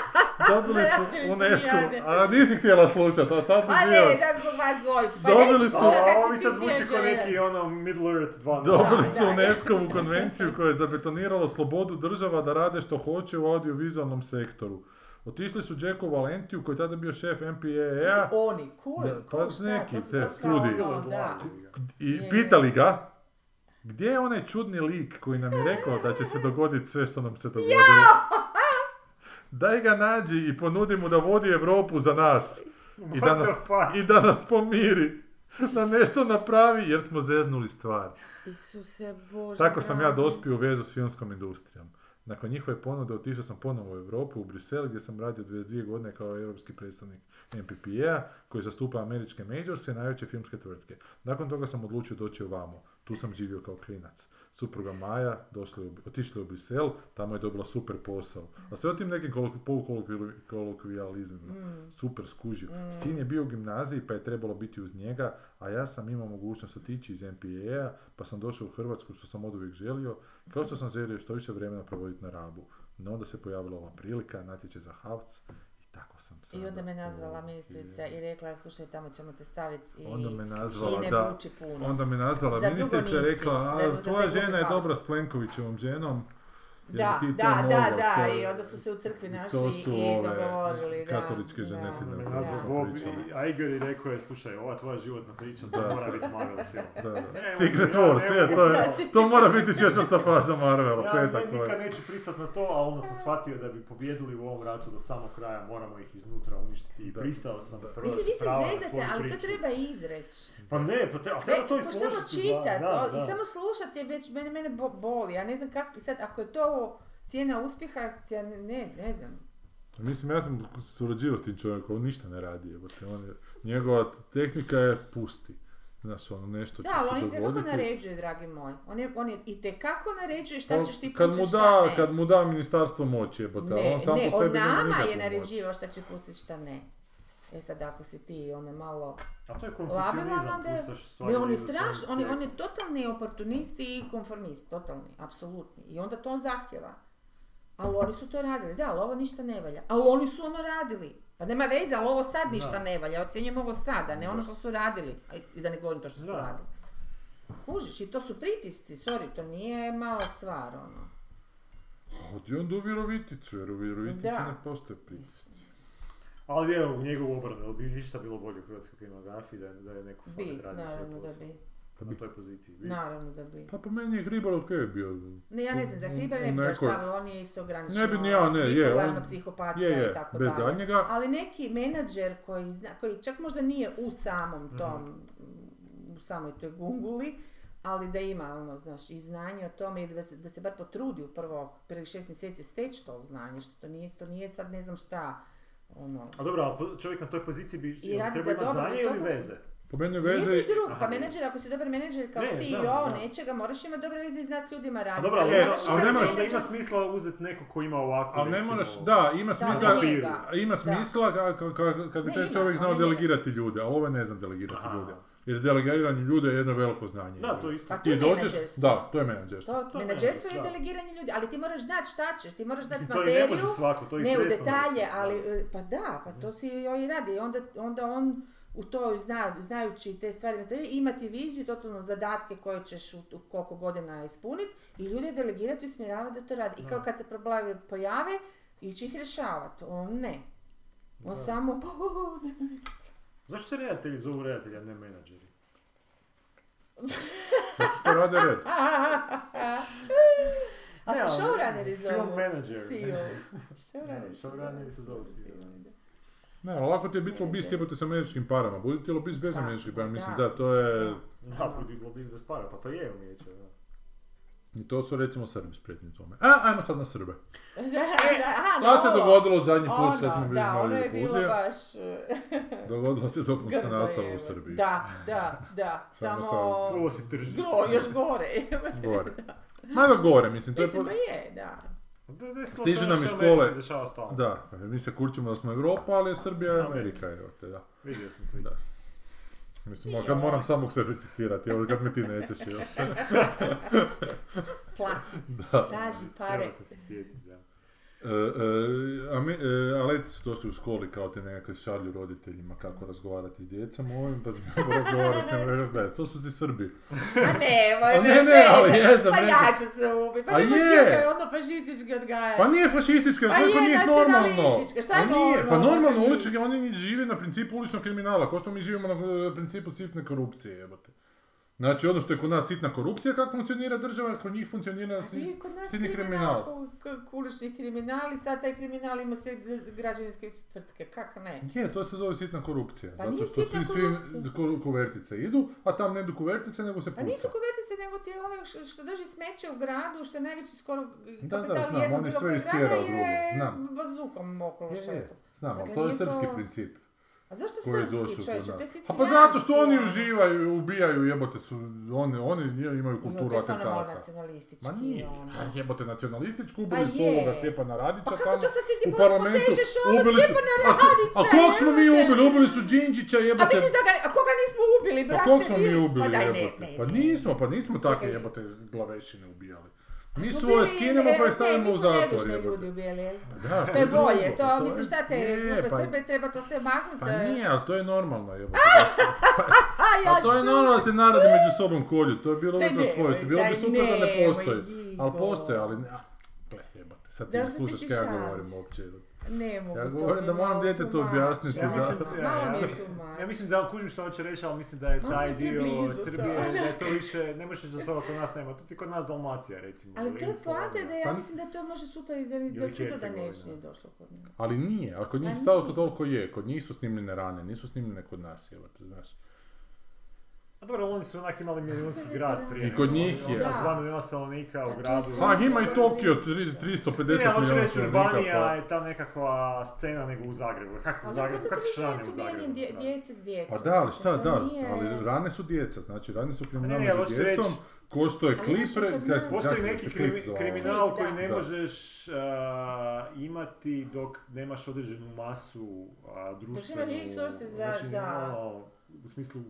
*laughs* Dobili su
Zajadili su
UNESCO,
milijarde.
a nisi htjela slušati, a sad
Pa
uživaš.
ne, sad zbog vas dvojicu. Pa
Dobili
reći ću
su-
ja kad
A
si
Ovi
ti
sad zvuči
sjeđe.
kao neki ono Middle Earth ono, 2.
Dobili
Da,
su
da.
UNESCO-vu konvenciju koja je zabetonirala slobodu država da rade što hoće u audiovizualnom sektoru. Otišli su Jacku Valentiju koji je tada bio šef MPAA
Oni, koji,
Da,
ko,
pa
šta,
neki,
to su
te,
sad kao ono,
studiji.
da.
i pitali ga gdje je onaj čudni lik koji nam je rekao da će se dogoditi sve što nam se dogodilo. Daj ga nađi i ponudi mu da vodi Europu za nas. I da nas,
What the fuck?
i da nas pomiri. Da nešto napravi jer smo zeznuli stvar.
Isuse Bože.
Tako sam ja
dragi.
dospio u vezu s filmskom industrijom. Nakon njihove ponude otišao sam ponovo u Europu, u Brisel, gdje sam radio 22 godine kao europski predstavnik MPPA, koji zastupa američke majors i najveće filmske tvrtke. Nakon toga sam odlučio doći ovamo. Tu sam živio kao klinac. Supruga Maja došla je u, otišla je u Brisel, tamo je dobila super posao. A sve o tim nekim kolok- polukolokvijali- kolokvijalizmima.
Hmm.
Super skužio.
Mm.
Sin je bio u gimnaziji pa je trebalo biti uz njega, a ja sam imao mogućnost otići iz MPA-a pa sam došao u Hrvatsku što sam oduvijek želio, kao što sam želio što više vremena provoditi na rabu. No onda se pojavila ova prilika, natječaj za Havc i tako sam sada.
I onda me nazvala
u-
ministrica i rekla, slušaj, tamo ćemo te staviti i
Onda me nazvala,
i ne
da.
vuči puno.
Onda me nazvala
Za drugo
ministrica i
nisi.
rekla,
Za-
a
za
tvoja
taj
žena je
Havc."
dobra s Plenkovićevom
*laughs*
ženom. jer
da,
ti to
da,
mogla,
da, da,
to je-
i onda su se u crkvi
to
našli
su
i
ove
dogovorili. da,
katoličke
da.
ženetine.
Me
Da.
nazvao
Da.
Bob
Pričali.
i- a Igor i rekao je, slušaj, ova tvoja životna priča, to
Da.
mora biti Marvel film.
Da, da.
Ne,
Secret
ja ne
Wars, je,
mogu.
to, je, to mora biti četvrta faza Marvela,
Ja
peta
ne,
koja
nikad
je.
neću pristati na to, ali onda sam shvatio da bi pobjedili u ovom ratu do samog kraja, moramo ih iznutra uništiti i
Da.
pristao sam prvo
Mislim, vi se
pravo na svoju
zezate, ali to
priču.
treba izreći.
Pa ne, pa te, ali treba to
Ne,
i
možeš
složiti.
samo čitat,
da, da,
o- i
da.
samo slušat je već, mene, mene bo- boli, ja ne znam kako, i sad ako je to cijena uspjeha, ja ne, ne znam.
Pa Mislim, ja sam surađivao s tim čovjekom, on ništa ne radi, jebote, on je, njegova tehnika je pusti. Znaš, ono nešto
Da,
će
ali
se
on i tekako
dogoditi.
naređuje, dragi moj. On je, on je i tekako naređuje šta
Pa,
ćeš ti
kad mu
pustiti, šta
da,
ne.
kad mu da ministarstvo moći, jebote, ali
ne,
on sam
ne,
po
on
sebi nema
nama
nikakvu
je
moć.
naređivao šta će pustiti, šta ne. E sad, ako si ti ono malo...
A to je
Labilan
konfucionizam,
onda je-
pustaš stvari.
Ne, on je
iza
straš,
svojih
on je, on
tijela.
je totalni oportunist i konformist, totalni, apsolutni. I onda to on zahtjeva. Ali oni su to radili, da, ali ovo ništa ne valja. Ali oni su ono radili. Pa nema veze, ali ovo sad ništa
Da.
ne valja, ocjenjujem ovo sada, ne ono
Da.
što su radili. A i- I da ne govorim to što su
Da.
radili. Kužiš, i to su pritisci, sorry, to nije mala stvar, ono.
Odi onda u Viroviticu, jer u Virovitici
Da.
ne postoje pritisci.
Ali evo, u njegovu obranu, jel bi išta bilo bolje u hrvatskoj kinematografiji da je, da je neko
Bi,
fakat radio
naravno
svoj
da
posao
bi.
Pa bi.
na toj poziciji. Bi.
Naravno da bi.
Pa po meni je Hribar ok bio.
Ne, ja ne znam, za
U-
Hriber
u
ne bi baš
nekoj-
stavila, on je isto granično.
Ne bi ni ja, ne, je,
bipolarna
on-
psihopatija
Je,
i
je,
tako
bez
dalje.
daljnjega.
Ali neki menadžer koji, zna, koji čak možda nije u
Mhm.
samom tom, u samoj toj gunguli, ali da ima ono, znaš, i znanje o tome i da se, da se bar potrudi u prvo, prvih šest mjeseci steći to znanje, što to nije, to nije sad ne znam šta, ono,
A dobro, ali po- čovjek na toj poziciji bi
I radi
treba
za
imati
dobro,
znanje
i to
ili
da-
veze?
Po meni je
Jedno
veze...
i drugo, pa
Aha.
menadžer, ako si dobar menadžer kao
Ne, znam,
CEO
da.
nečega, moraš imati dobre veze i znati s ljudima
A
raditi.
dobro, ali,
E,
onda-
ali ne
onda
moraš-
ima smisla uzeti neko ko ima ovako,
Ali ne
recimo,
moraš, da, ima
Da,
smisla,
za njega.
ima smisla ka- ka- ka- kad bi
Ne,
taj
ima,
čovjek znao
ali ne.
delegirati ljude, ali ovaj ne zna delegirati
Aha.
ljude. Jer delegiranje ljude je jedno veliko znanje.
Da, to je isto.
Pa to
Ti
je
dođeš,
menadžerstvo.
da, to je menadžerstvo.
To,
To je
menadžerstvo je
menadžerstvo, da.
delegiranje ljudi, ali ti moraš znati šta ćeš, ti moraš znati
Mislim, to i ne
materiju,
može svako, to je
ne u
stresno,
detalje,
mislim, da.
ali e, pa da, pa to si joj i radi. I onda, onda on u to zna, znajući te stvari materiju, imati viziju, totalno zadatke koje ćeš u, u koliko godina ispuniti i ljude delegirati i usmjeravati da to radi. I kao kad se problemi pojave, ići ih rješavati. On ne. On samo, *laughs*
*laughs*
"O, o, o, ne, ne."
Zašto se redatelji zovu redatelji, a ne menadžeri?
Zato što rade
*laughs*
red.
ali
Ne,
se
ali
showrunneri
film
zovu.
manager.
CEO.
Ne, showrunneri se
*laughs*
zovu CEO.
Ne, ali lako ti je biti lobist
Menadžer.
jebote sa američkim parama, budite lobist bez
Da,
američkih para, mislim
da.
da, to je...
Da, budi lobist bez para, pa to je umijeće, da.
I to su recimo Srbi spretni u tome. A, ajmo sad na Srbe.
Aha,
To se
na ovo.
dogodilo zadnji put kad smo
Ono,
bili
da, ono
imali
je bilo
Repuzije.
baš... eh, *laughs*
Dogodila se dopunska
grdo
nastava
je,
u Srbiji.
Da, da, da,
*laughs* Samo
samo...
sam-
Fulo si tržište.
Gro, još gore. *laughs*
Gore. Ma da gore, mislim, to je...
Mislim,
po-
pa je, da.
Da, da,
Stižu nam iz
što
škole.
Se dešava stalno.
Da, mi se kurčimo da smo Europa, ali Srbija je Amerika, evo te, da.
Vidio sam tweet.
Da. Mislim, a kad moram samog sebe citirati, evo kad mi ti nećeš, evo. Pa
Plati,
Da.
traži pare.
Treba se sjetiti, da.
E, e, a mi- e, aleti su došli u školi kao te nekakve šalju roditeljima kako razgovarati s djecom ovim, pa *laughs* razgovarati s njima, rekao, "Gle, to su ti Srbi.
A ne,
A
moj
ne, ne, ali jesam,
Pa
ne.
ja ću se ubiti, pa
A
nemaš
je.
nikakve ono fašistički odgajanje.
Pa nije fašistička,
Pa
koliko
je
njih normalno.
nacionalistička, šta je
Pa nije, pa
normalno?
normalno ulični, oni žive na principu uličnog kriminala, ko što mi živimo na e, principu sitne korupcije, jebote. Znači ono što je kod nas sitna korupcija, kako funkcionira država, kod njih funkcionira
Ali je kod nas
sitni kriminal.
kriminal, ko- ko- ulični kriminal i sad taj kriminal ima sve d- građevinske tvrtke, kak ne?
Je, to se zove sitna korupcija.
Pa
zato
nije
što
sitna
svi, svi
korupcija.
ku- kuvertice idu, a tam ne idu kuvertice, nego se
Pa
puca.
nisu kuvertice, nego ti je ono što, što drži smeće u gradu, što je najveći skoro
Da, da,
kapital
znam,
jednog
on je
bilo
sve
kojeg grada
istjerao druge,
je
znam.
bazukom okolo
Je, je,
šetu.
znam, ali
Dakle,
to je
nije to-
srpski princip
A zašto
koji je
srpski
došao kod
čovječe?
nas.
To je sicilijanski.
A pa zato što oni
ono.
uživaju, ubijaju, jebote su, oni, oni imaju
Ono,
kulturu
to su ono malo
atentata.
nacionalistički,
Ma nije, pa
ono.
a jebote nacionalističku,
Pa
ubili su
je.
ovoga Stjepana Radića
Pa kako
tamo
to sad si ti
u
po-
parlamentu.
potežeš ovo Stjepana Radića?
A, a kog smo mi
jebote?
ubili? Ubili su Đinđića
A
jebote.
misliš da ga, a koga nismo ubili,
Pa
brate?
kog smo mi
vi?
ubili
Pa daj, ne,
jebote?
ne,
Pa
ne.
nismo, pa nismo takve
Čekaj.
jebote glavešine ubijali. Mi
Smo
svoje
bili- e,
skinemo pa ih
ne,
stavimo
mi
u
smo
zatvor
nedužni
jebote.
ljudi ubijali, jel?
Da,
To je
drugo,
bolje,
pa
to misliš šta te
je,
grupe
pa-
Srbe treba to sve e, maknuti.
Pa
to je-
nije, ali to je normalno jebote. da se-
A ja
A to je normalno da se narodi među sobom kolju, to je bilo
Daj
uvijek kroz
nemoj,
povijest. Bilo
daj
bi super da ne
nemoj,
postoji.
Gigo.
Ali postoje, ali ne. a, Gle, jebate, sad ti
Da
ne
li se ti
slušaš kaj ja
šališ?
govorim uopće.
Ne mogu
Ja
to
govorim
mi
da
je
moram
malo
djetetu
too much.
objasniti,
Ja
da.
mislim, ja,
malo
ja,
mi je
ja,
too much.
ja mislim da kužim što hoće reći, ali mislim da je
Malo
taj
mi je
dio
blizu to.
Srbije, da je to više, ne možeš do toga kod nas nema, to ti kod nas Dalmacija recimo.
Ali to je
ili
poanta da
Slovenija.
ja
Pa-
mislim da to može sutra i da, da
Ili
čudo da
Hercegovina.
neće nije došlo kod njega.
Ali nije, ali kod njih
Pa
stalo
nije.
toliko je. Kod njih su snimljene rane, nisu snimljene kod nas, jebate, znaš.
A Pa dobro, oni su onak imali milijunski grad prije.
I kod
nego,
njih
ono,
je.
ono,
Da. Pa
2 milijuna stanovnika u
to
gradu.
su-
Ha, ima i Tokio tri-
Ne,
350
ja hoću
milijuna
reći
stanovnika,
Urbanija
pa...
je ta nekakva scena nego u Zagrebu. Kako u
Ali
Zagrebu?
kako
Kako
to
šrane
nisu
u Zagrebu?
bijenim dje- djece s djecom?
Pa da, ali šta,
To
da,
Pa nije-
ali rane su djeca, znači rane su kriminal
Ne, ne, ali
među
hoću
djecom,
reći-
ko što je
Ali
klip,
naši
re-
kod
kaj-
nas-
znaš
Postoji
kako
neki
se klip
krimi-
zvao?
kriminal koji
Da.
ne
Da.
možeš uh, imati dok nemaš određenu masu uh, društvenu...
resurse za- za-
ono, u smislu...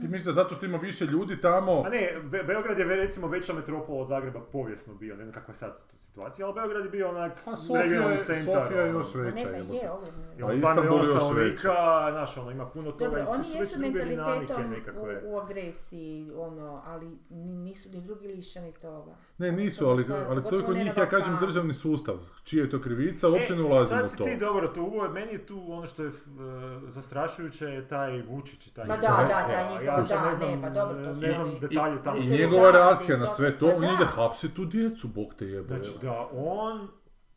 Ti misliš da zato što ima više ljudi tamo,
A ne, Be- Beograd je ve- recimo veća metropola od Zagreba povijesno bio, ne znam kakva je sad situacija, ali Beograd je bio onak
pa Sofija
regionalni
je,
centar.
Sofija je
ono.
još
Pa
veća.
ne, pa
jebote.
je, ogromno.
I
A
ono, dva
Istanbul
milijuna
je još
stanovnika, znaš, ono, ima puno toga
Dobro,
i
oni
tu su već
jesu
druge dinamike
mentalitetom
nekakve.
u, u agresiji, ono, ali ni- nisu ni drugi lišani toga.
Ne, nisu,
Zato
ali,
sad,
ali to je
pogotovo
kod
ne
njih,
na
ja kažem,
Balkanu.
državni sustav. Čija je to krivica, uopće ne
E,
ulazimo
Sad
u
si
to.
ti dobro to uvoj, meni je tu ono što je e, zastrašujuće je taj Vučić i taj
Ma da,
njegov-
da, taj
ja,
njihov,
ja sad
da,
ne znam,
ne, pa dobro, to su
ne znam
oni-
detalje tamo.
I
se
njegova
radi,
reakcija na
to-
sve to,
pa
on
da.
ide hapsi tu djecu, bog te jebe.
e, Znači da on,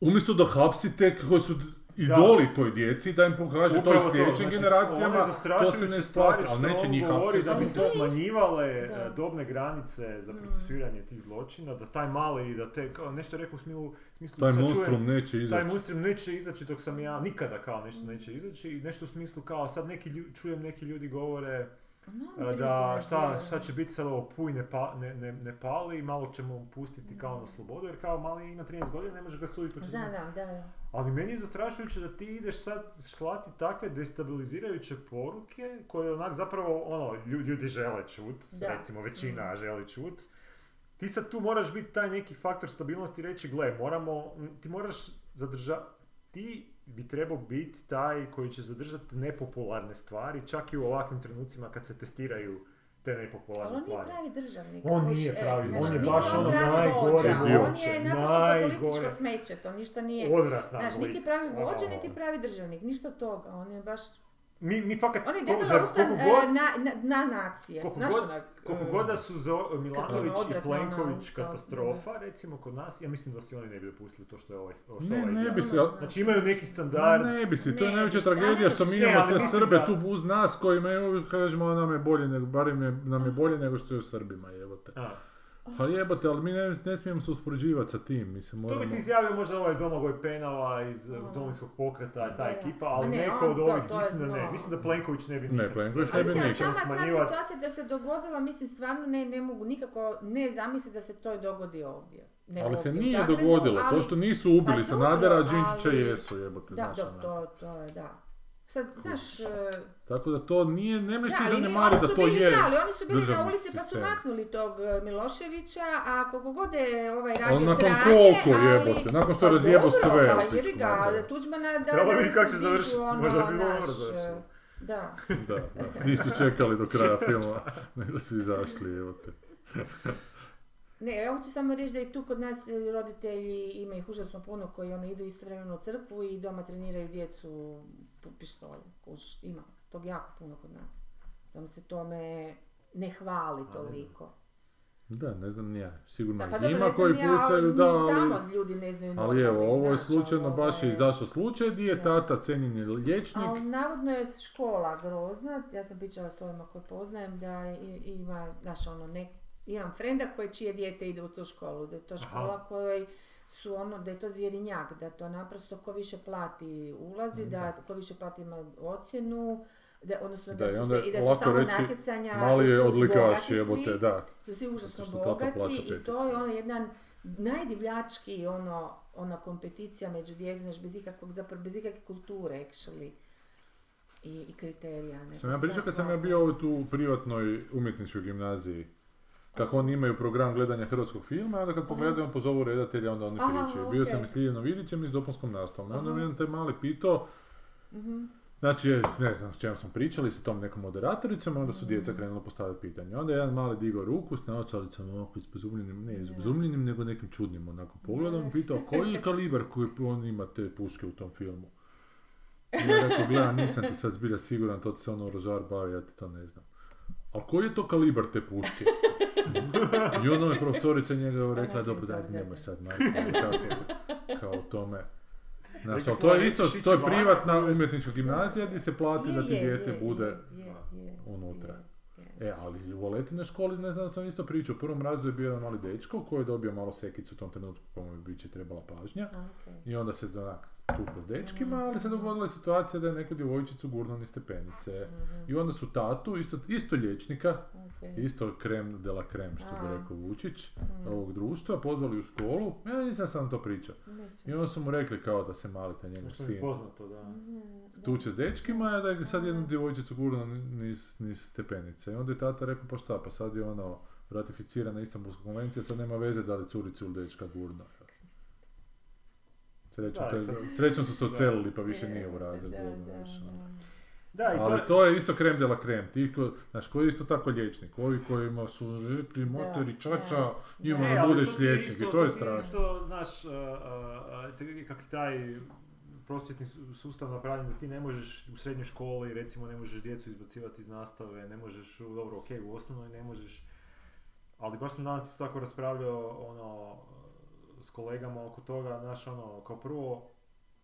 Umjesto da hapsi te koji su idoli toj djeci, da im pokaže
upravo
to
to,
sljedećim
znači,
generacijama,
one
to se ne
zastrašujuće
isplati,
stvari
ali
što
neće
on
njih
govori
hapsiti.
da bi
Ali
se
to je isto-
smanjivale e,
Da. Mm.
dobne granice za procesuiranje tih zločina, da taj mali, i da te, kao, nešto je rekao u smilu, smislu
Taj
sad čujem-
monstrum neće
Taj
izaći.
monstrum neće izaći dok sam ja, nikada kao nešto neće izaći i nešto u smislu kao sad neki lju- čujem neki ljudi govore
Ma,
e,
ne,
da
ne,
šta,
ne.
šta će biti sad ovo puj ne, pa, ne, ne, ne pali, malo ćemo pustiti kao na slobodu jer kao mali ima 13 godina, ne može ga suditi. pa će-
Znam, znam, da, da.
Ali meni je zastrašujuće da ti ideš sad slati takve destabilizirajuće poruke koje onak zapravo ono, lju- ljudi žele čut,
Da. Mhm.
recimo većina želi čut. Ti sad tu moraš biti taj neki faktor stabilnosti i reći gle, moramo, m, ti moraš zadržati, ti bi trebao biti taj koji će zadržati nepopularne stvari, čak i u ovakvim trenucima kad se testiraju te nepopularne
Ali on nije
stvari.
pravi državnik.
On
znaš,
nije
e,
pravi,
znaš,
on je
nije
baš ono
pravi
najgore
vođa, On
vođe,
je naprosto
najgore.
populističko smeće, to ništa nije.
Odvratna
Znaš,
lik,
niti pravi vođa,
ono.
niti pravi državnik, ništa od toga, on je baš...
Mi, mi fakat,
On je
ko- za-
debela ustan
koliko
e,
god-
na, na, na nacije.
Koliko
Znaš,
god,
onak,
koliko
e,
god da su Zo- Milanović
Kako je
i
odvratno, ono,
Plenković
isto,
katastrofa, recimo kod nas, ja mislim da si oni ne bi dopustili to što je ovaj, što
Ne,
ovaj
ne
izjavio.
bi se, ali-
Znači imaju neki standard.
Ne bi si, to je
Ne,
najveća
ništa,
tragedija
ne,
što mi
ne,
imamo
ali
te
mislim
Srbe
da-
tu uz nas koji imaju, uvijek kažemo, "A, nam je bolje, nego, barem je, nam je bolje nego što je u Srbima, jebote.
A,
Pa jebote, ali mi ne, ne smijemo se uspoređivati sa tim, mislim,
to
moramo...
bi ti izjavio možda ovaj Domagoj Penava iz eh,
Ono.
Domovinskog pokreta, ta
Da, da.
ekipa,
Ma
ali
ne,
neko
on
od
to-
ovih,
to je
mislim da ne.
zlo.
Mislim da Plenković ne bi
Ne,
nikad.
Plenković ne
Ali
bi
mislim,
nikad.
sama ta
Smanjivat-
situacija da se dogodila, mislim, stvarno ne, ne mogu nikako ne zamisliti da se to dogodi ovdje. Ne
ali se
ovdje u
nije
Zagrebu,
dogodilo,
ali-
to što nisu ubili
Pa
Sanadera, a
dobro,
Đinđića
ali-
jesu, jebote,
Da,
znaš, ono.
da,
onak.
to, to je, da. Sad, znaš, e,
Tako da to nije, ne možeš ti
ali
zanemariti
oni
da
su
to
bili,
je
Da, ali oni su bili na
državni
ulici pa su
sistem.
maknuli tog e, Miloševića, a koliko god je ovaj radio
Ali nakon
sranje,
koliko
ali-
jebote, nakon što je
Pa
razjebao
dobro,
sve,
Pa
otići,
jebi ga,
znate.
da Tuđmana da...
Trebalo
da
vidjeti kako
se
će
dižu,
završiti,
ono,
možda bi bilo
naš,
dobro završilo.
e, Da.
*laughs* Da, da, nisu čekali do kraja filma, *laughs* nego su izašli, evote.
Ne, ja hoću samo reći da i tu kod nas e, roditelji ima ih užasno puno koji ono, idu istovremeno u crkvu i doma treniraju djecu pu- pištolju. Kužiš, ima tog jako puno kod nas. Samo se tome ne hvali toliko.
Da, ne znam ni ja, sigurno
Da, pa
ih
dobro,
ima
ne
koji
znam ja,
pucaju,
ni
da, ali...
tamo ljudi ne znaju
Ali evo,
normalnih,
ovo je
znaš,
slučajno
ono,
baš je
ovaj,
izašao slučaj di je
Da.
tata cenjeni
Ali
liječnik.
navodno je škola grozna, ja sam pričala s ovima koje poznajem da i- ima, znaš ono, ne, imam frenda koji čije dijete ide u tu školu, da je to škola kojoj su ono, da je to zvjerinjak, da to naprosto ko više plati
Mm.
ulazi, da, ko više plati ima ocjenu, da, odnosno da,
Da, i
su
onda
se,
je
i da su
lako
stalno
reći,
natjecanja,
Mali
jer
je
su
odlikaš,
bogati
jebote,
svi,
da.
su svi užasno
Zato što tata plaća
bogati i to
petice.
je ono jedan najdivljački ono, ona kompeticija među djecom, znaš, bez ikakvog, zapravo bez ikakve kulture, actually. I, i kriterija. ne
Sam
znam,
ja pričao
sad
kad sam ja
shvatam.
bio ovdje tu u privatnoj umjetničkoj gimnaziji. Kako oni imaju program gledanja hrvatskog filma, i onda kad pogledaju, on pozovu redatelja, onda oni
Aha,
pričaju. Bio sam
okej.
i s Ljiljano Vidićem i s dopunskom nastavom. I onda
Aha.
me jedan taj mali pitao,
Mhm.
Znači, ne znam s čemu smo pričali, s tom nekom moderatoricom, onda su djeca krenula postavljati pitanje. Onda je jedan mali digao ruku s naočalicom ovako izbezumljenim, ne izbezumljenim, nego nekim čudnim onako pogledom, i pitao koji je kalibar koji on ima te puške u tom filmu. I ja rekao, gledaj, nisam ti sad zbilja siguran, to ti se ono rožar bavi, ja ti to ne znam. A koji je to kalibar te puške? I onda me profesorica *laughs* njega rekla,
Ajde,
dobro, daj,
dobro,
nemoj
daj."
sad, Marko, ne, tako, kao o tome. *laughs* Znaš,
Rekli
ali
smo,
to je
ali
isto,
šići
to je
van,
privatna
budeš-
umjetnička gimnazija gdje se plati da ti
Je, je,
dijete
je,
bude ono
je, je, je,
unutra.
je.
E, ali u Aletinoj školi, ne znam da sam isto pričao, u prvom razredu je bio jedan mali dečko koji je dobio malo sekicu u tom trenutku, po mojem biće trebala pažnja.
A, okej.
I onda se onak tukao s dečkima, ali se dogodila je situacija da je neku djevojčicu gurnuo niz stepenice.
Mhm,
I onda su tatu, isto, isto liječnika,
okej.
isto krem de la krem, što bi
A.
rekao Vučić,
Mhm.
ovog društva, pozvali u školu, ja nisam sam to pričao.
Ne
I
znam.
onda su mu rekli kao da se mali taj njegov
Što mi je
sin
poznato, da.
Mhm, da.
tuče s dečkima, a da je sad jednu djevojčicu gurno niz, niz stepenice. I onda je tata rekao, pa šta, pa sad je ono ratificirana Istanbulska konvencija, sad nema veze da li curicu ili dečka gurno. Srećom,
Da,
to je-
sad-
srećom su se
da.
odselili pa više nije
Da,
u razredu.
da,
ono,
da,
više, ono.
da.
Da, i to,
Ali to je isto krem de la krem. Ti ko, znaš, koji je isto tako liječnik. Ovi kojima su rekli motori čača,
da.
njima
Ne,
ne
E, ali
budeš
ti je
liječnik
isto-
i to je
ti
strašno.
isto, znaš, e, kak je taj prosvjetni su- sustav napravljen da ti ne možeš u srednjoj školi, recimo ne možeš djecu izbacivati iz nastave, ne možeš, u- dobro, ok, u osnovnoj ne možeš, ali baš sam danas isto tako raspravljao ono, s kolegama oko toga, znaš, ono, kao prvo,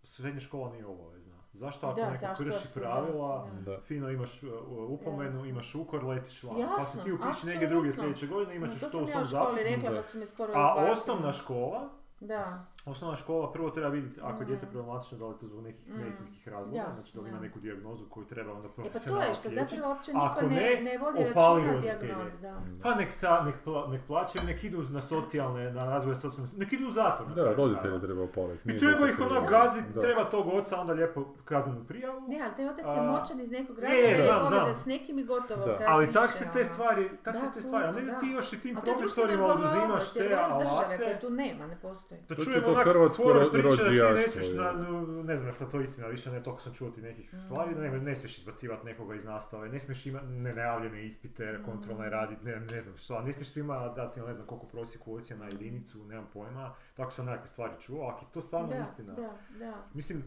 srednja škola nije obavezna. Zašto ako
Da,
neko
zašto?
krši
Da,
pravila,
da.
Da.
fino imaš uh, upomenu,
Jasno.
imaš ukor, letiš van. pa se
Jasno,
ti upiši negdje druge
apsolutno.
sljedeće godine, imat ćeš
No,
to u
sam ja
svom
u školi
zapisu.
rekla
da.
pa su me skoro
A
izbacili.
osnovna škola,
Da,
osnovna škola prvo treba vidjeti ako je dijete
Mm.
problematično, da li je to zbog nekih
Mm.
medicinskih razloga,
Da,
znači da li ima
da.
neku dijagnozu koju treba onda
e pa to
profesionalno
je što
sliječiti.
zapravo uopće
Ako
niko ne,
ne,
ne vodi
opali
računa o
roditelje.
dijagnozi, da.
Pa nek, sta, nek, pla- nek plaćaju, nek idu na socijalne, na razvoj socijalne, nek idu u zatvor. na
Da,
kraju
roditelje
krajeva.
treba opaliti.
I treba ih ono
Da.
gaziti, treba tog oca onda lijepo kaznenu prijavu.
Ne, ali taj otac je
A,
moćan iz nekog
je,
razloga, je
znam,
povezan
znam.
s nekim i gotovo.
Da.
kraj
Ali
priče,
tak se te
ono.
stvari, tak
Da,
se te stvari, a ne da
apsolutno,
ti još i tim
A to je društvena
profesorima
odgovornost,
oduzimaš
jer
te
odgovornost države
alate.
koju tu nema, ne postoji.
Da
To ti je
čujem
to
onak
hrvatsko
horor
ro-
priče da ti ne
rođaštvo,
smiješ,
je.
da, no, ne znam jel sad to istina, više ne toliko sam čuo ti nekih stvari, da ne, ne smiješ izbacivati nekoga iz nastave, ne smiješ imati nenajavljene
Mm.
ispite, kontrolne raditi, ne, ne znam što, ne smiješ svima dati ne znam koliko prosjeku ocjena na jedinicu, nemam pojma, tako sam nekakve stvari čuo, ako je to stvarno
da,
istina.
Da, da.
Mislim,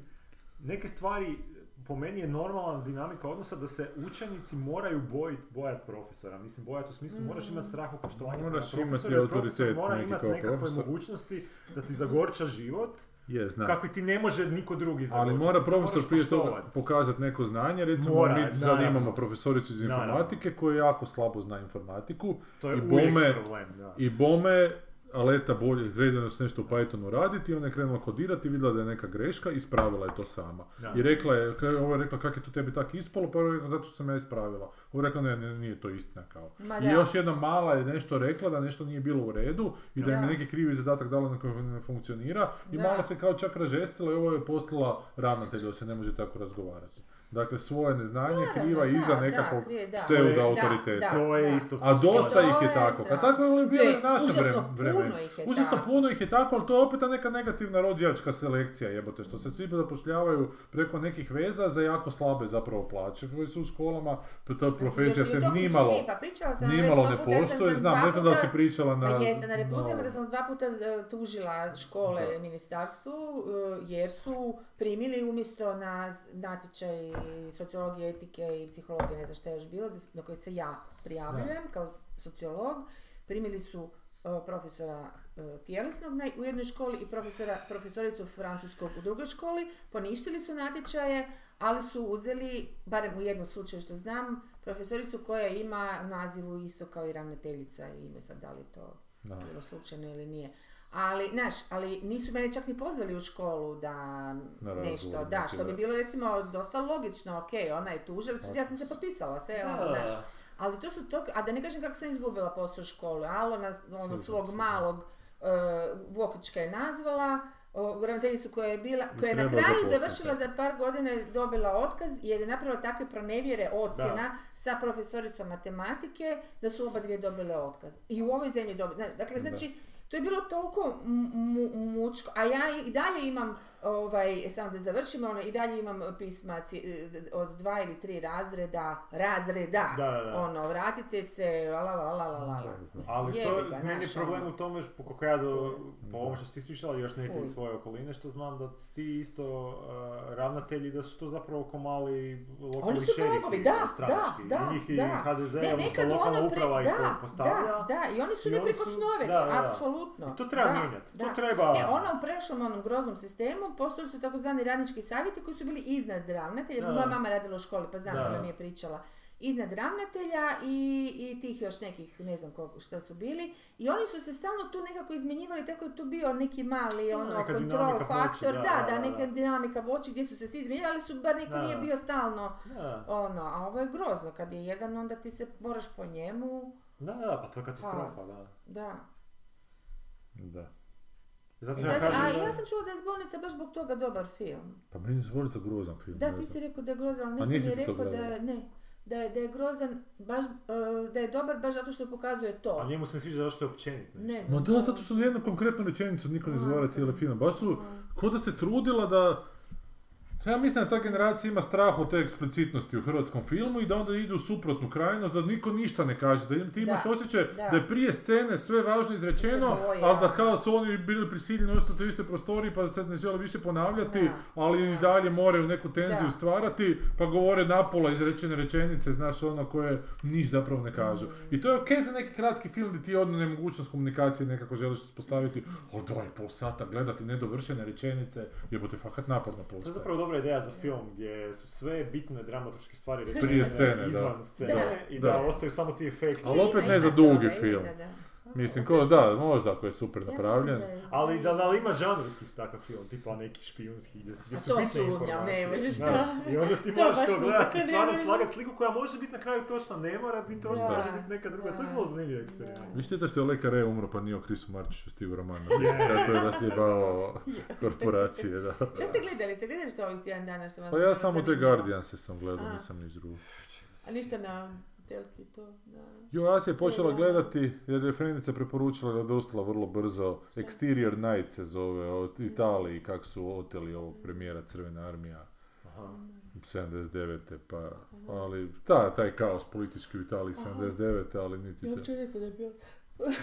neke stvari, po meni je normalna dinamika odnosa da se učenici moraju bojiti, bojati profesora. Mislim, bojati u smislu, moraš imati strah oko poštovanja
Moraš
prema
imati
profesoru, jer
autoritet
profesor mora
neki
imati
kao
nekakve
profesor.
mogućnosti da ti zagorča život,
Je, znam.
kako ti ne može niko drugi zagorčati.
Ali mora
To
profesor
moraš
prije toga
poštovati.
pokazati neko znanje, recimo
Mora,
mi sad
naravno.
imamo profesoricu iz
Naravno.
informatike koja jako slabo zna informatiku
To je
i
uvijek
bome-
problem, da.
i bome Aleta bolje krenuo s nešto u Pythonu raditi, ona je krenula kodirati, vidjela da je neka greška, ispravila je to sama.
Da.
I rekla je, kaj- ovo je rekla kak je to tebi tako ispalo, pa je rekla zato što sam ja ispravila. Ovo je rekla ne, ne, nije to istina kao.
Ma
I
da.
još jedna mala je nešto rekla da nešto nije bilo u redu i da im je
Da.
neki krivi zadatak dala na koji ne funkcionira i
Da.
malo se kao čak ražestila i ovo je poslala ravnatelju da se ne može tako razgovarati. Dakle, svoje neznanje
Naravno,
kriva
da,
iza
da,
nekakvog
krije, da.
pseudo-autoriteta.
Da,
To je
da.
isto
A dosta
To
ih je
je
tako. A
strašno.
tako je bilo i
Ne,
u našem
užasno
vrem-
puno
vremenu.
ih je
Užasno
tako.
puno ih je tako, ali to je opet ta neka negativna rođačka selekcija jebote, što se svi zapošljavaju preko nekih veza za jako slabe zapravo plaće koje su u školama, pa ta profesija
Još mi
se
je Znači, to
nimalo,
princip, Pa pričala sam
nimalo
već
ne
sto puta, ja sam
postoji.
sad
Znam,
dva
ne znam da li si
puta-
pričala na...
Pa jeste, na
na
repulzijama
ovo.
da sam dva puta e, tužila škole
Da.
i ministarstvu e, jer su primili umjesto na z- natječaj sociologije, etike i psihologije, ne znam šta je još bilo, dis- na koji se ja prijavljujem kao sociolog, primili su e, profesora e, tjelesnog na- u jednoj školi i profesora, profesoricu francuskog u drugoj školi, poništili su natječaje, ali su uzeli, barem u jednom slučaju što znam, profesoricu koja ima nazivu isto kao i ravnateljica i ime sad da li je to
Da.
bilo slučajno ili nije. Ali, znaš, ali nisu mene čak ni pozvali u školu da
Na razgovor
nešto, da,
neki,
što bi
da.
bilo recimo dosta logično, ok, ona je tuža, jer su- ja sam se potpisala, sve, ono, znaš.
Da,
Ali to su to, a da ne kažem kako sam izgubila posao u školu, Alo na ono,
Sjećam
svog
se, da.
malog uh, Vokička je nazvala, o, ravnateljicu koja je bila,
I
koja je na
treba
kraju
zaposliti.
završila za par godina je dobila otkaz jer je napravila takve pronevjere ocjena
Da.
sa profesoricom matematike da su oba dvije dobile otkaz. I u ovoj zemlji dobile. Dakle,
Da.
znači, to je bilo toliko mu- mu- mučko, a ja i dalje imam, ovaj, samo da završim, ono, i dalje imam pisma ci- eh, od dva ili tri razreda, razreda,
Da, da, da.
ono, vratite se, la la la la la la.
Da, znam.
Ali to
Jebi ga,
meni je
znaš,
problem
ono.
u tome, što- koliko ja do,
Da.
po ovom što si ti smišljala, još neke
Ful.
iz svoje okoline, što znam da ti isto uh, ravnatelji, da su to zapravo ko mali lokalni
Oni su
šerifi,
bogovi, da,
stranački.
da,
Njih i
da.
HDZ,
Ne,
odnosno
nekad
lokalna
ono pre-
uprava ih
da,
postavlja.
Da, da, i oni su
I oni su-
neprikosnoveni,
da, da, da.
apsolutno.
I to treba
Da,
mijenjati, to
da.
treba...
E, ono u prešlom onom groznom sistemu postojali su takozvani radnički savjeti koji su bili iznad ravnatelja.
Da.
Moja mama radila u školi, pa znam,
Da.
ona mi je pričala. iznad ravnatelja i, i tih još nekih, ne znam koliko, šta su bili. I oni su se stalno tu nekako izmjenjivali, tako je tu bio neki mali
Da,
ono,
neka
kontrol
dinamika
faktor,
vođe,
da,
da,
da,
da, da.
neka dinamika voći gdje su se svi izmjenjivali, ali su, bar neko
Da.
nije bio stalno
Da,
ono, a ovo je grozno, kad je jedan onda ti se moraš po njemu,
da, da, pa to je katastrofa, da.
da.
Da.
Zato
I
ja
E, zato- a
kažem da...
ja sam čula da je Zbornica baš zbog toga dobar film.
Pa meni je Zvornica grozan film.
Da,
ne
ti
znam.
si rekao da je grozan, ali
Pa
neko mi
nisi
je
ti to
rekao da
gledala.
je, ne, da je, da je grozan, baš, e, da je dobar baš zato što pokazuje
A
to.
njemu se ne sviđa zato što je općenit nešto.
Ne
Ma
znam,
da,
to-
zato što jednu konkretnu rečenicu niko
A,
ne izgovara
da.
cijeli film. Baš su,
Mm.
ko da se trudila da... Ja mislim da ta generacija ima strah od te eksplicitnosti u hrvatskom filmu i da onda idu u suprotnu krajnost, da niko ništa ne kaže, da im- ti imaš
Da,
osjećaj
da.
da. je prije scene sve važno izrečeno,
boje,
ali da
da.
kao su oni bili prisiljeni ostati u istoj prostoriji pa se ne žele više ponavljati,
Da,
ali i
da.
dalje moraju neku tenziju
Da.
stvarati, pa govore napola izrečene rečenice, znaš ono koje niš zapravo ne kažu. I to je okej za neki kratki film gdje ti odnu nemogućnost komunikacije nekako želiš uspostaviti, ali dva i pol sata gledati nedovršene rečenice, jebote, fakat naporno
To je
postaje.
zapravo dobra ideja za film gdje su sve bitne dramaturške stvari rečene
Prije scene, da.
izvan scene
Da,
i da,
da.
ostaju samo ti efekti.
Ali
Ima,
opet
ima
ne za
toga,
dugi
ima,
film.
da, da.
Mislim, ko, da, možda ako je super napravljen.
Ja mislim je-
Ali da, da li ima žanrskih takav film, tipa neki špijunski gdje, su- gdje
A
su
to
bitne
sumnjam, ne
informacije.
možeš
znaš,
to.
I onda ti
To
moraš
baš
to
nikako
gledati,
ne
stvarno
možeš.
slagati sliku koja može biti na kraju točna, ne mora biti točna,
Da.
može biti neka druga. To je
Da.
bilo zanimljiv eksperiment.
Vi šteta što je Leka Re umro pa nije o Krisu Marčiću stigu roman napisati, kako *laughs* je rasjebao korporacije, da.
Šta ste gledali? Ste gledali što ovih tjedan dana što vam
Pa ja
je
samo te
zanimljivo?
Guardianse sam gledao,
A.
nisam niš drugo.
A ništa na telki to, da.
Jo, ja sam je počela
Serija.
gledati jer je Frenica preporučila i odustala vrlo brzo. Exterior Night se zove od Italiji, kak su oteli ovog premijera Crvena armija
Aha.
79. Pa, ali, ta, taj kaos politički u Italiji
Aha.
79. ali niti
Ja
te... Pa-
uopće rekao da je bilo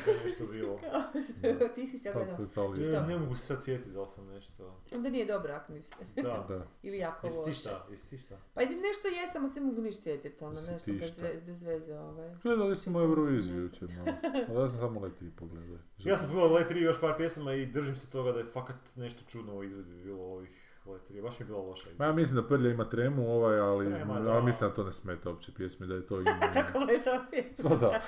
Da je nešto bilo.
kao, ti si *laughs* šta gledao.
Tako Italija.
Ne, ne mogu se sad sjetiti da li sam nešto...
Onda nije dobro, ako nisi.
Da.
Da.
Ili jako
Jesi ti
loše.
šta? Jesi ti šta?
Pa ili nešto jesam, ali se mogu ništa sjetiti, ono,
Jesi
nešto
ti
bez,
šta?
ve- bez veze, ovaj. *laughs*
Gledali smo Euroviziju jučer malo, ali ja sam samo leti i pogledao.
Ja sam pogledao Let 3 još par pjesama i držim se toga da je fakat nešto čudno u izvedbi bilo ovih Let 3. Baš mi je bila loša
Ma
izvedba.
ja mislim da Prlja ima tremu ovaj, ali,
Trema, da.
ali mislim da to ne smeta uopće pjesmi, da je
*laughs*
to ima.
Kako me zavije?
Pa
*laughs*
da.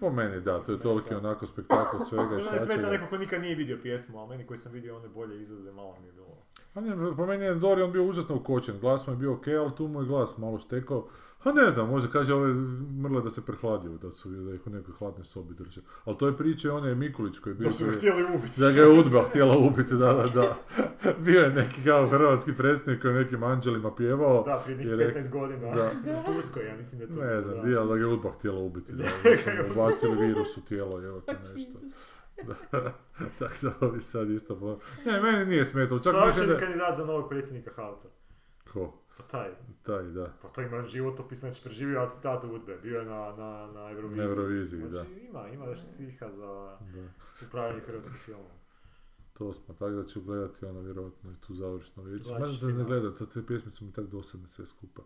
Po meni da, to je toliki onako spektakl svega i
Možda ne smeta
svačega.
neko ko nikad nije vidio pjesmu, ali meni koji sam vidio one bolje izvedbe malo mi je bilo.
A ne, Pa po meni je Dorian bio užasno ukočen, glas mu je bio okej, ali tu mu je glas malo štekao. A ne znam, možda kaže ove mrle da se prehladio, da, su, da ih u nekoj hladnoj sobi drže. Ali to je priča one Mikulić koji je bio...
To su ga
prije-
htjeli ubiti.
Da ga je udba htjela ubiti, da, da, da. *laughs* Bio je neki kao hrvatski predsjednik koji je nekim anđelima pjevao.
Da, prije nekih
je rekao-
15
*laughs*
godina.
Da.
U Turskoj, ja mislim da je to.
Ne
bilo,
znam,
da.
di, ali da ga je udba htjela ubiti. Da,
Da
da
ga
su
je Znači,
mu bacili virus u tijelo, evo
Па
to nešto.
Jesus.
*laughs* Tako da ovi sad isto... po- Ne, meni nije smetalo, čak mislim
Savršen
da...
je kandidat za novog predsjednika Havca.
Ko?
Pa taj,
Taj, da.
pa to ima životopis, znači preživio atentat u Udbe, bio je na, na, na Euroviziji.
Na Euroviziji, da.
Znači ima, ima još stiha za
da.
upravljanje hrvatskih filmova.
To smo, tako da ću gledati ono vjerojatno i tu završno već.
Gledat ćeš
Možda da ne
final.
gledam, to te pjesme su mi tako dosadne sve skupa.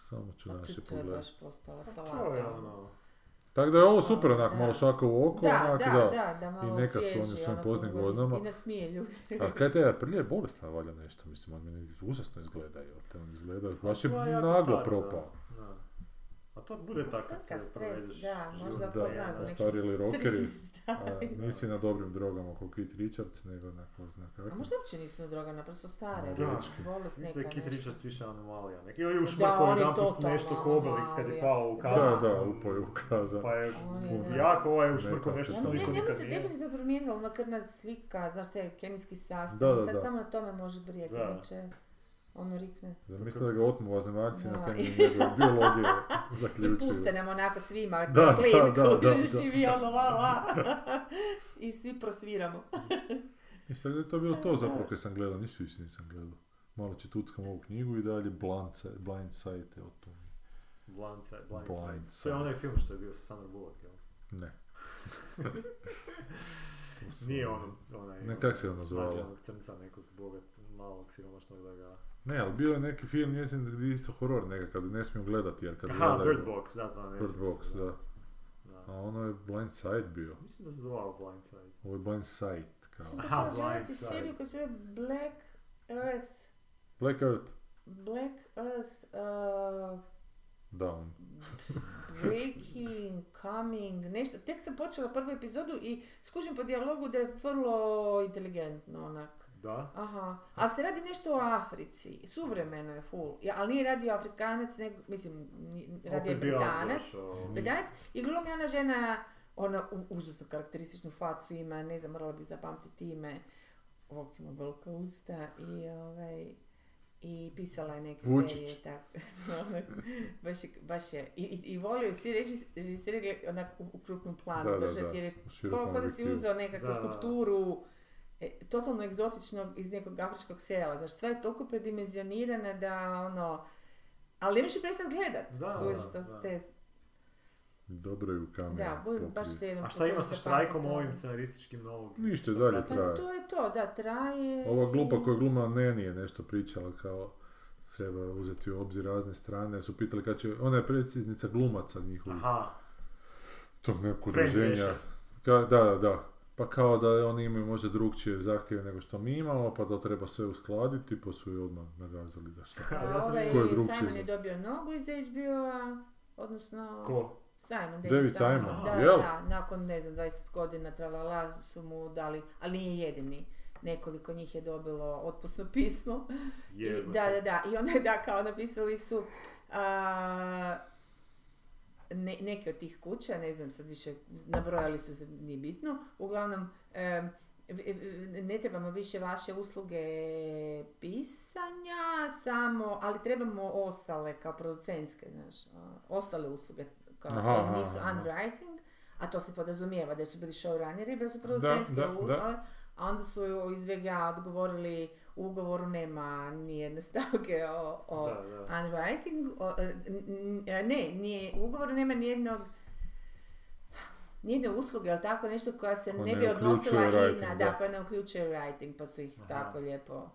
Samo ću
A Pa
naše
to- to je
pogledati.
baš postala
To je
salata. ono.
ono...
Tako da je ovo super onak,
Da.
malo šaka u oko,
Da,
onak,
da, da, da, malo
neka su oni u
osvježi,
svojim
ono,
poznim
pogodi.
godinama.
I nasmije ljudi.
A kaj te, prije je bolestan valja nešto, mislim, on meni užasno izgleda, jel te on izgleda, baš je
To jako
naglo
stvar,
propao.
da, da. A to bude tako kad se
Kakav stres,
provedeš
da,
život.
možda
Da,
ko zna, neki
ostarili
*laughs*
rokeri,
Да.
a
Stari.
Ovaj, nisi na dobrim drogama kao Keith Richards, nego onako zna
A
kako.
možda uopće nisu droga, naprosto stare.
Da.
Bolest neka
Mislim da je Kit
nešto.
Richards više anomalija. Nek. Ili u
Da,
šmrko
on je
jedan put
totalno
nešto ko Obelix kad je
anomalija.
pao u
Da.
Da,
kazan.
da, upao je u kazan.
Pa je
On je, da.
jako ovaj u šmrko
Neka
nešto
Ja,
što
ne,
niko
njemu
nikad
se
nije.
definitivno promijenila ona krvna slika, znaš sve, kemijski sastav,
Da, da,
sad
da.
samo na tome može brijati,
Da.
inače ono rikne.
Zamislite da ga otmu vazemaljci
Da.
na temelju
*laughs*
njegove biologije
Ovaj. I
zaključuju.
puste nam onako svima,
Da,
plin,
da, da,
*laughs*
da,
kužiš
da.
i vi ono la la. *laughs* I svi prosviramo.
I šta je to bilo to
Ovaj.
zapravo kad sam gledao, ništa više nisam gledao. Malo će tuckam ovu knjigu i dalje Blindsi- Blindsight je o tom.
Blindside,
Blindside.
Blindside. To je onaj film što je bio sa Sandra Bullock, jel?
Ne. To su-
Nije on, onaj...
Ne, kak se ono zvalo?
svađa onog crnca nekog bogat, malog, siromašnog da ga...
Ne, ali bio je neki film njezin gdje je isto horor nekakav, ne smiju gledati jer kad
Aha,
gledaju-
Bird Box, da, to ne
Bird Box, da.
da.
A ono je Blindsight bio.
Mislim da se zvao Blindside.
Ovo je Blindsight, kao.
Sam
Aha,
počela gledati
Blindside.
seriju koja se zove Black Earth,
Black Earth.
Black Earth, uh,
Down.
Breaking, Coming, nešto. Tek sam počela prvu epizodu i skužim po dijalogu da je vrlo inteligentno onak.
Da.
Aha, ali se radi nešto o Africi, suvremeno je full, ja, ali nije radio Afrikanac, nego, mislim, ni- radio je
Opet bi ja
Britanac,
slušao.
Mm.
Britanac i glumi ona žena, ona u- užasno karakterističnu facu ima, ne znam, morala bi zapamtiti ime, ovog ima velika usta i ovaj, i pisala je neke
Vučić.
serije, tako, *laughs* Ono, baš, je, baš je, i, i, i volio je svi reži, režiseri gle- onak u, u krupnom planu
Da, da,
držati,
da.
jer je
U
Ko,
širokom
ko da si
objektivu.
uzeo nekakvu
Da, da, da.
skulpturu e, totalno egzotičnog iz nekog afričkog sela. Znaš, sve je toliko predimenzionirana da ono... Ali ne možeš prestat gledat.
Da,
kužiš,
da,
to
da.
ste...
Dobro je u kameru.
Da, budem baš
pokrije.
slijedom.
A
po
šta
tome
ima sa
zapamtim
štrajkom
to.
ovim scenarističkim novog?
Ništa,
Šta
dalje
radi?
Pa
traje.
to je to, da, traje...
Ova glupa
i-
koja gluma Neni je nešto pričala kao treba uzeti u obzir razne strane. Su pitali kad će, ona je predsjednica glumaca njihovih,
Aha,
tog nekog
Friend
reženja.
Nation.
Ka, da, da, da. Pa kao da oni imaju možda drugčije zahtjeve nego što mi imamo, pa da treba sve uskladiti, pa su je odmah nagazali da šta.
A
ali ja sam
ovaj
Ko je drugčiji
Simon
za-
je dobio nogu iz HBO-a, odnosno...
Ko?
Simon,
David
Simon,
Da,
jel?
da, nakon, ne znam, 20 godina tralala su mu dali, ali nije jedini. Nekoliko njih je dobilo otpusno pismo. I,
Jebote.
da, da, da. I onda je, da, kao napisali su a, ne- neke od tih kuća, ne znam sad više, nabrojali su se, nije bitno. Uglavnom, em, v- v- ne trebamo više vaše usluge pisanja, samo, ali trebamo ostale kao producentske, znaš, a, ostale usluge kao
Aha,
koje nisu
aha, aha.
unwriting, a to se podrazumijeva da su bili showrunneri, da su producentske
da,
u-
da.
a onda su joj iz VGA odgovorili u ugovoru nema nijedne stavke o, o
Da, da.
unwriting, o, e, n- n- ne, nije, u ugovoru nema nijednog nijedne usluge, ali tako nešto koja se
Koja
ne
ne
bi odnosila i na,
uključuje writing,
da,
da.
koja ne uključuje writing, pa su ih
Aha.
tako lijepo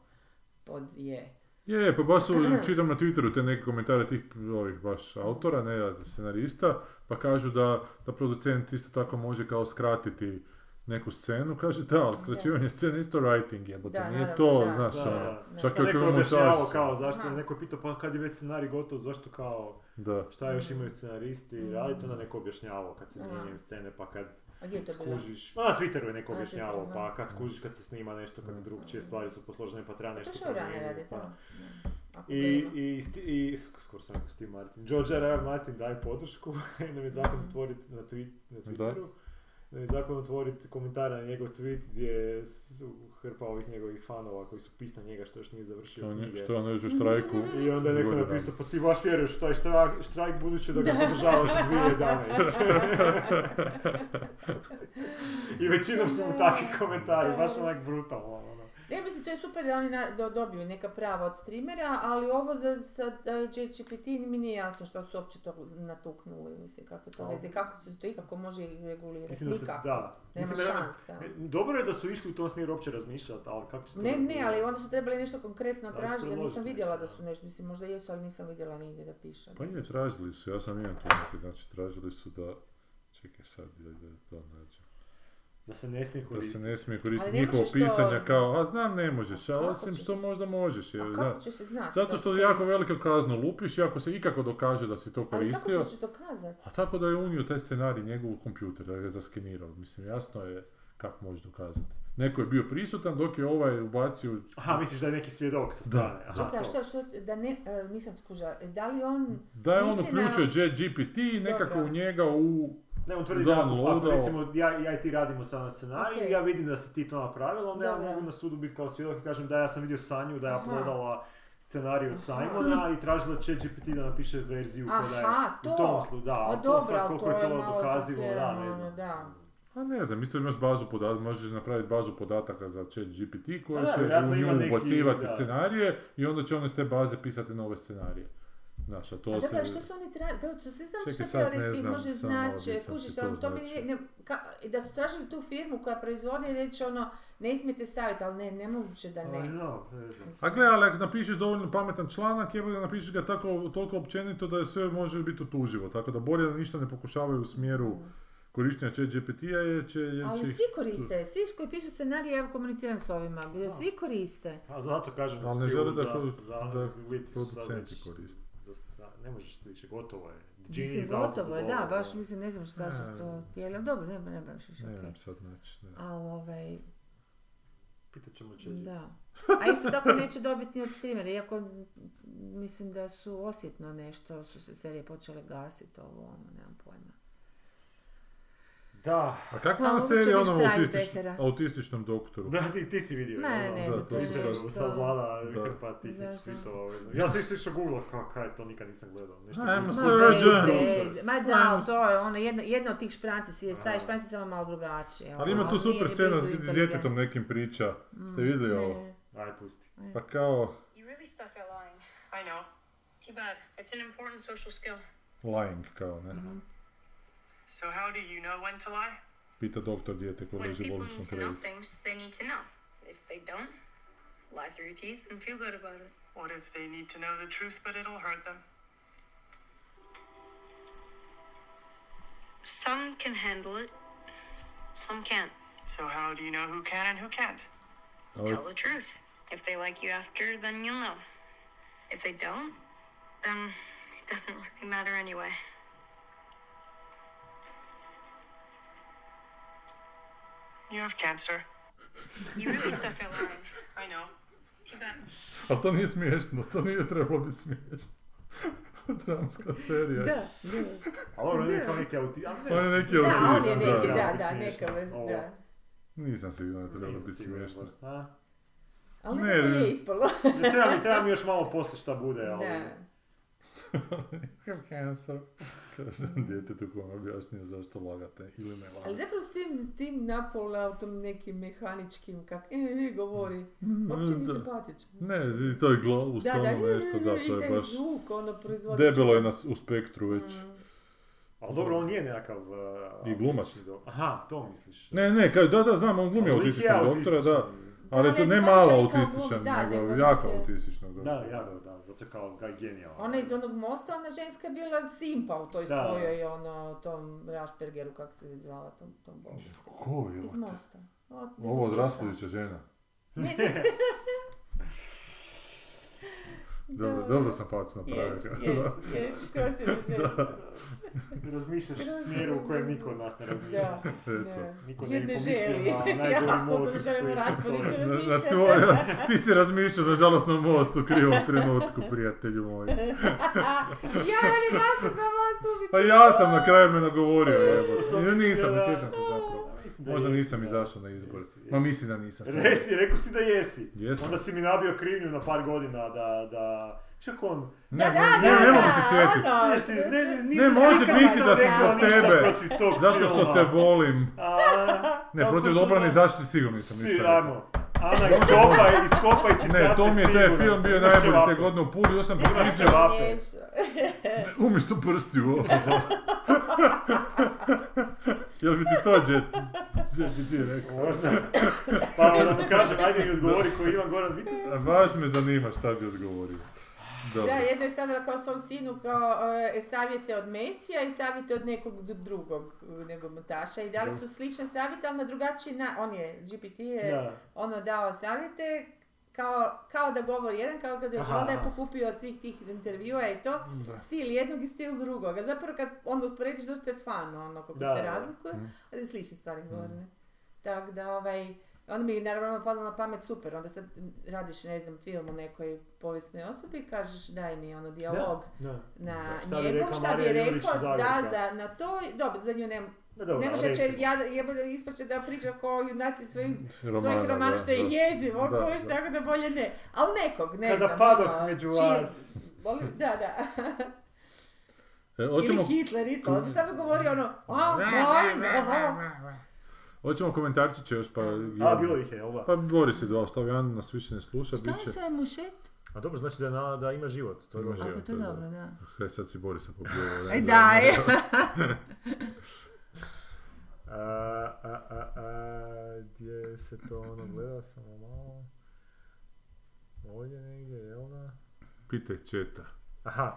pod je.
Je, pa baš su,
*clears throat*
čitam na Twitteru te neke komentare tih ovih baš autora, ne scenarista, pa kažu da, da producent isto tako može kao skratiti neku scenu, kaže da, ali skraćivanje scene je isto writing, jebote,
Da,
nije
naravno,
Pa to,
da.
znaš,
Da,
ono,
da.
čak i
Pa
ako
neko je
imamo
objašnjavao
montažu.
kao zašto,
Aha.
neko je pitao pa kad je već scenarij gotov, zašto kao,
Da.
šta
Mm.
još imaju scenaristi raditi, onda neko objašnjavao kad se
Aha.
mijenjaju scene pa kad
A gdje je to bilo?
skužiš, ma na Twitteru je neko
Na
objašnjavao
Twitteru,
pa
da. Mm.
kad skužiš kad se snima nešto, kad drugčije stvari su posložene pa treba
To
nešto
showrunner
promijeniti,
radi,
pa-
da. Ako ga
I,
ima.
i, sti, i sk- skoro sam rekao Steve Martin. George R. R. Martin daje podršku *laughs* i nam je zakon otvoriti na, tweet, na
Da.
Twitteru. Da. je zakon otvoriti komentara na njegov tweet gdje su hrpa ovih njegovih fanova koji su pisna njega što još nije završio
Što on,
knjige.
što je on već u
*laughs*
štrajku.
I onda je neko
Godinama.
napisao, pa ti baš vjeruješ u taj štrajk, štrajk budući da ga podržavaš od 2011. *laughs* I većinom su mu takvi komentari, baš onak brutalno. ono.
Ne, mislim, to je super da oni na- da dobiju neka prava od streamera, ali ovo za, za GPT mi nije jasno što su uopće to natuknuli, mislim, kako to
A,
veze, kako se to ikako može regulirati,
Mislim da se,
nikako,
da.
nema
Mislim da ono- nema-
šansa.
E, Dobro je da su išli u tom smjeru uopće razmišljati, ali kako će se to
Ne, ne,
regulirati?
ali onda su trebali nešto konkretno
Da,
tražiti, da
predložiti
nisam vidjela da
Ono nešto,
su nešto, mislim, možda jesu, ali nisam vidjela nigdje da piše.
Pa je, tražili su, ja sam imam tu neke, znači tražili su da, čekaj sad, da, da to nađem.
Da se ne smije
Da se
koristiti.
ne smije koristiti
ne
njihovo
možeš to-
pisanje kao, a znam ne možeš,
A
a
kako
osim
ćeš?
što možda možeš. Jer,
A
da.
kako će se znati?
Zato
da
što
su
jako
koristili?
veliku kaznu lupiš i ako se ikako dokaže da si to
Ali kako
koristio,
se ćeš dokazati?
a tako da je unio taj scenarij njegov u kompjuter, da ga je zaskenirao. Mislim, jasno je kako možeš dokazati. Neko je bio prisutan dok je ovaj ubacio...
Aha, misliš da je neki svjedok sa strane. Aha,
Čekaj, a
to.
što, što, da ne, e, nisam skuža, da li on...
Da je on
Misli na-
uključio GPT i nekako
Dobro.
u njega u...
Ne, on tvrdi
Da,
da, ako, ako
ludao.
recimo ja, ja i ti radimo sad na scenariju,
Ok.
ja vidim da si ti to napravila, onda ja
Dobro.
mogu na sudu biti kao svjedok i kažem da ja sam vidio Sanju, da ja
Aha.
prodala scenarij od
Aha.
Simona i tražila će GPT da napiše verziju koja da je
Aha,
u
to.
tom slu, da,
A
ali to
dobro,
sad
ali
koliko je to
malo
dokazivo, da, ne
pretjerano,
znam.
da.
A ne znam, isto imaš bazu podataka, možeš napraviti bazu podataka za chat GPT koja
A da,
će
vjerojatno
u
ima
nju
neki,
ubacivati
da.
scenarije i onda će on iz te baze pisati nove scenarije. Znaš, a to
A
se...
dobro, što su oni tražili, da su svi znali
Čekaj,
što
sad ne
teoretski
znam,
može
samo malo
znači,
nisam
kužiš,
si to
ali to mi
označio.
nije, ne, ka, i da su tražili tu firmu koja proizvodi i reći ono, ne smijete staviti, ali ne, nemoguće da ne.
Ali no, ne znam.
A
Mislim,
Pa gle, ali ako napišeš dovoljno pametan članak, jebo ga napišeš ga tako, toliko općenito da je sve može biti utuživo. Tako da bolje da ništa ne pokušavaju u smjeru korištenja chat GPT-a jer će... Jer će
Ali
ih-
svi koriste, svi koji pišu scenarije, ja komuniciram s ovima, svi koriste.
A Pa zato kažem da
Ali
su
ne
ti
žele
u-
da
za-
produ-
za-
da
u biti su sad
producenti
već-
koriste.
dosta, ne možeš tu više, gotovo je. Genie
Mislim,
is out of the
gotovo je,
bottle,
da, baš mislim, ne znam šta
Ne.
su to tijeli, ali dobro, ne, ne moraš više,
Ne
okej.
znam sad naći, ne znam.
Ali ovaj,
ono, Pitat ćemo Jerry.
da. A isto tako neće dobiti ni od streamera, iako m, mislim da su osjetno nešto, su se serije počele gasiti, ovo, ono, nemam pojma.
Da, *laughs*
A kakva je
A
ona
ovo će
serija
biti
onom
štrajk
autističnom,
Petera.
autističnom doktoru?
da, ti, ti si vidio.
Ne,
jel da?
ne,
Da,
za to
to
je
su sad-
nešto...
Sa vlada
Da.
hrpa tih nekih
Zašto?
tweetova, ovaj, no. Ja sam isto išao googla, kao kaj je to, nikad nisam gledao. Nešto
Ajmo
drugo.
Ma,
Surgeon.
bez veze. Ma da,
Ajmo
ali
s-
to je ono, jedna, jedna od tih špranci si je
Aha.
sa, špranci samo malo drugačije. ono,
Ali ima tu super scena s djetetom nekim priča.
Mm,
Ste vidjeli ovo?
Aj, pusti.
Pa kao
You really suck at lying.
I know.
Too bad. It's an important social skill.
lying kao, ne?
Mhm.
So how do you know when to lie?
Pita doktor dijete koji
When
leži u
people
bolničkom
need to know
krevetu.
things, they need to know. If they don't, lie through your teeth and feel good about it.
What if they need to know the truth but it'll hurt them?
Some can handle it, some can't.
So how do you know who can and who can't?
You
Oh.
tell the truth. If they like you after, then you'll know. If they don't, then it doesn't really matter anyway.
You have cancer.
You really suck at lying.
I know.
Too bad.
Ali to nije smiješno, to nije trebalo biti smiješno. *laughs* Dramska serija.
Da, da.
Ali ono je
Da.
kao neki auti... ali ne
On je neki
znam, mislim,
Da, on je
autist,
neki, da,
da.
da, neka
Mislim, nešto.
vrsta,
Ovo.
da.
Nisam siguran da je trebalo
nisam
biti
siguran
smiješno. *laughs*
baš. A?
Ali
Ne,
nekako
ne.
je
*laughs*
ispalo.
Ne, Treba mi, treba mi još malo poslije šta bude, ali...
Da.
Have cancer. Kažem djetetu kojem objasnio zašto lagate ili ne
Ali
lagate.
zapravo s tim, tim napola, tom nekim mehaničkim, kak, e, e, govori, uopće nije
Da.
simpatičan.
Ne, i to je glavu
Da, da, e,
stalno nešto, da,
i
to je
taj
baš...
zvuk, ono, proizvodi.
Debelo je nas u spektru već.
Mm.
Ali dobro, on nije nekakav... uh,
I glumac.
autistični do- Aha, to misliš.
Ne, ne, kao, da, da, znam, on glumi
Ali lik je
autističnog doktora, da.
autističan.
Da,
Ali
ali
to ne
on
malo
više kao
autističan,
glum- da,
nego
nego
jako
neki-
autističnog doktora.
Da, jako, da, zato je kao ono. ga genijalan.
Ona iz onog mosta, ona ženska je bila simpa u toj
Da, da.
svojoj, ono, tom Rašpergeru, kako se zvala, tom, tom bolesti.
Ko je
Iz
ovo?
mosta. O,
Ovo od
debeljica.
Raspudića žena. Dobro,
Da.
dobro sam fac
Jes,
napravio.
jes, jes, skroz je žena.
*laughs* Razmišljaš u smjeru u kojem niko od nas ne razmišlja.
Da,
*laughs* Eto.
da.
Niko ne
Jer
bi
ne
pomislio
želi. *laughs*
na
Ja
najgori
apsolutno ne
mozak
želim
koji
o Raspudiću
*laughs*
postoji.
Na, na
razmišljati.
tvoj- ti si razmišljao na žalostnom mostu u krivom trenutku, prijatelju moj.
*laughs* Ja ne glasam za Raspudića.
Pa ja sam na kraju me nagovorio,
Što
evo.
sam
Ja
mislio
nisam, ne
da-
sjećam se zapravo.
Mislim da
Možda
jesi,
nisam
da.
izašao na izbor.
Jesi,
Ma
jesi.
mislim da nisam. stvarno.
Reci, rekao si da jesi.
Jesam.
Onda si mi nabio krivnju na par godina da... da... Čak on...
Ne,
Da,
ne, ne,
da,
ne mogu
da,
se sjetiti.
ono,
Znaš ti, ne, ne,
Ne,
nisam
može
nikad
biti da sam
rekao
zbog
ništa
tebe.
protiv tog
Zato što
filma.
te volim.
A,
Ne,
tako
protiv
što
obrane i
da-
zaštite sigurno nisam
Si,
ništa rekao.
ajmo. Ana, iskopaj, iskopaj citate
Ne, to mi je taj
sigurno,
film bio
sigurno će
najbolji te
vapiti.
godine u Puli, još sam
*laughs* Imaš
pripričao.
vape.
Miješao.
Umiš tu prsti u ovo.
*laughs*
Jel bi ti to, Jet? Jet bi ti rekao.
Možda. Pa da mu kažem, ajde mi odgovori koji Ivan Goran Vitez.
A Baš me zanima šta bi odgovorio. Dobro.
Da, jedna je stavila kao svom sinu kao e, savjete od Mesija i savjete od nekog d- drugog e, nogometaša i dali su slične savjete, ali na drugačiji na... On je, GPT je
Da.
ono dao savjete kao, kao da govori jedan, kao kad je
Aha.
onda je pokupio od svih tih intervjua i to, stil jednog i stil drugog. A zapravo kad onda usporediš dosta je fan, ono, kako
Da, da,
se
da. Mhm.
razlikuje, ali slične stvari govorne. Tako da, ovaj, onda mi je naravno padlo na pamet super, onda sad radiš, ne znam, film o nekoj povijesnoj osobi i kažeš daj mi ono dijalog
Da.
na
Šta bi
njegov,
rekla
šta bi
Marija Jurić iz
rekao, da,
Zagreba?
za, na to, dobro, za nju nema,
Da, dobro,
ne može, će,
recimo.
ja, jebate, ispaće da priča ko junaci svojih
Romana,
svojih romana,
da,
što je
da.
jezivo,
Da,
kuš,
da.
tako da bolje ne. Ali nekog, ne
Kada
znam.
padoh
ono,
među
čil-
vas.
Volim, da,
*laughs*
da.
E,
Ili
hoćemo,
Hitler isto, on bi samo govorio ono,
*laughs*
a, molim, aha.
hoćemo komentarčiće još pa...
A, bilo ih je, jel da?
Pa Boris je dao, stavi Jan nas više ne sluša, bit će...
sa mušet?
A dobro, znači da, na, da ima život. To
Ima život, da, da.
da.
Kaj sad si Borisa
*laughs*
pobio.
Aj, daj.
A, a, a, a, gdje se to ono gleda, samo malo. Ovdje negdje, jel da?
Pitaj Četa.
Aha.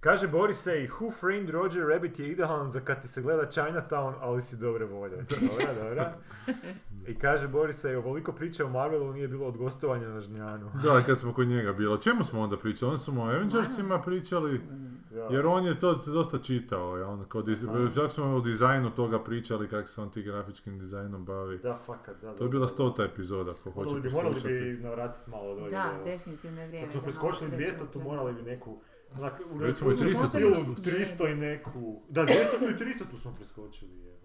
Kaže Borisej, Who Framed Roger Rabbit je idealan za kad ti se gleda Chinatown, ali si dobre volje. Dobra, dobra. I kaže Borisej, ovoliko priče o Marvelu nije bilo od gostovanja na Žnjanu.
Da, kad smo kod njega bili. O čemu smo onda pričali? Onda smo o Avengersima pričali,
Da.
jer on je to dosta čitao. Je on, kod, čak smo o dizajnu toga pričali, kako se on ti grafičkim dizajnom bavi.
Da, fakat, da.
To je bila stota epizoda, ako hoće
Morali bi, morali
poslušati.
bi navratiti malo dolje.
Da,
ovo.
definitivno je vrijeme.
Kad smo
da
preskočili
malo
200, tu
pređemo.
morali bi neku... Onak, u
Već smo i
u-
300.
stilu 300 i neku... Da, 200 i 300 tu smo preskočili. evo.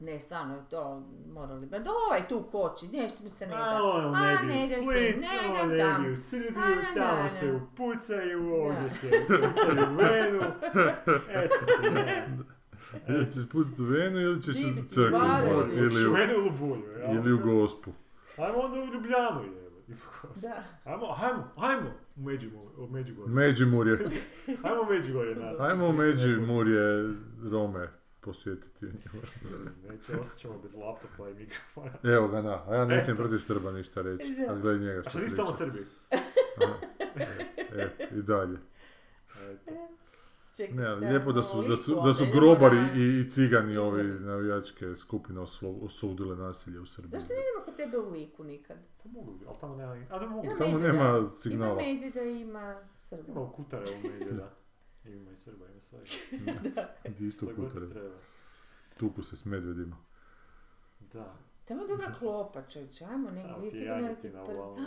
Ne, stvarno, to morali. Ba, da ovaj tu koči, nešto mi se ne da.
A ono
A,
ne
ne
bi u
idem Pa se, Pa ne idem
Split, ono ne bi
tam.
u Srbiju,
A, ne, ne,
tamo
ne.
se upucaju,
Da.
ovdje se upucaju u Venu. Eto ti, ne.
Ili ćeš spustiti u venu ili ćeš
Ti-
u crkvu
Varaždin.
morat, ili,
U
u,
Venu ili u Bulju, jel?
ili u gospu.
Ajmo onda u Ljubljanu, jebo.
Da.
Ajmo, ajmo, ajmo u Međimurje, u Međugorje.
Međimurje.
Ajmo u Međugorje, naravno.
Ajmo u
Ti ste neko-
Međimurje Rome posjetiti.
Neće, ostaćemo bez laptopa i mikrofona.
Evo ga, da. A ja ne smijem protiv Srba ništa reći.
Da.
A gledaj njega
A
što
šta nisi tamo
priča.
Srbi?
Eto, i dalje.
Eto.
Čekaj,
Ne,
šta,
lijepo da su, da su,
ovoliko,
da su
onda idemo
grobari
na-
i, i cigani ovi navijačke skupine oslo- osudile nasilje u Srbiji.
Zašto ne idemo kod tebe u liku nikad? Ja,
Pa mogu bi, ali tamo nema... A da mogu.
Ima
Tamo
medvjeda.
nema signala.
Ima medvjeda, ima srba.
Ima u Kutare u Međugorje, da. Ima i Srba, ima sve.
*laughs*
Di Isto
Što
kutare.
god treba.
Tuku se s medvedima.
Da.
Tamo je dobra klopa, čovječe, ajmo negdje,
A,
gdje
ti
sigurno neki
janjetina
prvi. *gasps*
uglavnom.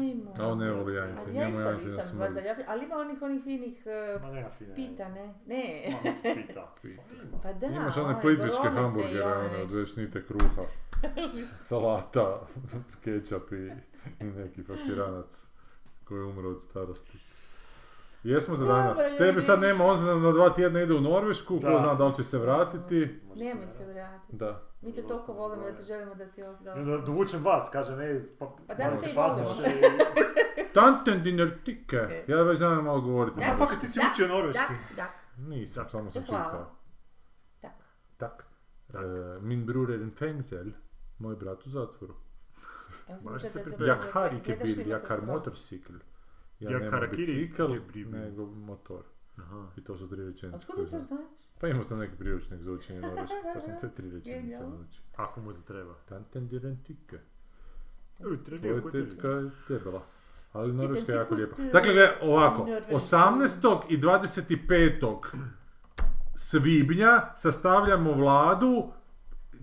Ajmo.
A on ne voli
A
janjetinu,
ja
njemu
isto
janjetina
nisam baš
smrdi.
zaljubljena, ali ima onih, onih finih eh,
Ma nema fine.
pita, ne? Ne.
Ono s pita.
*laughs* Pita.
Pa ima.
Pa da,
Imaš
one
one plitvičke
bolonice i
hamburgere, ono,
one
one zešnite
*laughs*
kruha, salata, *laughs* kečap i i neki fakiranac koji je umro od starosti. Jesmo za
Dobro,
danas.
ljudi.
Tebe sad nema, on za- na dva tjedna ide u Norvešku, ko
Da.
zna da li će se vratiti.
Može
Nemoj se
naravno.
vratiti.
Da.
Mi te toliko volimo da ti želimo da ti E,
I
ozdala.
onda dovučem vas, kaže ne, pa...
Pa da,
malo
te i
pasaš
volimo.
i-
Tanten
E.
dinertike. Ja već znam malo govoriti.
pa
A
norveški.
fakat ti si učio norveški.
Tak, tak,
Nisam, samo sam
E, Hvala.
čitao.
tak.
Tak. E, min bror je en fengsel, moj brat u zatvoru.
Evo sam
Možeš
mislila da
se
je to
Ja
bilo-
harike
gledaš li
bil,
me
ja
kroz
kar
prozor?
motorcikl. Ja,
Ja
nemam
harakiri,
bicikl,
je bribil.
nego motor.
Aha.
I to su tri rečenice.
Otkud
koje
ti to
znam. *laughs*
znaš?
Pa imao sam neki priručnik za učenje norveškog, pa sam
*laughs*
te tri rečenice
Genijalno.
naučio.
Ako mu zatreba.
Tanten diren tike.
Uj, treba
Tvoja
je kod
tetka
tebe.
je debela. Ali norveška
ti
je jako
kut,
lijepa.
eh,
Dakle, gle, ovako,
norveška.
18. i 25. svibnja sastavljamo vladu,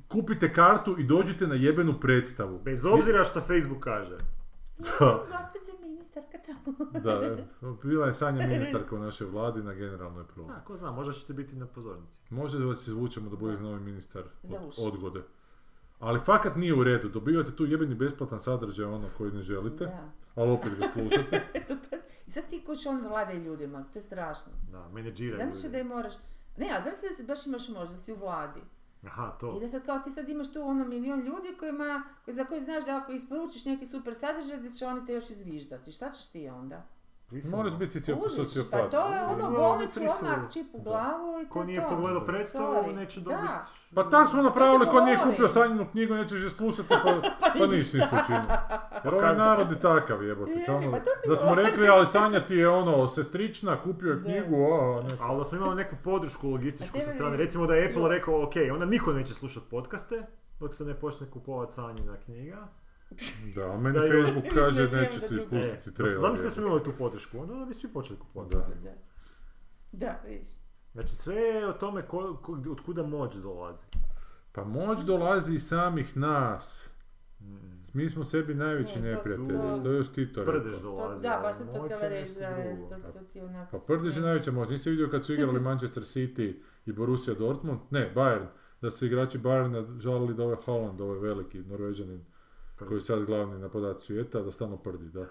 kupite kartu i dođite na jebenu predstavu.
Bez obzira što Facebook kaže.
Da.
*laughs* Gospođa ministarka tamo. *laughs*
Da, e. bila je Sanja ministarka u našoj vladi na generalnoj probi.
A, ko zna, možda ćete biti na pozornici.
Može da vas izvučemo da budete novi ministar od-
Za uši.
odgode. Ali fakat nije u redu, dobivate tu jebeni besplatan sadržaj ono koji ne želite,
Da.
ali opet ga slušate.
*laughs* I sad ti kuć on vlada ljudima, to je strašno.
Da, menadžiraju.
Zamisli da
ljude.
je moraš... Ne, a zamisli da se baš imaš možda, da si u vladi.
Aha,
I
to.
da sad kao ti sad imaš tu ono milion ljudi kojima, koji- za koje znaš da ako isporučiš neki super sadržaj da će oni te još izviždati. Šta ćeš ti onda?
Moraš biti socio-
Kužiš, pa
sociopat.
to je ono
Ima
bolnicu,
prisilno.
odmah čip u glavu i to
Ko
je
nije
to.
pogledao
Mislim,
predstavu,
sorry.
neće
Da.
dobiti...
Pa tak smo napravili,
ti
ko nije
govorim.
kupio Sanjinu knjigu nećeš je slušati, pa,
*laughs*
pa nisi ništa učinio. Jer ovaj
kad-
narod je takav jebote,
Je,
samo
pa to ti
da smo
govorim.
rekli, ali Sanja ti je ono, sestrična, kupio je knjigu, a, ne.
Ali da smo imali neku podršku logističku
A
sa
Pa tebi-
strane, recimo da je Apple rekao, ok, onda niko neće slušat podcaste, dok se ne počne kupovat Sanjina knjiga.
Da, a meni
Da, i-
Facebook
*laughs*
kaže
Mislim,
neće
da
ti
drugo.
E,
pustiti
da
trailer.
su- zamisli da
jebote.
smo imali tu podršku, onda bi svi počeli kupovat
Da.
Sanjinu.
Da. Da, vidiš.
Znači sve je o tome ko, ko, od kuda moć dolazi.
Pa moć dolazi iz samih nas. Mi smo sebi najveći
Ne, to su-
neprijatelji, to je još Tito
Hmm. Prdež
rekao.
To,
dolazi.
da,
a
baš sam to
moć je
htjela reći
nešto
da je
drugo.
to, to ti onak...
Pa Prdež je najveća moć. Nisi vidio kad
*laughs*
su igrali Manchester City i Borussia Dortmund? Ne, Bayern. Da su igrači Bayerna žalili da ovaj Haaland, ovaj veliki norvežanin, koji je sad glavni napadač svijeta, da stalno prdi, da.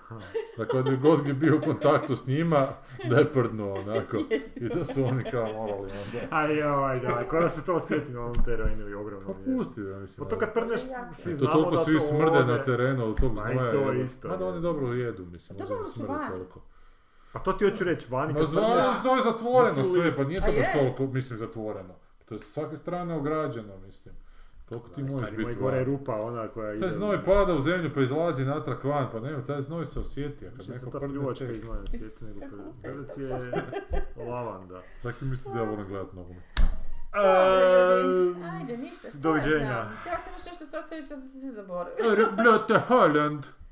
Dakle, kad je god je bio u kontaktu s njima, da je prdnuo
*laughs*
onako. I da su oni kao morali. ono.
Aj, joj, da, ko da se to osjeti na ovom terenu i ogromno.
Pa pusti, ja mislim.
Pa to kad prdneš,
Znači,
svi
To
znamo
toliko
da
svi
to
smrde
ode.
na terenu od tog
Ma i
znoja.
to
jebote.
isto,
Mada oni
je.
dobro jedu, mislim, možda
Dobro,
ne
su
smrde
vani.
toliko.
Pa to ti hoću reći, vani
Ma
kad prdneš,
znaš, to je zatvoreno
Mislim,
sve, pa nije to
A
baš
je.
toliko, mislim, zatvoreno. To je sa svake strane ograđeno, mislim. Koliko ti možeš
stari moj,
biti
gore je
van?
rupa ona koja ide... ono.
Taj znoj pada u zemlju pa izlazi natrag van, pa nema, taj znoj se osjeti, a kad
Znači se
neko
ta
prdne
pljuvačka
*laughs*
te...
iz moje svijete nego prljač. Prljac je Lavanda.
Svaki misli da ja volim gledat nogomet.
Ehm,
Ajde, ništa, što
doviđenja. E,
ja znam. Htjela sam još nešto što ostaviš, ja sam sve zaboravila.
Blöte Haaland.